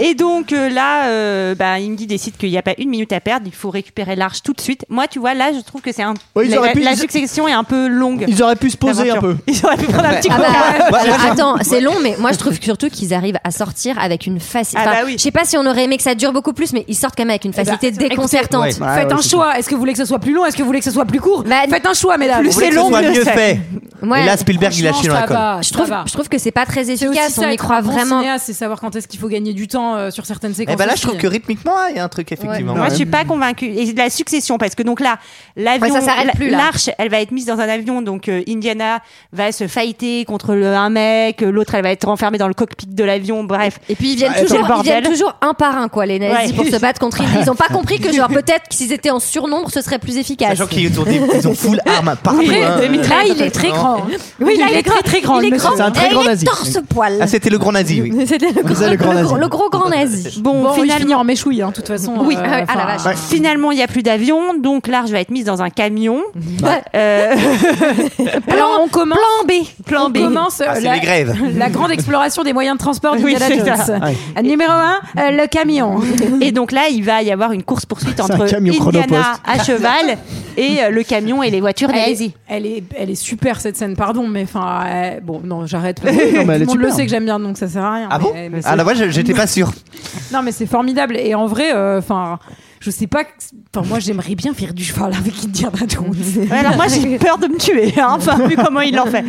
[SPEAKER 1] Et donc euh, là, euh, bah, Indy décide qu'il n'y a pas une minute à perdre, il faut récupérer l'arche tout de suite. Moi, tu vois, là, je trouve que c'est un.
[SPEAKER 7] Ouais, ils
[SPEAKER 1] la,
[SPEAKER 7] auraient pu-
[SPEAKER 1] la
[SPEAKER 7] ils-
[SPEAKER 1] succession est un peu longue.
[SPEAKER 7] Ils auraient pu se poser un
[SPEAKER 1] L'aventure.
[SPEAKER 7] peu.
[SPEAKER 1] Ils auraient pu prendre un petit
[SPEAKER 10] Ah
[SPEAKER 1] coup.
[SPEAKER 10] bah, attends, c'est long, mais moi je trouve surtout qu'ils arrivent à sortir avec une facilité.
[SPEAKER 1] Ah bah oui.
[SPEAKER 10] Je sais pas si on aurait aimé que ça dure beaucoup plus, mais ils sortent quand même avec une facilité
[SPEAKER 8] écoutez,
[SPEAKER 10] déconcertante.
[SPEAKER 6] ouais.
[SPEAKER 8] Faites
[SPEAKER 7] ouais,
[SPEAKER 8] un
[SPEAKER 7] c'est
[SPEAKER 8] choix. Est-ce que vous voulez que ce soit plus long Est-ce que vous voulez que ce soit plus court
[SPEAKER 10] Bah,
[SPEAKER 8] Faites un choix,
[SPEAKER 7] Ah,
[SPEAKER 8] mesdames.
[SPEAKER 1] Plus
[SPEAKER 6] On voulait
[SPEAKER 1] c'est
[SPEAKER 6] que ce
[SPEAKER 1] long,
[SPEAKER 6] soit
[SPEAKER 1] mieux
[SPEAKER 6] mieux
[SPEAKER 1] c'est.
[SPEAKER 6] fait.
[SPEAKER 10] Ouais. Bah,
[SPEAKER 6] Et là, Spielberg, il a chié dans la
[SPEAKER 8] Franchement,
[SPEAKER 6] colle.
[SPEAKER 8] ça va,
[SPEAKER 10] Je
[SPEAKER 8] ça
[SPEAKER 10] trouve,
[SPEAKER 8] va.
[SPEAKER 10] je trouve que c'est pas très
[SPEAKER 8] C'est aussi
[SPEAKER 10] efficace,
[SPEAKER 8] ça,
[SPEAKER 10] on y
[SPEAKER 8] être
[SPEAKER 10] croit
[SPEAKER 8] un bon
[SPEAKER 10] vraiment.
[SPEAKER 8] cinéaste, C'est savoir quand est-ce qu'il faut gagner du temps euh, sur certaines séquences.
[SPEAKER 6] Et ben là, je trouve
[SPEAKER 8] aussi. hein.
[SPEAKER 6] que rythmiquement, il y a un truc, effectivement.
[SPEAKER 1] Moi, je suis pas convaincue. Et la succession, parce que donc là, l'avion,
[SPEAKER 10] Ouais, ça s'arrête
[SPEAKER 1] la-
[SPEAKER 10] plus, là.
[SPEAKER 1] l'arche, elle va être mise dans un avion. Donc euh, Indiana va se fighter contre le- un mec, euh, l'autre, elle va être enfermée dans le cockpit de l'avion. Bref,
[SPEAKER 10] Et puis ils viennent,
[SPEAKER 1] Bah, c'est
[SPEAKER 10] toujours,
[SPEAKER 1] le
[SPEAKER 10] ils
[SPEAKER 1] bordel.
[SPEAKER 10] viennent toujours un par un, quoi, les nazis,
[SPEAKER 1] Ouais.
[SPEAKER 10] pour se battre contre Hitler. Ils ont pas compris que, genre, peut-être que s'ils étaient en surnombre, ce serait plus efficace.
[SPEAKER 6] Sachant qu'ils ont, des- ils ont full arme partout.
[SPEAKER 1] Oui,
[SPEAKER 6] hein.
[SPEAKER 8] Là, il est très grand.
[SPEAKER 10] Oui, là, il est
[SPEAKER 8] très très grand.
[SPEAKER 10] Il est
[SPEAKER 8] le
[SPEAKER 10] grand,
[SPEAKER 8] monsieur.
[SPEAKER 7] C'est un très
[SPEAKER 10] et
[SPEAKER 7] grand
[SPEAKER 10] il est
[SPEAKER 7] nazi.
[SPEAKER 10] torse-poil.
[SPEAKER 6] Ah, c'était le grand nazi, oui.
[SPEAKER 10] C'était le,
[SPEAKER 7] savez,
[SPEAKER 10] grand-
[SPEAKER 7] le grand
[SPEAKER 10] le gros-
[SPEAKER 7] nazi.
[SPEAKER 10] le gros grand nazi.
[SPEAKER 1] bon,
[SPEAKER 8] Bon, il
[SPEAKER 1] finalement.
[SPEAKER 8] finit en méchouille, hein, de toute façon.
[SPEAKER 10] Oui,
[SPEAKER 8] euh,
[SPEAKER 10] ah ouais, ah la
[SPEAKER 8] enfin,
[SPEAKER 10] vache.
[SPEAKER 8] euh,
[SPEAKER 1] Finalement, il n'y a plus d'avion, donc l'arche va être mise dans un camion.
[SPEAKER 7] Bah.
[SPEAKER 10] Ouais.
[SPEAKER 1] Euh,
[SPEAKER 8] Alors, on commence.
[SPEAKER 10] Plan B.
[SPEAKER 1] plan
[SPEAKER 8] on
[SPEAKER 1] B.
[SPEAKER 8] commence, euh,
[SPEAKER 6] Ah, c'est
[SPEAKER 8] la,
[SPEAKER 6] les grèves.
[SPEAKER 8] la grande exploration des moyens de transport
[SPEAKER 1] Oui,
[SPEAKER 8] d'Indiana
[SPEAKER 1] c'est
[SPEAKER 8] Jones.
[SPEAKER 1] ça.
[SPEAKER 7] Ah,
[SPEAKER 8] Euh, Numéro 1, le camion.
[SPEAKER 1] Et donc là, il va y avoir une course-poursuite
[SPEAKER 7] C'est un
[SPEAKER 1] entre
[SPEAKER 7] camion
[SPEAKER 1] Indiana
[SPEAKER 7] chronopost.
[SPEAKER 1] à cheval et euh, le camion et les voitures
[SPEAKER 8] Elle
[SPEAKER 1] nazies.
[SPEAKER 8] est, elle, est, elle est super cette scène, pardon, mais enfin, euh, bon, non, j'arrête.
[SPEAKER 7] elle
[SPEAKER 8] Tout
[SPEAKER 7] est
[SPEAKER 8] le monde le
[SPEAKER 7] super.
[SPEAKER 8] sait que j'aime bien, donc ça sert à rien.
[SPEAKER 6] Ah bon
[SPEAKER 8] mais- mais
[SPEAKER 6] Ah, là, moi, je- j'étais pas sûr.
[SPEAKER 8] Non, mais c'est formidable. Et en vrai, enfin, je sais pas. que- Enfin, moi, j'aimerais bien faire du cheval avec Indiana Jones.
[SPEAKER 1] Ouais, alors moi j'ai peur de me tuer, hein, enfin vu comment il en fait.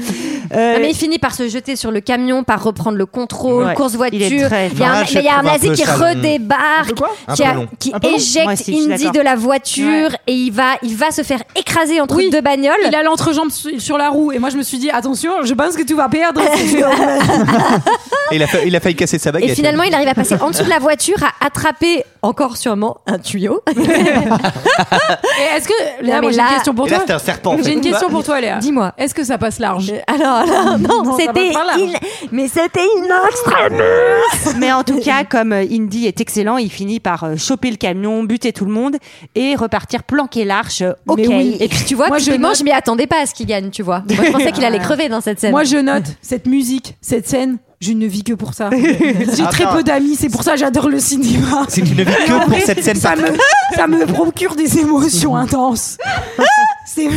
[SPEAKER 1] Euh,
[SPEAKER 10] Ah, mais il finit par se jeter sur le camion, par reprendre le contrôle,
[SPEAKER 1] Ouais.
[SPEAKER 10] course voiture.
[SPEAKER 1] Il est très
[SPEAKER 10] y a un,
[SPEAKER 6] fort.
[SPEAKER 10] mais il y
[SPEAKER 6] Je trouve
[SPEAKER 10] a un
[SPEAKER 6] un
[SPEAKER 10] nazi
[SPEAKER 6] peu
[SPEAKER 10] qui
[SPEAKER 6] ça,
[SPEAKER 10] redébarque,
[SPEAKER 6] Un
[SPEAKER 10] qui,
[SPEAKER 6] peu
[SPEAKER 10] a-
[SPEAKER 6] long.
[SPEAKER 10] qui
[SPEAKER 1] peu long. Moi
[SPEAKER 10] éjecte
[SPEAKER 1] aussi, je suis
[SPEAKER 10] Indy
[SPEAKER 1] d'accord.
[SPEAKER 10] de la voiture et il va, il va se faire écraser entre deux bagnoles.
[SPEAKER 8] Il a l'entrejambe su- sur la roue. Et moi, je me suis dit, attention, je pense que tu vas perdre.
[SPEAKER 6] Et il a, fa- il a failli casser sa baguette.
[SPEAKER 10] Et finalement, il arrive à passer en dessous de la voiture, à attraper encore sûrement un tuyau.
[SPEAKER 8] Et est-ce que. Léa,
[SPEAKER 10] Non, mais
[SPEAKER 8] moi, j'ai
[SPEAKER 10] là-
[SPEAKER 8] une question pour
[SPEAKER 6] Et là,
[SPEAKER 8] toi.
[SPEAKER 6] c'était un serpent. en fait.
[SPEAKER 8] J'ai une question pour toi, Léa.
[SPEAKER 10] Dis-moi.
[SPEAKER 8] Est-ce que ça passe large
[SPEAKER 10] Alors, là, non,
[SPEAKER 8] Non, ça
[SPEAKER 10] c'était
[SPEAKER 8] va pas là.
[SPEAKER 10] in- mais c'était inextrême.
[SPEAKER 1] mais en tout cas, comme euh, Indy est excellent, il finit par euh, choper le camion, buter tout le monde et repartir planquer l'arche. euh, Ok.
[SPEAKER 8] Mais oui.
[SPEAKER 10] Et puis tu vois,
[SPEAKER 8] Moi, je
[SPEAKER 10] typiquement,
[SPEAKER 8] note- Ah.
[SPEAKER 10] je m'y attendais pas à ce qu'il gagne, tu vois. Moi, je pensais qu'il allait crever dans cette scène.
[SPEAKER 8] Moi, je note cette musique, cette scène. Je ne vis que pour ça. J'ai très
[SPEAKER 6] Attends.
[SPEAKER 8] peu d'amis, c'est pour ça que j'adore le cinéma.
[SPEAKER 6] Si tu ne vis que pour cette scène
[SPEAKER 8] ça me, ça me procure des émotions intenses. C'est.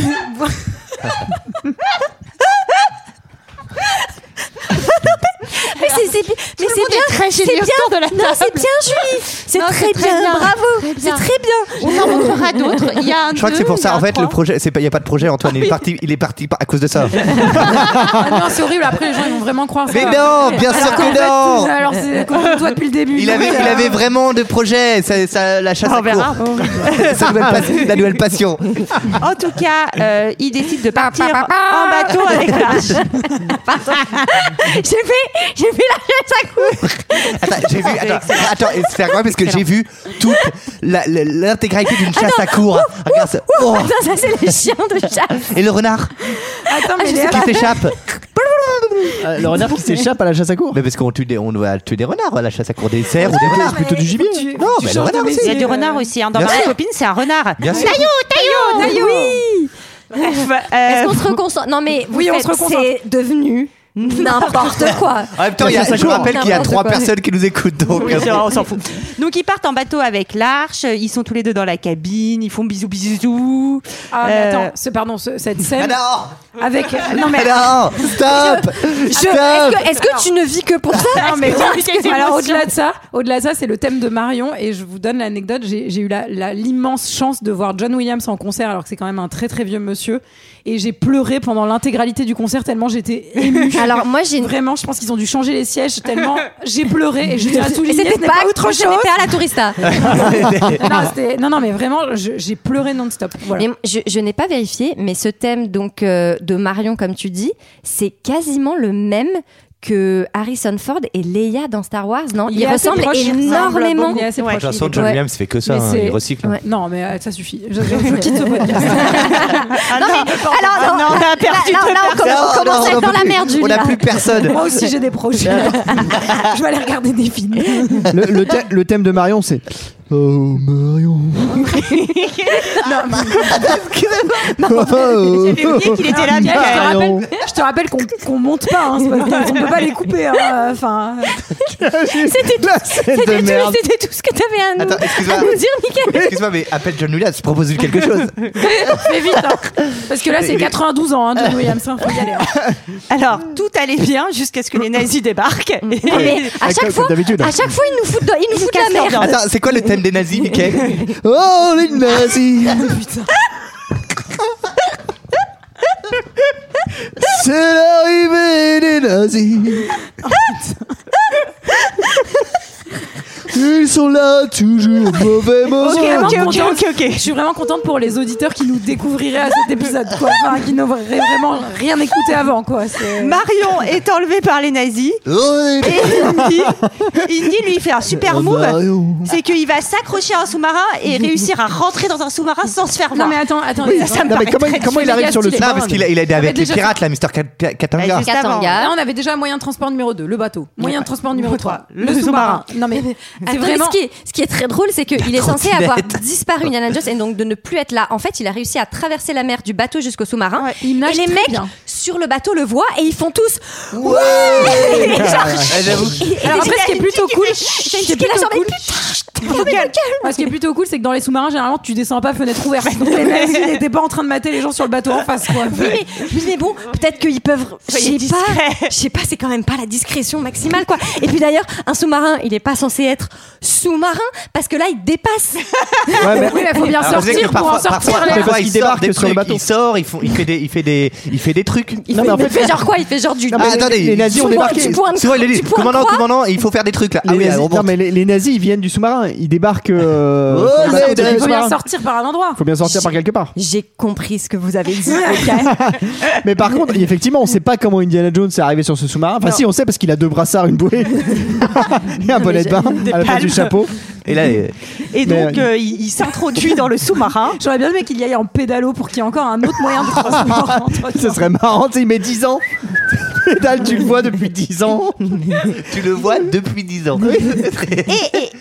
[SPEAKER 10] Mais c'est c'est bi- mais c'est bien,
[SPEAKER 13] très
[SPEAKER 10] c'est
[SPEAKER 13] généreux
[SPEAKER 10] bien,
[SPEAKER 13] autour de la
[SPEAKER 10] non,
[SPEAKER 13] table.
[SPEAKER 10] c'est bien, Julie, c'est
[SPEAKER 13] Non,
[SPEAKER 10] très, bien, bravo,
[SPEAKER 13] très
[SPEAKER 10] c'est
[SPEAKER 13] bien.
[SPEAKER 10] très bien.
[SPEAKER 13] On en montrera d'autres. Il y a un
[SPEAKER 6] Je crois que c'est pour ça. En fait, le projet, c'est pas- il n'y a pas de projet. Antoine, il est parti. Il est parti par- à cause de ça.
[SPEAKER 8] Ah non, c'est horrible. Après, les gens ils vont vraiment croire
[SPEAKER 6] Mais
[SPEAKER 8] ça.
[SPEAKER 6] non, bien sûr
[SPEAKER 8] Alors
[SPEAKER 6] que
[SPEAKER 8] qu'en fait,
[SPEAKER 6] non.
[SPEAKER 8] Alors, c'est contre toi depuis le début.
[SPEAKER 6] Il avait, il avait vraiment de projets. Ça, ça- la chasse à court. Sa nouvelle pas- la nouvelle passion.
[SPEAKER 1] En tout cas, euh, il décide de partir en bateau avec l'arche.
[SPEAKER 10] J'ai fait, j'ai fait la chaise à coudre.
[SPEAKER 6] Attends, j'ai vu. Attends, attends, et c'est incroyable parce que j'ai vu toute la- la- l'intégralité d'une chasse à court. Regarde ça. Oh.
[SPEAKER 10] Attends, ça c'est les chiens de chasse. Ah,
[SPEAKER 6] Et le renard
[SPEAKER 8] Attends, mais
[SPEAKER 6] qui
[SPEAKER 8] Léa-
[SPEAKER 6] s'échappe.
[SPEAKER 7] Euh, le renard qui s'échappe à la chasse à cours.
[SPEAKER 6] Mais parce qu'on tue des, on doit tuer des renards à la chasse à cours des cerfs ou des
[SPEAKER 7] renards,
[SPEAKER 6] renards.
[SPEAKER 7] c'est plutôt du gibier.
[SPEAKER 6] Non, mais le renard aussi.
[SPEAKER 1] Il y a du renard aussi. hein. Dans
[SPEAKER 6] Bien
[SPEAKER 1] ma
[SPEAKER 6] sûr.
[SPEAKER 1] copine, c'est un renard.
[SPEAKER 6] Bien sûr.
[SPEAKER 10] Taillot,
[SPEAKER 1] Taillot.
[SPEAKER 10] Oui.
[SPEAKER 1] Bref, euh,
[SPEAKER 10] Est-ce qu'on se reconcentre Non mais vous
[SPEAKER 8] Oui, on
[SPEAKER 10] faites-
[SPEAKER 8] se reconcentre.
[SPEAKER 10] C'est devenu n'importe quoi.
[SPEAKER 6] En même temps, il y a- je vous rappelle qu'il y a
[SPEAKER 10] N'importe
[SPEAKER 6] trois
[SPEAKER 10] quoi.
[SPEAKER 6] personnes qui nous écoutent. Donc,
[SPEAKER 1] Oui, c'est vrai, on s'en fout. Donc ils partent en bateau avec l'arche, ils sont tous les deux dans la cabine, ils font bisous bisous.
[SPEAKER 8] Ah, mais
[SPEAKER 1] Euh,
[SPEAKER 8] attends, ce- pardon, ce- cette
[SPEAKER 6] Ah
[SPEAKER 8] scène
[SPEAKER 6] non
[SPEAKER 8] avec. Non, mais.
[SPEAKER 6] Ah non Stop
[SPEAKER 10] Je- Est-ce que, est-ce que tu ne vis que pour ça
[SPEAKER 8] Non, mais
[SPEAKER 10] Est-ce que-
[SPEAKER 8] alors au-delà de ça, au-delà de ça, c'est le thème de Marion et je vous donne l'anecdote. J'ai j'ai eu la- la- l'immense chance de voir John Williams en concert alors que c'est quand même un très très vieux monsieur et j'ai pleuré pendant l'intégralité du concert tellement j'étais émue.
[SPEAKER 10] Alors moi j'ai une
[SPEAKER 8] Vraiment, je pense qu'ils ont dû changer les sièges tellement j'ai pleuré et je tiens à
[SPEAKER 10] Et
[SPEAKER 8] souligner.
[SPEAKER 10] c'était
[SPEAKER 8] ce n'est pas, autre chose.
[SPEAKER 10] C'était à la tourista. ah.
[SPEAKER 8] non, c'était- non, non, mais vraiment, je- j'ai pleuré non-stop. Voilà.
[SPEAKER 10] Mais je, je n'ai pas vérifié, mais ce thème donc euh, de Marion, comme tu dis, c'est quasiment le même que Harrison Ford et Leia dans Star Wars, non
[SPEAKER 8] est
[SPEAKER 10] Ils
[SPEAKER 8] assez
[SPEAKER 10] ressemblent
[SPEAKER 8] proche, il ressemble,
[SPEAKER 10] énormément.
[SPEAKER 8] bon, il est assez
[SPEAKER 6] De
[SPEAKER 8] proche,
[SPEAKER 6] toute façon,
[SPEAKER 8] il est-
[SPEAKER 6] John
[SPEAKER 10] Ouais.
[SPEAKER 6] Williams fait que ça.
[SPEAKER 8] Mais
[SPEAKER 6] hein,
[SPEAKER 8] c'est-
[SPEAKER 6] il recycle.
[SPEAKER 10] Ouais.
[SPEAKER 8] Non, mais euh, ça suffit. Je, je- je quitte ce podcast.
[SPEAKER 1] ah non,
[SPEAKER 10] Alors, non,
[SPEAKER 1] on a perdu
[SPEAKER 10] là,
[SPEAKER 1] deux
[SPEAKER 10] là,
[SPEAKER 1] personnes.
[SPEAKER 10] on commence, on
[SPEAKER 6] Non,
[SPEAKER 10] commence
[SPEAKER 6] non,
[SPEAKER 10] à être
[SPEAKER 6] on en
[SPEAKER 10] dans la
[SPEAKER 6] peut
[SPEAKER 10] merde,
[SPEAKER 6] plus.
[SPEAKER 10] Julie.
[SPEAKER 6] On n'a plus personne.
[SPEAKER 8] Moi aussi, j'ai des projets. je vais aller regarder des films.
[SPEAKER 7] Le, le thè- le thème de Marion, c'est. Oh Marion.
[SPEAKER 1] J'avais oublié
[SPEAKER 7] Ah,
[SPEAKER 1] qu'il était là.
[SPEAKER 8] Mickaël,
[SPEAKER 1] Mickaël.
[SPEAKER 8] je,
[SPEAKER 7] Oh.
[SPEAKER 8] te
[SPEAKER 7] Marion.
[SPEAKER 8] rappelle, je te rappelle qu'on qu'on monte pas, hein, c'est pas- on peut pas les couper. hein, Enfin,
[SPEAKER 10] C'était tout,
[SPEAKER 7] La scène
[SPEAKER 10] c'était
[SPEAKER 7] de
[SPEAKER 10] tout-
[SPEAKER 7] merde.
[SPEAKER 10] c'était tout ce que t'avais à nous,
[SPEAKER 6] Attends, excuse-moi.
[SPEAKER 10] à nous dire, Michael.
[SPEAKER 6] Excuse-moi, mais appelle John Williams, propose-lui quelque chose.
[SPEAKER 8] fais vite, hein. parce que là c'est 92 ans, hein, John Williams. hein, faut y aller, hein. Mm.
[SPEAKER 1] Alors, tout allait bien jusqu'à ce que les nazis débarquent.
[SPEAKER 10] Mais à
[SPEAKER 7] comme
[SPEAKER 10] chaque fois,
[SPEAKER 7] d'habitude.
[SPEAKER 10] à chaque fois, ils nous foutent de, ils nous foutent
[SPEAKER 1] cassent
[SPEAKER 10] de la
[SPEAKER 1] leur
[SPEAKER 10] Ah, merde.
[SPEAKER 6] Attends, c'est quoi le thème des nazis, Mickey Oh, les nazis
[SPEAKER 7] Ah, C'est l'arrivée des nazis. Oh, Ils sont là toujours au mauvais
[SPEAKER 8] Je
[SPEAKER 7] moment.
[SPEAKER 8] suis vraiment
[SPEAKER 1] ok, ok,
[SPEAKER 8] contente-
[SPEAKER 1] ok, ok.
[SPEAKER 8] Je suis vraiment contente pour les auditeurs qui nous découvriraient à cet épisode, quoi. Enfin, qui n'auraient vraiment rien écouté avant, quoi. C'est-
[SPEAKER 1] Marion est enlevée par les nazis
[SPEAKER 7] Oh, les-
[SPEAKER 1] et Indy, Indy lui fait un super
[SPEAKER 7] Oh,
[SPEAKER 1] move.
[SPEAKER 7] Marion.
[SPEAKER 1] C'est qu'il va s'accrocher à un sous-marin et réussir à rentrer dans un sous-marin sans se faire
[SPEAKER 8] Non
[SPEAKER 1] voir.
[SPEAKER 8] mais attends, attends.
[SPEAKER 1] Oui, ça me
[SPEAKER 7] Non,
[SPEAKER 1] paraît
[SPEAKER 7] mais comment,
[SPEAKER 1] très-
[SPEAKER 7] comment il
[SPEAKER 8] très
[SPEAKER 7] arrive sur le
[SPEAKER 8] efficace,
[SPEAKER 6] Non,
[SPEAKER 7] sous-marin
[SPEAKER 6] parce qu'il a- il a aidé
[SPEAKER 8] Ah, mais
[SPEAKER 6] avec les
[SPEAKER 8] déjà,
[SPEAKER 6] pirates, là, Mr. Kat- Kat- Katanga.
[SPEAKER 1] Juste avant.
[SPEAKER 10] Katanga.
[SPEAKER 8] Là, on avait déjà moyen de transport numéro 2, le bateau. Moyen de transport numéro 3, le,
[SPEAKER 1] le
[SPEAKER 8] sous-marin. Non mais c'est
[SPEAKER 10] Attendez,
[SPEAKER 8] vraiment
[SPEAKER 10] ce, qui est, ce qui est très drôle, c'est qu'il est censé
[SPEAKER 6] trottinette.
[SPEAKER 10] avoir disparu Indiana Jones et donc de ne plus être là. En fait, il a réussi à traverser la mer du bateau jusqu'au sous-marin.
[SPEAKER 8] Ouais, il nage
[SPEAKER 10] et les
[SPEAKER 8] très
[SPEAKER 10] mecs
[SPEAKER 8] bien.
[SPEAKER 10] sur le bateau le voient et ils font tous. Ouais Et genre,
[SPEAKER 6] Ah, j'avoue.
[SPEAKER 10] et- et
[SPEAKER 8] Alors après, ce qui est plutôt cool,
[SPEAKER 10] j'ai une
[SPEAKER 8] ce qui est
[SPEAKER 10] fille qui l'a
[SPEAKER 8] plutôt
[SPEAKER 10] sur
[SPEAKER 8] cool,
[SPEAKER 10] les pieds.
[SPEAKER 8] Ouais, ce qui est plutôt cool, c'est que dans les sous-marins, généralement, tu descends pas fenêtre ouverte. Donc les mecs, ils n'étaient pas en train de mater les gens sur le bateau en face, quoi.
[SPEAKER 10] Oui, mais, oui, mais bon, peut-être qu'ils peuvent. Je sais
[SPEAKER 1] Soyez
[SPEAKER 10] pas. Je sais pas, c'est quand même pas la discrétion maximale, quoi. Et puis d'ailleurs, un sous-marin, il est pas censé être sous-marin parce que là, il dépasse. Ah,
[SPEAKER 7] Ouais, mais-
[SPEAKER 8] Oui, mais faut bien
[SPEAKER 6] Alors, vous savez
[SPEAKER 8] sortir
[SPEAKER 6] que
[SPEAKER 8] pour en
[SPEAKER 6] parfois,
[SPEAKER 8] sortir.
[SPEAKER 6] parfois,
[SPEAKER 8] les-
[SPEAKER 6] parfois,
[SPEAKER 7] qu'il
[SPEAKER 6] il sort
[SPEAKER 7] débarque
[SPEAKER 6] des
[SPEAKER 7] sur le
[SPEAKER 6] trucs,
[SPEAKER 7] bateau.
[SPEAKER 6] il sort, il, font- il fait des, il fait des, il fait des trucs.
[SPEAKER 10] Il,
[SPEAKER 7] Non,
[SPEAKER 10] fait,
[SPEAKER 7] mais en
[SPEAKER 10] il
[SPEAKER 7] fait-
[SPEAKER 10] fait genre quoi Il fait genre du.
[SPEAKER 7] Non, mais attendez, les nazis ont
[SPEAKER 10] Tu pointes-
[SPEAKER 7] débarqué.
[SPEAKER 10] tu pointes-
[SPEAKER 6] Souvent, il
[SPEAKER 10] tu
[SPEAKER 6] est
[SPEAKER 10] pointes
[SPEAKER 6] commandant,
[SPEAKER 10] quoi
[SPEAKER 6] commandant, il faut faire des trucs là. Ah
[SPEAKER 7] les,
[SPEAKER 6] oui,
[SPEAKER 7] nazis,
[SPEAKER 6] on
[SPEAKER 7] non,
[SPEAKER 6] monte.
[SPEAKER 7] mais les, les nazis, ils viennent du sous-marin. Ils débarquent. euh,
[SPEAKER 6] Oh,
[SPEAKER 7] sur le
[SPEAKER 10] Bah,
[SPEAKER 6] les
[SPEAKER 7] bateau
[SPEAKER 6] nazis.
[SPEAKER 7] du
[SPEAKER 8] Il faut bien
[SPEAKER 7] sous-marin.
[SPEAKER 8] sortir par un endroit.
[SPEAKER 7] Faut bien sortir par quelque part.
[SPEAKER 10] J'ai compris ce que vous avez dit.
[SPEAKER 7] Mais par contre, effectivement, on sait pas comment Indiana Jones est arrivé sur ce sous-marin. Enfin,
[SPEAKER 1] Non.
[SPEAKER 7] si, on sait parce qu'il a deux brassards, une bouée et un bonnet de bain
[SPEAKER 1] des
[SPEAKER 7] à la place
[SPEAKER 1] palmes.
[SPEAKER 7] du chapeau.
[SPEAKER 6] Et là, euh,
[SPEAKER 1] Et
[SPEAKER 7] Mais,
[SPEAKER 1] donc, euh, il, il s'introduit dans le sous-marin.
[SPEAKER 8] J'aurais bien aimé qu'il y aille en pédalo pour qu'il y ait encore un autre moyen de transport. entre-temps.
[SPEAKER 7] Ce serait marrant, tu sais, il met 10 ans. Pédale, tu le vois depuis 10 ans.
[SPEAKER 6] tu le vois depuis 10 ans.
[SPEAKER 1] Et,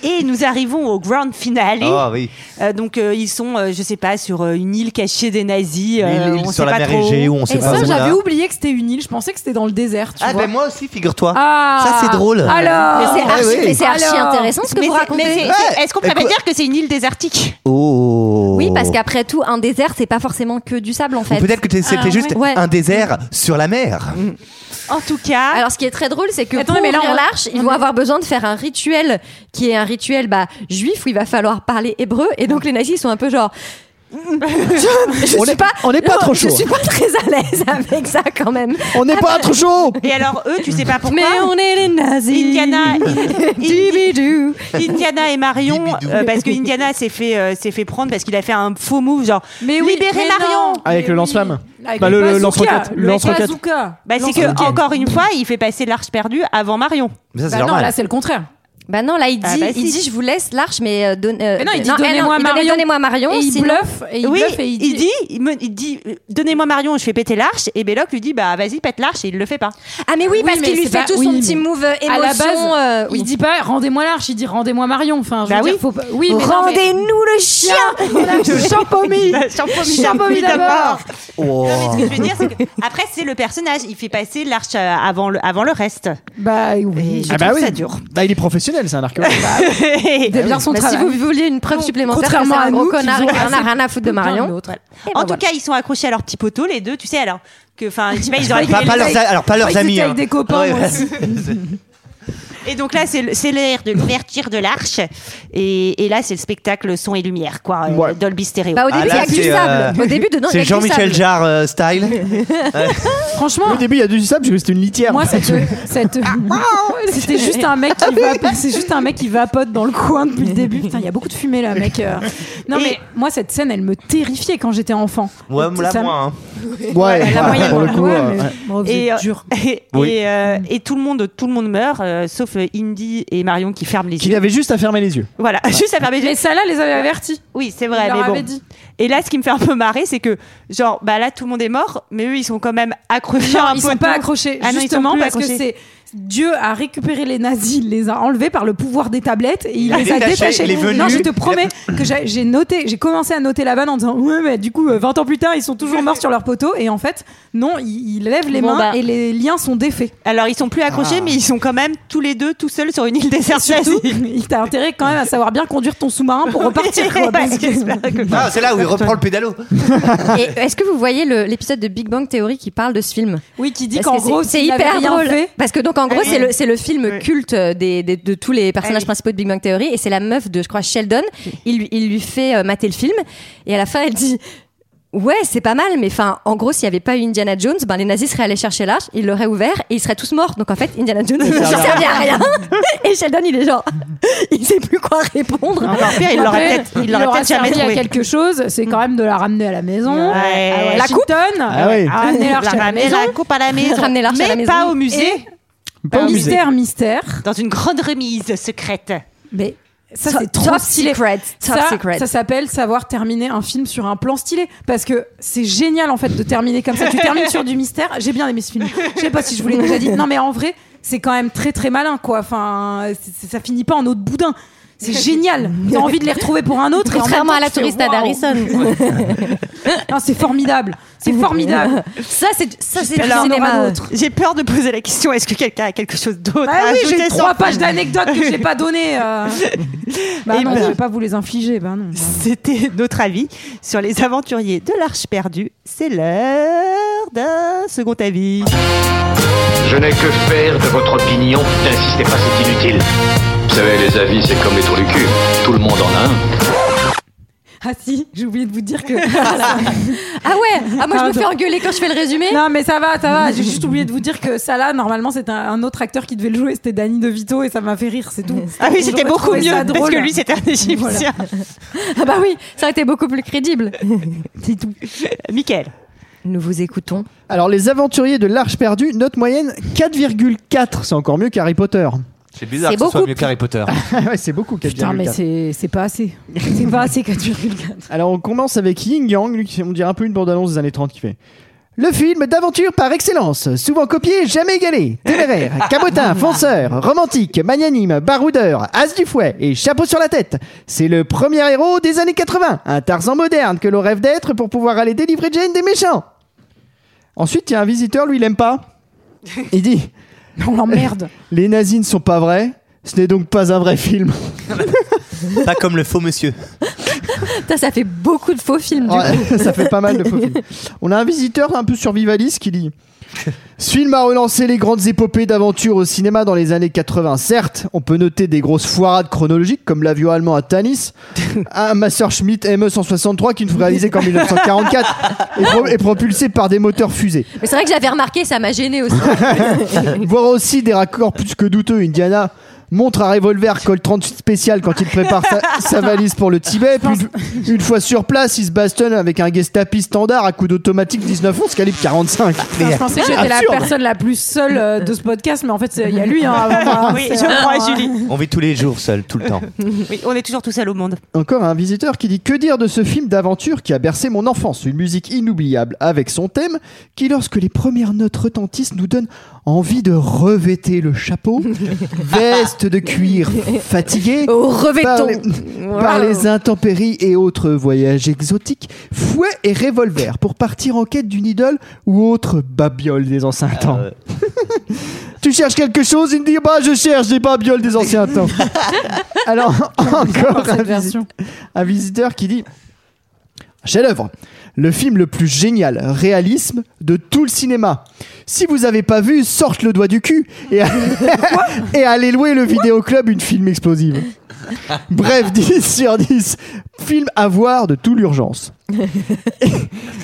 [SPEAKER 1] et- Et nous arrivons au grand finale.
[SPEAKER 14] Ah oui.
[SPEAKER 1] Euh, donc euh, ils sont, euh, je sais pas, sur euh, une île cachée des nazis. euh,
[SPEAKER 14] L'île
[SPEAKER 1] on
[SPEAKER 14] sur
[SPEAKER 1] sait
[SPEAKER 14] la
[SPEAKER 1] pas
[SPEAKER 14] mer
[SPEAKER 1] trop.
[SPEAKER 14] Égée où on sait
[SPEAKER 6] Et
[SPEAKER 14] pas
[SPEAKER 6] ça,
[SPEAKER 14] où on
[SPEAKER 6] j'avais
[SPEAKER 14] a.
[SPEAKER 6] oublié que c'était une île. Je pensais que c'était dans le désert. Tu
[SPEAKER 14] Ah
[SPEAKER 6] vois.
[SPEAKER 14] ben moi aussi, figure-toi.
[SPEAKER 6] Ah.
[SPEAKER 14] ça c'est drôle.
[SPEAKER 6] Alors.
[SPEAKER 10] Mais c'est archi-
[SPEAKER 14] Ah oui.
[SPEAKER 10] mais c'est archi
[SPEAKER 6] Alors.
[SPEAKER 10] intéressant ce que
[SPEAKER 1] Mais
[SPEAKER 10] vous
[SPEAKER 1] c'est-
[SPEAKER 10] racontez.
[SPEAKER 1] mais c'est- c'est- est-ce qu'on pourrait pas dire que c'est une île désertique
[SPEAKER 14] Oh.
[SPEAKER 10] Oui, parce qu'après tout, un désert, c'est pas forcément que du sable en
[SPEAKER 14] Ou
[SPEAKER 10] fait. Ah,
[SPEAKER 14] peut-être que t'es- c'était juste
[SPEAKER 10] Ouais.
[SPEAKER 14] un désert sur la mer.
[SPEAKER 1] En tout cas.
[SPEAKER 10] Alors, ce qui est très drôle, c'est que
[SPEAKER 6] Attendez,
[SPEAKER 10] pour
[SPEAKER 6] Ah. mais là,
[SPEAKER 10] ouvrir
[SPEAKER 6] on- Mhm.
[SPEAKER 10] l'arche, ils vont avoir besoin de faire un rituel qui est un rituel bah, juif où il va falloir parler hébreu. Et
[SPEAKER 6] Mhm.
[SPEAKER 10] donc, les nazis sont un peu genre. je, je
[SPEAKER 7] On
[SPEAKER 10] suis
[SPEAKER 7] est-
[SPEAKER 10] pas,
[SPEAKER 7] on est pas
[SPEAKER 10] non,
[SPEAKER 7] trop
[SPEAKER 10] Je
[SPEAKER 7] chaud.
[SPEAKER 10] suis pas très à l'aise avec ça quand même.
[SPEAKER 7] On n'est pas trop chaud
[SPEAKER 1] Et alors eux, tu sais pas pourquoi.
[SPEAKER 10] Mais on est les nazis.
[SPEAKER 1] Indiana,
[SPEAKER 10] Dibidou.
[SPEAKER 1] Indiana et Marion, euh, parce que Indiana s'est fait, euh, s'est fait prendre parce qu'il a fait un faux move, genre
[SPEAKER 6] Mais oui,
[SPEAKER 1] libérer
[SPEAKER 6] mais
[SPEAKER 1] Marion.
[SPEAKER 6] non.
[SPEAKER 10] Ah,
[SPEAKER 7] Avec
[SPEAKER 6] Mais
[SPEAKER 7] le
[SPEAKER 6] oui.
[SPEAKER 7] lance-flamme.
[SPEAKER 6] Avec
[SPEAKER 7] Ah, Bah, le- le
[SPEAKER 6] bazooka,
[SPEAKER 7] lance-roquette, le
[SPEAKER 6] Le
[SPEAKER 7] lance-roquette.
[SPEAKER 6] bazooka.
[SPEAKER 1] Bah, c'est que encore une fois, il fait passer l'arche perdue avant Marion.
[SPEAKER 14] Mais ça c'est
[SPEAKER 6] Bah non, là
[SPEAKER 14] normal.
[SPEAKER 6] c'est le contraire.
[SPEAKER 10] Bah non, là, il dit,
[SPEAKER 1] Ah bah
[SPEAKER 10] il
[SPEAKER 1] si.
[SPEAKER 10] dit je vous laisse l'arche, mais, euh, donne- euh,
[SPEAKER 6] Mais non, il dit
[SPEAKER 10] eh
[SPEAKER 6] donnez-moi
[SPEAKER 10] il donne-
[SPEAKER 6] Marion.
[SPEAKER 10] Donnez-moi Marion.
[SPEAKER 6] Et il
[SPEAKER 10] sinon-
[SPEAKER 6] bluffe et il
[SPEAKER 1] oui,
[SPEAKER 6] bluffe et il dit.
[SPEAKER 1] il dit, il me- il dit, euh, donnez-moi Marion, je fais péter l'arche. Et Belloc lui dit, bah vas-y, pète l'arche, et il le fait pas.
[SPEAKER 10] Ah mais oui,
[SPEAKER 6] Oui,
[SPEAKER 10] parce
[SPEAKER 6] mais
[SPEAKER 10] qu'il lui
[SPEAKER 6] c'est
[SPEAKER 10] fait
[SPEAKER 6] pas-
[SPEAKER 10] tout
[SPEAKER 6] oui,
[SPEAKER 10] son
[SPEAKER 6] mais-
[SPEAKER 10] petit move émotion.
[SPEAKER 6] à la base,
[SPEAKER 10] euh, oui.
[SPEAKER 6] il dit pas rendez-moi l'arche, il dit rendez-moi Marion. Enfin, je
[SPEAKER 1] Bah
[SPEAKER 6] veux dire,
[SPEAKER 1] oui.
[SPEAKER 6] faut pas- oui, mais Bah, non, mais-
[SPEAKER 10] Rendez-nous le chien.
[SPEAKER 7] Champomy
[SPEAKER 1] Champomy d'abord.
[SPEAKER 14] Oh.
[SPEAKER 1] Non, mais ce que je veux dire, c'est que après c'est le personnage, il fait passer l'arche euh, avant le, avant le reste.
[SPEAKER 6] Bah oui.
[SPEAKER 1] Je
[SPEAKER 7] Ah bah
[SPEAKER 1] trouve
[SPEAKER 7] oui.
[SPEAKER 1] ça dur.
[SPEAKER 7] Bah, il est professionnel, c'est un archéologue.
[SPEAKER 6] Il fait Eh bien son
[SPEAKER 10] Bah, si
[SPEAKER 6] travail.
[SPEAKER 10] vous vouliez une preuve supplémentaire, que c'est
[SPEAKER 6] Contrairement à
[SPEAKER 10] un gros
[SPEAKER 6] nous, qui
[SPEAKER 10] connard qui
[SPEAKER 6] faisons
[SPEAKER 10] en a
[SPEAKER 6] assez
[SPEAKER 10] rien à foutre de
[SPEAKER 6] plein
[SPEAKER 10] Marion.
[SPEAKER 6] d'autres.
[SPEAKER 1] en tout cas, ils sont accrochés à leur petit poteau, les deux, tu sais, alors que, enfin, je sais pas, ils auraient
[SPEAKER 14] Pas,
[SPEAKER 1] pu
[SPEAKER 14] pas
[SPEAKER 1] les
[SPEAKER 14] leurs,
[SPEAKER 1] laisser-
[SPEAKER 14] a- alors pas
[SPEAKER 6] Moi,
[SPEAKER 14] leurs
[SPEAKER 6] ils
[SPEAKER 14] amis.
[SPEAKER 6] étaient
[SPEAKER 14] hein.
[SPEAKER 6] Bah, avec des copains,
[SPEAKER 14] Ouais,
[SPEAKER 6] moi
[SPEAKER 14] bah,
[SPEAKER 6] aussi.
[SPEAKER 1] Et donc là, c'est le- c'est l'ère de l'ouverture de l'arche. Et, et là, c'est le spectacle son et lumière, quoi. euh,
[SPEAKER 7] Ouais.
[SPEAKER 1] Dolby Stereo.
[SPEAKER 10] Bah au
[SPEAKER 14] Ah,
[SPEAKER 10] début, il y
[SPEAKER 14] là,
[SPEAKER 10] a que du
[SPEAKER 14] c'est, euh,
[SPEAKER 10] sable. Au début, dedans, il y a
[SPEAKER 14] C'est
[SPEAKER 10] que du
[SPEAKER 14] Jean-Michel
[SPEAKER 10] sable.
[SPEAKER 14] Jarre euh, style.
[SPEAKER 6] Franchement,
[SPEAKER 7] Au début, il y a du sable, c'était une litière.
[SPEAKER 6] moi cette, cette-
[SPEAKER 1] Ah,
[SPEAKER 6] c'était juste un mec qui vapote, c'est juste un mec qui vapote dans le coin depuis le début. Putain, il y a beaucoup de fumée là, mec. Euh, Non
[SPEAKER 1] Et-
[SPEAKER 6] mais moi cette scène, elle me terrifiait quand j'étais enfant.
[SPEAKER 14] Ouais,
[SPEAKER 6] Ça-
[SPEAKER 14] la moins. hein.
[SPEAKER 7] Ouais,
[SPEAKER 1] la moyenne,
[SPEAKER 7] pour le coup.
[SPEAKER 6] Ouais,
[SPEAKER 7] euh,
[SPEAKER 6] mais-
[SPEAKER 7] ouais.
[SPEAKER 6] Bon, Oh, vous
[SPEAKER 1] Et,
[SPEAKER 6] êtes
[SPEAKER 1] euh,
[SPEAKER 6] dur.
[SPEAKER 1] Et,
[SPEAKER 14] Oui.
[SPEAKER 1] et, euh, et tout le monde, tout le monde meurt, euh, sauf euh, Indy et Marion qui ferment les
[SPEAKER 7] Qu'il
[SPEAKER 1] yeux.
[SPEAKER 7] avait juste à fermer les yeux.
[SPEAKER 1] Voilà, juste à fermer les
[SPEAKER 6] Mais
[SPEAKER 1] yeux.
[SPEAKER 6] ça là, les avait avertis.
[SPEAKER 1] Oui, c'est
[SPEAKER 6] Il
[SPEAKER 1] vrai,
[SPEAKER 6] leur
[SPEAKER 1] mais bon.
[SPEAKER 6] avait dit.
[SPEAKER 1] Et là, ce qui me fait un peu marrer, c'est que, genre, bah là, tout le monde est mort, mais eux, ils sont quand même accrochés
[SPEAKER 6] Non,
[SPEAKER 1] à un
[SPEAKER 6] ils sont
[SPEAKER 1] poteau.
[SPEAKER 6] pas accrochés.
[SPEAKER 1] Ah non, ils sont
[SPEAKER 6] justement
[SPEAKER 1] plus
[SPEAKER 6] parce que
[SPEAKER 1] accrochés.
[SPEAKER 6] c'est Dieu a récupéré les nazis, il les a enlevés par le pouvoir des tablettes et il, les a détachés.
[SPEAKER 14] il est venu.
[SPEAKER 6] Non, je te promets que j'ai j'ai noté, j'ai commencé à noter la vanne en disant ouais, mais du coup, euh, 20 ans plus tard, ils sont toujours morts sur leur poteau et en fait, non, ils, ils lèvent les
[SPEAKER 10] Bon,
[SPEAKER 6] mains
[SPEAKER 10] bah.
[SPEAKER 6] et les liens sont défaits.
[SPEAKER 1] Alors, ils sont plus accrochés, mais ils sont quand même tous les deux, tout seuls, sur une île déserte.
[SPEAKER 6] Ah. Surtout, il t'a intérêt quand même à savoir bien conduire ton sous-marin pour repartir. quoi, parce que-
[SPEAKER 14] Ah, c'est là où il reprend le pédalo.
[SPEAKER 10] Et est-ce que vous voyez le- l'épisode de Big Bang Theory qui parle de ce film
[SPEAKER 6] Oui, qui dit
[SPEAKER 10] Parce
[SPEAKER 6] qu'en
[SPEAKER 10] que c'est-
[SPEAKER 6] gros,
[SPEAKER 10] c'est
[SPEAKER 6] s'il n'avait
[SPEAKER 10] hyper
[SPEAKER 6] rien
[SPEAKER 10] drôle.
[SPEAKER 6] fait-
[SPEAKER 10] Parce que donc, en gros,
[SPEAKER 1] Oui.
[SPEAKER 10] c'est le, c'est le film
[SPEAKER 1] Oui.
[SPEAKER 10] culte des, des- de tous les personnages
[SPEAKER 1] Oui.
[SPEAKER 10] principaux de Big Bang Theory. Et c'est la meuf de, je crois, Sheldon. Il, lui- il lui fait euh, mater le film. Et à la fin, elle dit. Ouais, c'est pas mal, mais enfin, en gros, s'il n'y avait pas eu Indiana Jones, ben, les nazis seraient allés chercher l'arche, ils l'auraient ouvert et ils seraient tous morts. Donc en fait, Indiana Jones ne
[SPEAKER 7] sert à
[SPEAKER 10] servait à rien. Et Sheldon, il est genre, il sait plus quoi répondre.
[SPEAKER 1] Encore pire, il
[SPEAKER 6] Après,
[SPEAKER 1] l'aurait peut-être, il l'aurait
[SPEAKER 6] aura
[SPEAKER 1] peut-être jamais
[SPEAKER 6] servi
[SPEAKER 1] trouvé.
[SPEAKER 6] à quelque chose, c'est quand même de la ramener à la maison.
[SPEAKER 1] Ouais.
[SPEAKER 6] À
[SPEAKER 1] La
[SPEAKER 6] Washington,
[SPEAKER 7] Ah oui.
[SPEAKER 6] à ramener l'arche à la
[SPEAKER 1] ramener
[SPEAKER 6] maison.
[SPEAKER 1] la coupe à la maison.
[SPEAKER 10] Ramener l'arche à la
[SPEAKER 1] Mais
[SPEAKER 10] maison.
[SPEAKER 1] pas au musée.
[SPEAKER 7] Pas au musée.
[SPEAKER 6] mystère, mystère.
[SPEAKER 1] Dans une grande remise secrète.
[SPEAKER 6] Mais ça,
[SPEAKER 10] Top-
[SPEAKER 6] c'est trop
[SPEAKER 10] top
[SPEAKER 6] stylé.
[SPEAKER 10] secret, top
[SPEAKER 6] ça,
[SPEAKER 10] secret.
[SPEAKER 6] ça s'appelle savoir terminer un film sur un plan stylé. Parce que c'est génial, en fait, de terminer comme ça. Tu termines sur du mystère. J'ai bien aimé ce film. Je sais pas si je vous l'ai déjà dit. Non, mais en vrai, c'est quand même très, très malin, quoi. Enfin, c'est- ça finit pas en autre boudin. C'est génial. T'as envie de les retrouver pour un autre. et en même
[SPEAKER 10] Contrairement
[SPEAKER 6] temps,
[SPEAKER 10] à la
[SPEAKER 6] tu fais,
[SPEAKER 10] touriste à
[SPEAKER 6] waouh.
[SPEAKER 10] d'Harrison.
[SPEAKER 6] Non, ah, C'est formidable. C'est formidable.
[SPEAKER 10] Ça, c'est ça, c'est du
[SPEAKER 6] J'espère qu'il y en aura
[SPEAKER 10] cinéma.
[SPEAKER 6] d'autres.
[SPEAKER 1] J'ai peur de poser la question. Est-ce que quelqu'un a quelque chose d'autre
[SPEAKER 6] Ah
[SPEAKER 1] à
[SPEAKER 6] oui,
[SPEAKER 1] ajouter
[SPEAKER 6] j'ai
[SPEAKER 1] sur-
[SPEAKER 6] trois pages d'anecdotes que j'ai pas données. euh. Bah
[SPEAKER 1] Et
[SPEAKER 6] non,
[SPEAKER 1] ben-
[SPEAKER 6] je vais pas vous les infliger. Bah non.
[SPEAKER 1] C'était notre avis sur les aventuriers de l'Arche perdue. C'est l'heure d'un second avis.
[SPEAKER 2] Je n'ai que faire de votre opinion. N'insistez pas, c'est inutile.
[SPEAKER 15] Vous savez, les avis, c'est comme les trous du cul. Tout le monde en a un.
[SPEAKER 6] Ah si, j'ai oublié de vous dire que.
[SPEAKER 10] Ah ouais Ah moi je me
[SPEAKER 6] Pardon.
[SPEAKER 10] fais engueuler quand je fais le résumé
[SPEAKER 6] non mais ça va, ça va. J'ai juste oublié de vous dire que ça là, normalement, c'est un, un autre acteur qui devait le jouer. C'était Danny DeVito et ça m'a fait rire, c'est tout.
[SPEAKER 1] Ah oui,
[SPEAKER 6] J'aurais
[SPEAKER 1] c'était beaucoup
[SPEAKER 6] trouvé
[SPEAKER 1] mieux
[SPEAKER 6] ça
[SPEAKER 1] parce
[SPEAKER 6] drôle.
[SPEAKER 1] que lui, c'était un Égyptien.
[SPEAKER 6] Voilà.
[SPEAKER 10] Ah bah oui, ça aurait été beaucoup plus crédible.
[SPEAKER 1] C'est tout. Michael.
[SPEAKER 10] Nous vous écoutons.
[SPEAKER 7] Alors, les aventuriers de l'Arche perdue, note moyenne 4,4. C'est encore mieux qu'Harry Potter.
[SPEAKER 14] C'est bizarre
[SPEAKER 10] C'est
[SPEAKER 14] que ce soit
[SPEAKER 10] beaucoup
[SPEAKER 14] mieux qu'Harry Potter.
[SPEAKER 7] Ah ouais, c'est beaucoup 4,4.
[SPEAKER 6] Putain, mais c'est c'est pas assez. C'est pas assez 4,4.
[SPEAKER 7] Alors on commence avec Ying Yang, lui, qui- on dirait un peu une bande-annonce des années 30 qui fait. Le film d'aventure par excellence, souvent copié, jamais égalé. Téméraire, cabotin, fonceur, romantique, magnanime, baroudeur, as du fouet et chapeau sur la tête. C'est le premier héros des années 80, un Tarzan moderne que l'on rêve d'être pour pouvoir aller délivrer Jane des méchants. Ensuite, il y a un visiteur, lui, il aime pas. Il dit
[SPEAKER 8] On l'emmerde.
[SPEAKER 7] Les nazis ne sont pas vrais, ce n'est donc pas un vrai film.
[SPEAKER 6] Pas comme le faux monsieur.
[SPEAKER 10] Putain, ça fait beaucoup de faux films du
[SPEAKER 7] Ouais,
[SPEAKER 10] coup.
[SPEAKER 7] ça fait pas mal de faux films. On a un visiteur un peu survivaliste qui dit Ce film a relancé les grandes épopées d'aventure au cinéma dans les années 80. Certes, on peut noter des grosses foirades chronologiques comme l'avion allemand à Tanis, un Master Schmitt ME-163 qui ne fut réalisé qu'en 1944 et, pro- et propulsé par des moteurs fusées.
[SPEAKER 10] Mais c'est vrai que j'avais remarqué, ça m'a gêné aussi.
[SPEAKER 7] Voir aussi des raccords plus que douteux, Indiana. Montre à revolver Col 38 spécial quand il prépare sa, sa valise pour le Tibet. Puis une, une fois sur place, il se bastonne avec un gestapi standard à coup d'automatique 19 11 calibre 45.
[SPEAKER 8] Ah, je pensais que j'étais la
[SPEAKER 7] Absurde.
[SPEAKER 8] personne la plus seule euh, de ce podcast, mais en fait, c'est- il y a lui. Hein, avant
[SPEAKER 6] Ah,
[SPEAKER 8] moi.
[SPEAKER 1] Oui,
[SPEAKER 8] C'est
[SPEAKER 1] je
[SPEAKER 8] vraiment,
[SPEAKER 1] crois,
[SPEAKER 8] hein.
[SPEAKER 1] Julie.
[SPEAKER 6] On vit tous les jours seul, tout le temps.
[SPEAKER 1] Oui, on est toujours tout seul au monde.
[SPEAKER 7] Encore un visiteur qui dit Que dire de ce film d'aventure qui a bercé mon enfance Une musique inoubliable avec son thème qui, lorsque les premières notes retentissent, nous donne envie de revêter le chapeau, veste de cuir fatiguée,
[SPEAKER 10] Oh, revêtons.
[SPEAKER 7] par les, par
[SPEAKER 10] Wow.
[SPEAKER 7] les intempéries et autres voyages exotiques, fouet et revolver pour partir en quête d'une idole ou autre babiole des anciens temps. Tu cherches quelque chose Il me dit Bah, je cherche des babioles des anciens temps. Alors, encore un, visi- un visiteur qui dit Chef-d'œuvre, le film le plus génial, réalisme de tout le cinéma. Si vous avez pas vu, sorte le doigt du cul et, et allez louer le vidéoclub une film explosive. Bref, 10 sur 10, film à voir de toute l'urgence.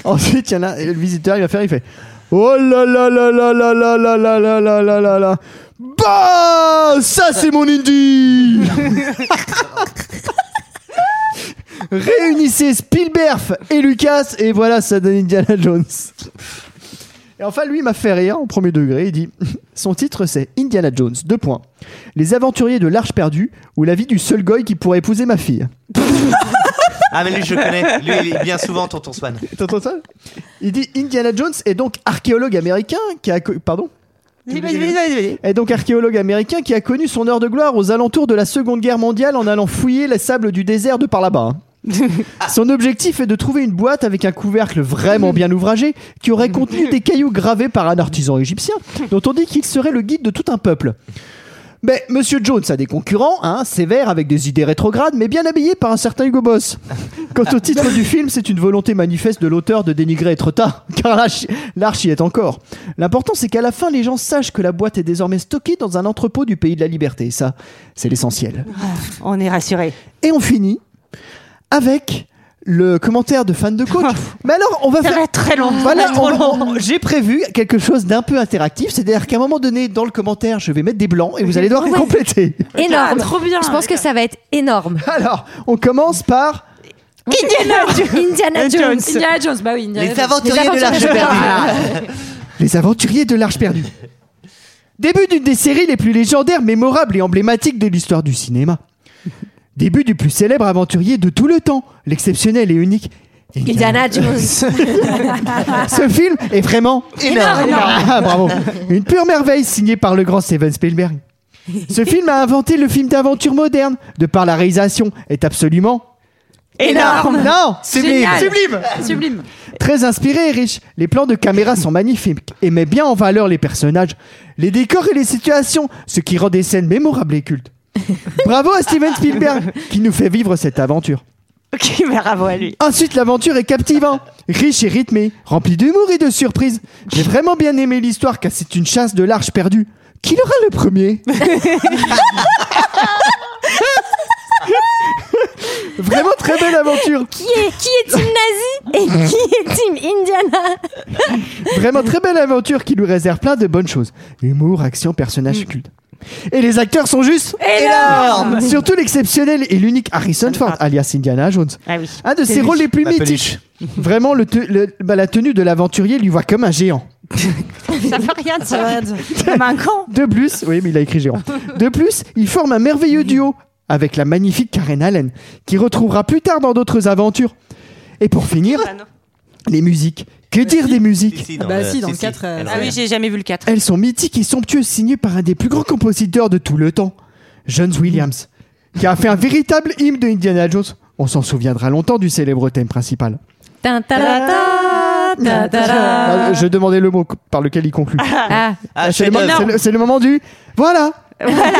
[SPEAKER 7] Ensuite, il y en a le visiteur, il va faire, il fait Oh là là là là là là là là là là là là là. Bah, ça c'est mon indie. Réunissez Spielberg et Lucas et voilà, ça donne Indiana Jones. Et enfin, lui il m'a fait rire en premier degré. Il dit Son titre, c'est Indiana Jones, deux points. Les aventuriers de l'Arche perdue ou la vie du seul goy qui pourrait épouser ma fille.
[SPEAKER 6] Ah, mais lui, je le connais. Lui, il est bien souvent tonton Swan.
[SPEAKER 7] T'entends ça Il dit Indiana Jones est donc archéologue américain qui a. co- Pardon
[SPEAKER 1] Vas-y, vas-y, vas-y, vas-y.
[SPEAKER 7] est donc archéologue américain qui a connu son heure de gloire aux alentours de la Seconde Guerre mondiale en allant fouiller les sables du désert de par là-bas. hein. Son objectif est de trouver une boîte avec un couvercle vraiment bien ouvragé qui aurait contenu des cailloux gravés par un artisan égyptien dont on dit qu'il serait le guide de tout un peuple. Mais Ben, Monsieur Jones a des concurrents, hein, sévères avec des idées rétrogrades, mais bien habillés par un certain Hugo Boss. Quant au titre du film, c'est une volonté manifeste de l'auteur de dénigrer trop tard, car l'archi- l'archi est encore. L'important, c'est qu'à la fin, les gens sachent que la boîte est désormais stockée dans un entrepôt du pays de la liberté. Ça, c'est l'essentiel.
[SPEAKER 1] On est rassurés.
[SPEAKER 7] Et on finit avec le commentaire de fan de coach. Mais alors, on va
[SPEAKER 1] Ça
[SPEAKER 7] faire
[SPEAKER 1] va être très long.
[SPEAKER 7] Voilà,
[SPEAKER 1] Ça va être trop
[SPEAKER 7] on-
[SPEAKER 1] long.
[SPEAKER 7] on- j'ai prévu quelque chose d'un peu interactif, c'est-à-dire qu'à un moment donné, dans le commentaire, je vais mettre des blancs et vous allez
[SPEAKER 1] Ah
[SPEAKER 7] devoir les
[SPEAKER 10] Ouais.
[SPEAKER 7] compléter.
[SPEAKER 10] Énorme. Je pense que ça va être énorme.
[SPEAKER 7] Alors, on commence par
[SPEAKER 10] Indiana Jones. Indiana Jones.
[SPEAKER 8] Indiana Jones, bah oui. Indiana
[SPEAKER 10] Les
[SPEAKER 8] Jones.
[SPEAKER 10] aventuriers de
[SPEAKER 8] Les
[SPEAKER 10] l'Arche
[SPEAKER 8] aventuriers
[SPEAKER 10] perdue.
[SPEAKER 7] les aventuriers de l'Arche perdue. Début d'une des séries les plus légendaires, mémorables et emblématiques de l'histoire du cinéma. Début du plus célèbre aventurier de tout le temps, l'exceptionnel et unique
[SPEAKER 10] Indiana Jones.
[SPEAKER 7] Ce film est vraiment
[SPEAKER 10] Énorme.
[SPEAKER 7] Ah, bravo. Une pure merveille signée par le grand Steven Spielberg. Ce film a inventé le film d'aventure moderne, de par la réalisation, est absolument
[SPEAKER 1] Énorme.
[SPEAKER 7] Non, sublime.
[SPEAKER 8] Génial.
[SPEAKER 7] Sublime.
[SPEAKER 8] Sublime.
[SPEAKER 7] Très inspiré et riche, les plans de caméra sont magnifiques et met bien en valeur les personnages, les décors et les situations, ce qui rend des scènes mémorables et cultes. Bravo à Steven Spielberg qui nous fait vivre cette aventure.
[SPEAKER 1] Ok, bravo à lui.
[SPEAKER 7] Ensuite, l'aventure est captivante, riche et rythmée, remplie d'humour et de surprises. J'ai vraiment bien aimé l'histoire car c'est une chasse de l'arche perdue. Qui l'aura le premier Vraiment très belle aventure.
[SPEAKER 10] qui est qui est team nazi et qui est team Indiana
[SPEAKER 7] Vraiment très belle aventure qui nous réserve plein de bonnes choses. Humour, action, personnage culte. Et les acteurs sont juste énormes Surtout l'exceptionnel et l'unique Harrison Ford, alias Indiana Jones.
[SPEAKER 1] Ah oui.
[SPEAKER 7] Un de ses rôles les plus mythiques. Vraiment, le te- le- bah, la tenue de l'aventurier lui voit comme un géant.
[SPEAKER 1] Ça fait rien de ça. Comme un camp.
[SPEAKER 7] De plus, oui, mais il a écrit géant. De plus, il forme un merveilleux duo avec la magnifique Karen Allen, qui retrouvera plus tard dans d'autres aventures. Et pour finir, les musiques Que dire des musiques
[SPEAKER 8] Ah bah si, dans le 4. euh,
[SPEAKER 16] Ah oui, j'ai jamais vu le 4.
[SPEAKER 7] Elles sont mythiques et somptueuses, signées par un des plus grands compositeurs de tout le temps, John Williams, qui a fait un véritable hymne de Indiana Jones. On s'en souviendra longtemps du célèbre thème principal.
[SPEAKER 10] Tin, ta, la, ta, ta, ta, la.
[SPEAKER 7] Ah, Je demandais le mot co- par lequel il conclut.
[SPEAKER 10] Ah.
[SPEAKER 7] Ah, c'est le, mo- c'est le- c'est le moment du. Voilà Ah
[SPEAKER 10] Voilà.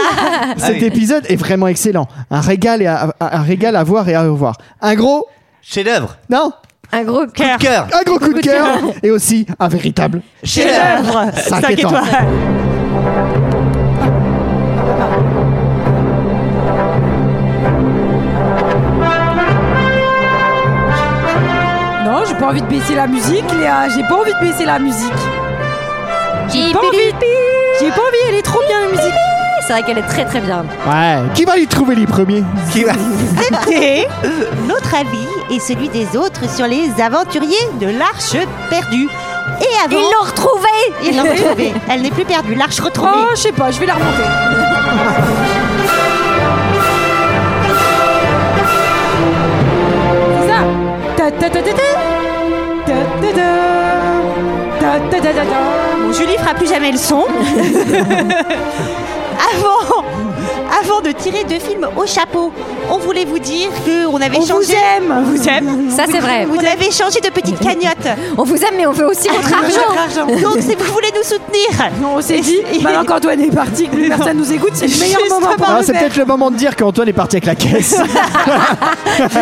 [SPEAKER 7] Cet épisode est vraiment excellent. Un régal, et à, à- un régal à voir et à revoir. Un gros.
[SPEAKER 6] Chef-d'œuvre
[SPEAKER 7] Non
[SPEAKER 10] Un gros
[SPEAKER 7] cœur.
[SPEAKER 6] cœur.
[SPEAKER 7] Un gros coup de cœur. Et aussi un véritable.
[SPEAKER 1] Chef-d'œuvre.
[SPEAKER 7] Cinq
[SPEAKER 1] Cinq
[SPEAKER 7] étoiles.
[SPEAKER 1] étoiles.
[SPEAKER 8] Non, j'ai pas envie de baisser la musique, Léa. J'ai pas envie de baisser la musique. J'ai pas envie. J'ai pas envie. Elle est trop bien la musique.
[SPEAKER 10] C'est vrai qu'elle est très très bien.
[SPEAKER 7] Ouais. Qui va y trouver les premiers Qui va
[SPEAKER 1] C'était notre avis et celui des autres sur les aventuriers de l'Arche perdue. Et avant,
[SPEAKER 10] Ils l'ont retrouvée
[SPEAKER 1] Ils l'ont retrouvée. Elle n'est plus perdue, l'Arche retrouvée.
[SPEAKER 8] Oh, je sais pas, je vais la remonter. C'est ça. Ta ta ta ta ta. Ta ta ta. Ta ta ta ta ta.
[SPEAKER 1] Bon, Julie fera plus jamais le son. avant, avant de tirer deux films au chapeau, on voulait vous dire que on avait
[SPEAKER 10] On
[SPEAKER 1] changé.
[SPEAKER 10] vous aime.
[SPEAKER 1] On vous aime.
[SPEAKER 10] Ça, c'est vrai.
[SPEAKER 1] Vous avez changé de petite cagnotte.
[SPEAKER 10] On vous aime, mais on veut aussi votre argent.
[SPEAKER 1] Donc si vous voulez nous soutenir,
[SPEAKER 8] Non, on s'est dit, maintenant qu'Antoine est parti, que plus personne nous écoute, c'est le meilleur
[SPEAKER 1] Juste
[SPEAKER 8] moment pour
[SPEAKER 1] avant
[SPEAKER 8] le
[SPEAKER 7] Ah, C'est
[SPEAKER 8] faire.
[SPEAKER 7] peut-être le moment de dire qu'Antoine est parti avec la caisse.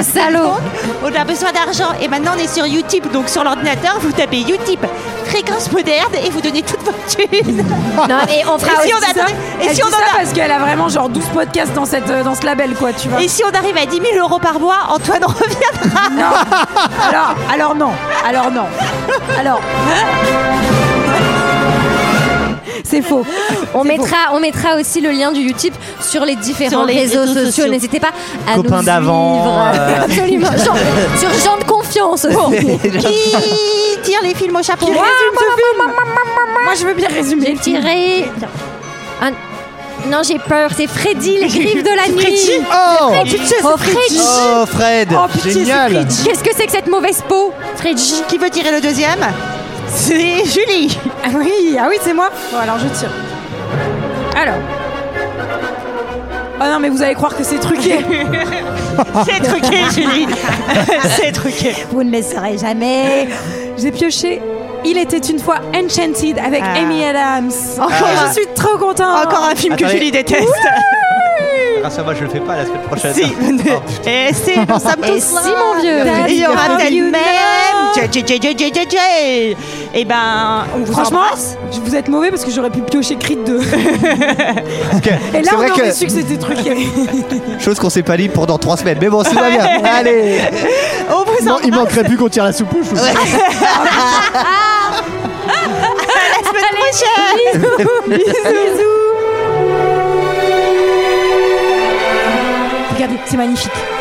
[SPEAKER 10] salaud.
[SPEAKER 1] on a besoin d'argent et maintenant on est sur Utip. Donc sur l'ordinateur, vous tapez Utip, fréquence moderne et vous donnez toute votre thune.
[SPEAKER 10] Non, mais on fera
[SPEAKER 1] et si
[SPEAKER 10] aussi
[SPEAKER 1] on a-
[SPEAKER 10] ça.
[SPEAKER 1] Et
[SPEAKER 8] Elle
[SPEAKER 1] si
[SPEAKER 8] dit
[SPEAKER 1] on en
[SPEAKER 8] ça
[SPEAKER 1] a-
[SPEAKER 8] parce qu'elle a vraiment genre 12 podcasts dans, cette, euh, dans ce label, quoi, tu vois.
[SPEAKER 1] et si on arrive à 10 000 euros par mois, Antoine reviendra.
[SPEAKER 8] Non. Alors, alors non. Alors non. Alors. C'est faux.
[SPEAKER 10] On
[SPEAKER 8] C'est faux.
[SPEAKER 10] mettra, on mettra aussi le lien du Utip sur les différents
[SPEAKER 1] Sur les
[SPEAKER 10] réseaux,
[SPEAKER 1] réseaux
[SPEAKER 10] sociaux.
[SPEAKER 1] sociaux.
[SPEAKER 10] N'hésitez pas à
[SPEAKER 6] Copains
[SPEAKER 10] nous
[SPEAKER 6] d'avant,
[SPEAKER 10] suivre.
[SPEAKER 6] euh.
[SPEAKER 10] Absolument. Genre, sur gens de confiance. aussi.
[SPEAKER 1] Qui tire les films au chapeau
[SPEAKER 8] Qui résume ce film Moi, je veux bien résumer.
[SPEAKER 10] J'ai
[SPEAKER 8] le film.
[SPEAKER 10] tiré. un- Non, j'ai peur. C'est Freddy, les griffes de la nuit.
[SPEAKER 7] Oh
[SPEAKER 10] Freddy. Oh, Freddy.
[SPEAKER 6] Oh, Fred
[SPEAKER 8] Oh, pitié, c'est
[SPEAKER 6] Génial
[SPEAKER 8] Fritz.
[SPEAKER 10] Qu'est-ce que c'est que cette mauvaise peau, Freddy
[SPEAKER 1] Qui veut tirer le deuxième C'est Julie.
[SPEAKER 8] Ah oui, ah oui, c'est moi. Bon, alors je tire. Alors. Oh non, mais vous allez croire que c'est truqué.
[SPEAKER 1] C'est truqué, Julie. C'est truqué.
[SPEAKER 8] Vous ne le saurez jamais. J'ai pioché. Il était une fois Enchanted avec
[SPEAKER 1] Ah.
[SPEAKER 8] Amy Adams.
[SPEAKER 1] Encore-
[SPEAKER 8] je suis trop contente.
[SPEAKER 1] Encore un film que
[SPEAKER 6] Attendez.
[SPEAKER 1] Julie déteste.
[SPEAKER 6] Grâce à moi, je le fais pas la semaine prochaine. Oh,
[SPEAKER 1] Si. Et c'est nous sommes
[SPEAKER 10] Et
[SPEAKER 1] tous
[SPEAKER 10] si,
[SPEAKER 1] là.
[SPEAKER 10] mon vieux.
[SPEAKER 1] Et il y aura
[SPEAKER 8] Love
[SPEAKER 1] tel
[SPEAKER 8] you
[SPEAKER 1] même. J- j- j- j- j- j- Et ben, on vous
[SPEAKER 8] Franchement,
[SPEAKER 1] embrasse.
[SPEAKER 8] je- vous êtes mauvais parce que j'aurais pu piocher Creed 2. Et là,
[SPEAKER 6] c'est
[SPEAKER 8] on
[SPEAKER 6] vrai
[SPEAKER 8] aurait
[SPEAKER 6] que-
[SPEAKER 8] su que c'était truqué.
[SPEAKER 6] Chose qu'on s'est pas dit pendant trois semaines. Mais bon, c'est va bien. Allez
[SPEAKER 1] On vous
[SPEAKER 7] Non,
[SPEAKER 1] embrasse.
[SPEAKER 7] il manquerait plus qu'on tire la soupe. je vous-
[SPEAKER 1] La semaine prochaine.
[SPEAKER 8] Regardez, c'est magnifique.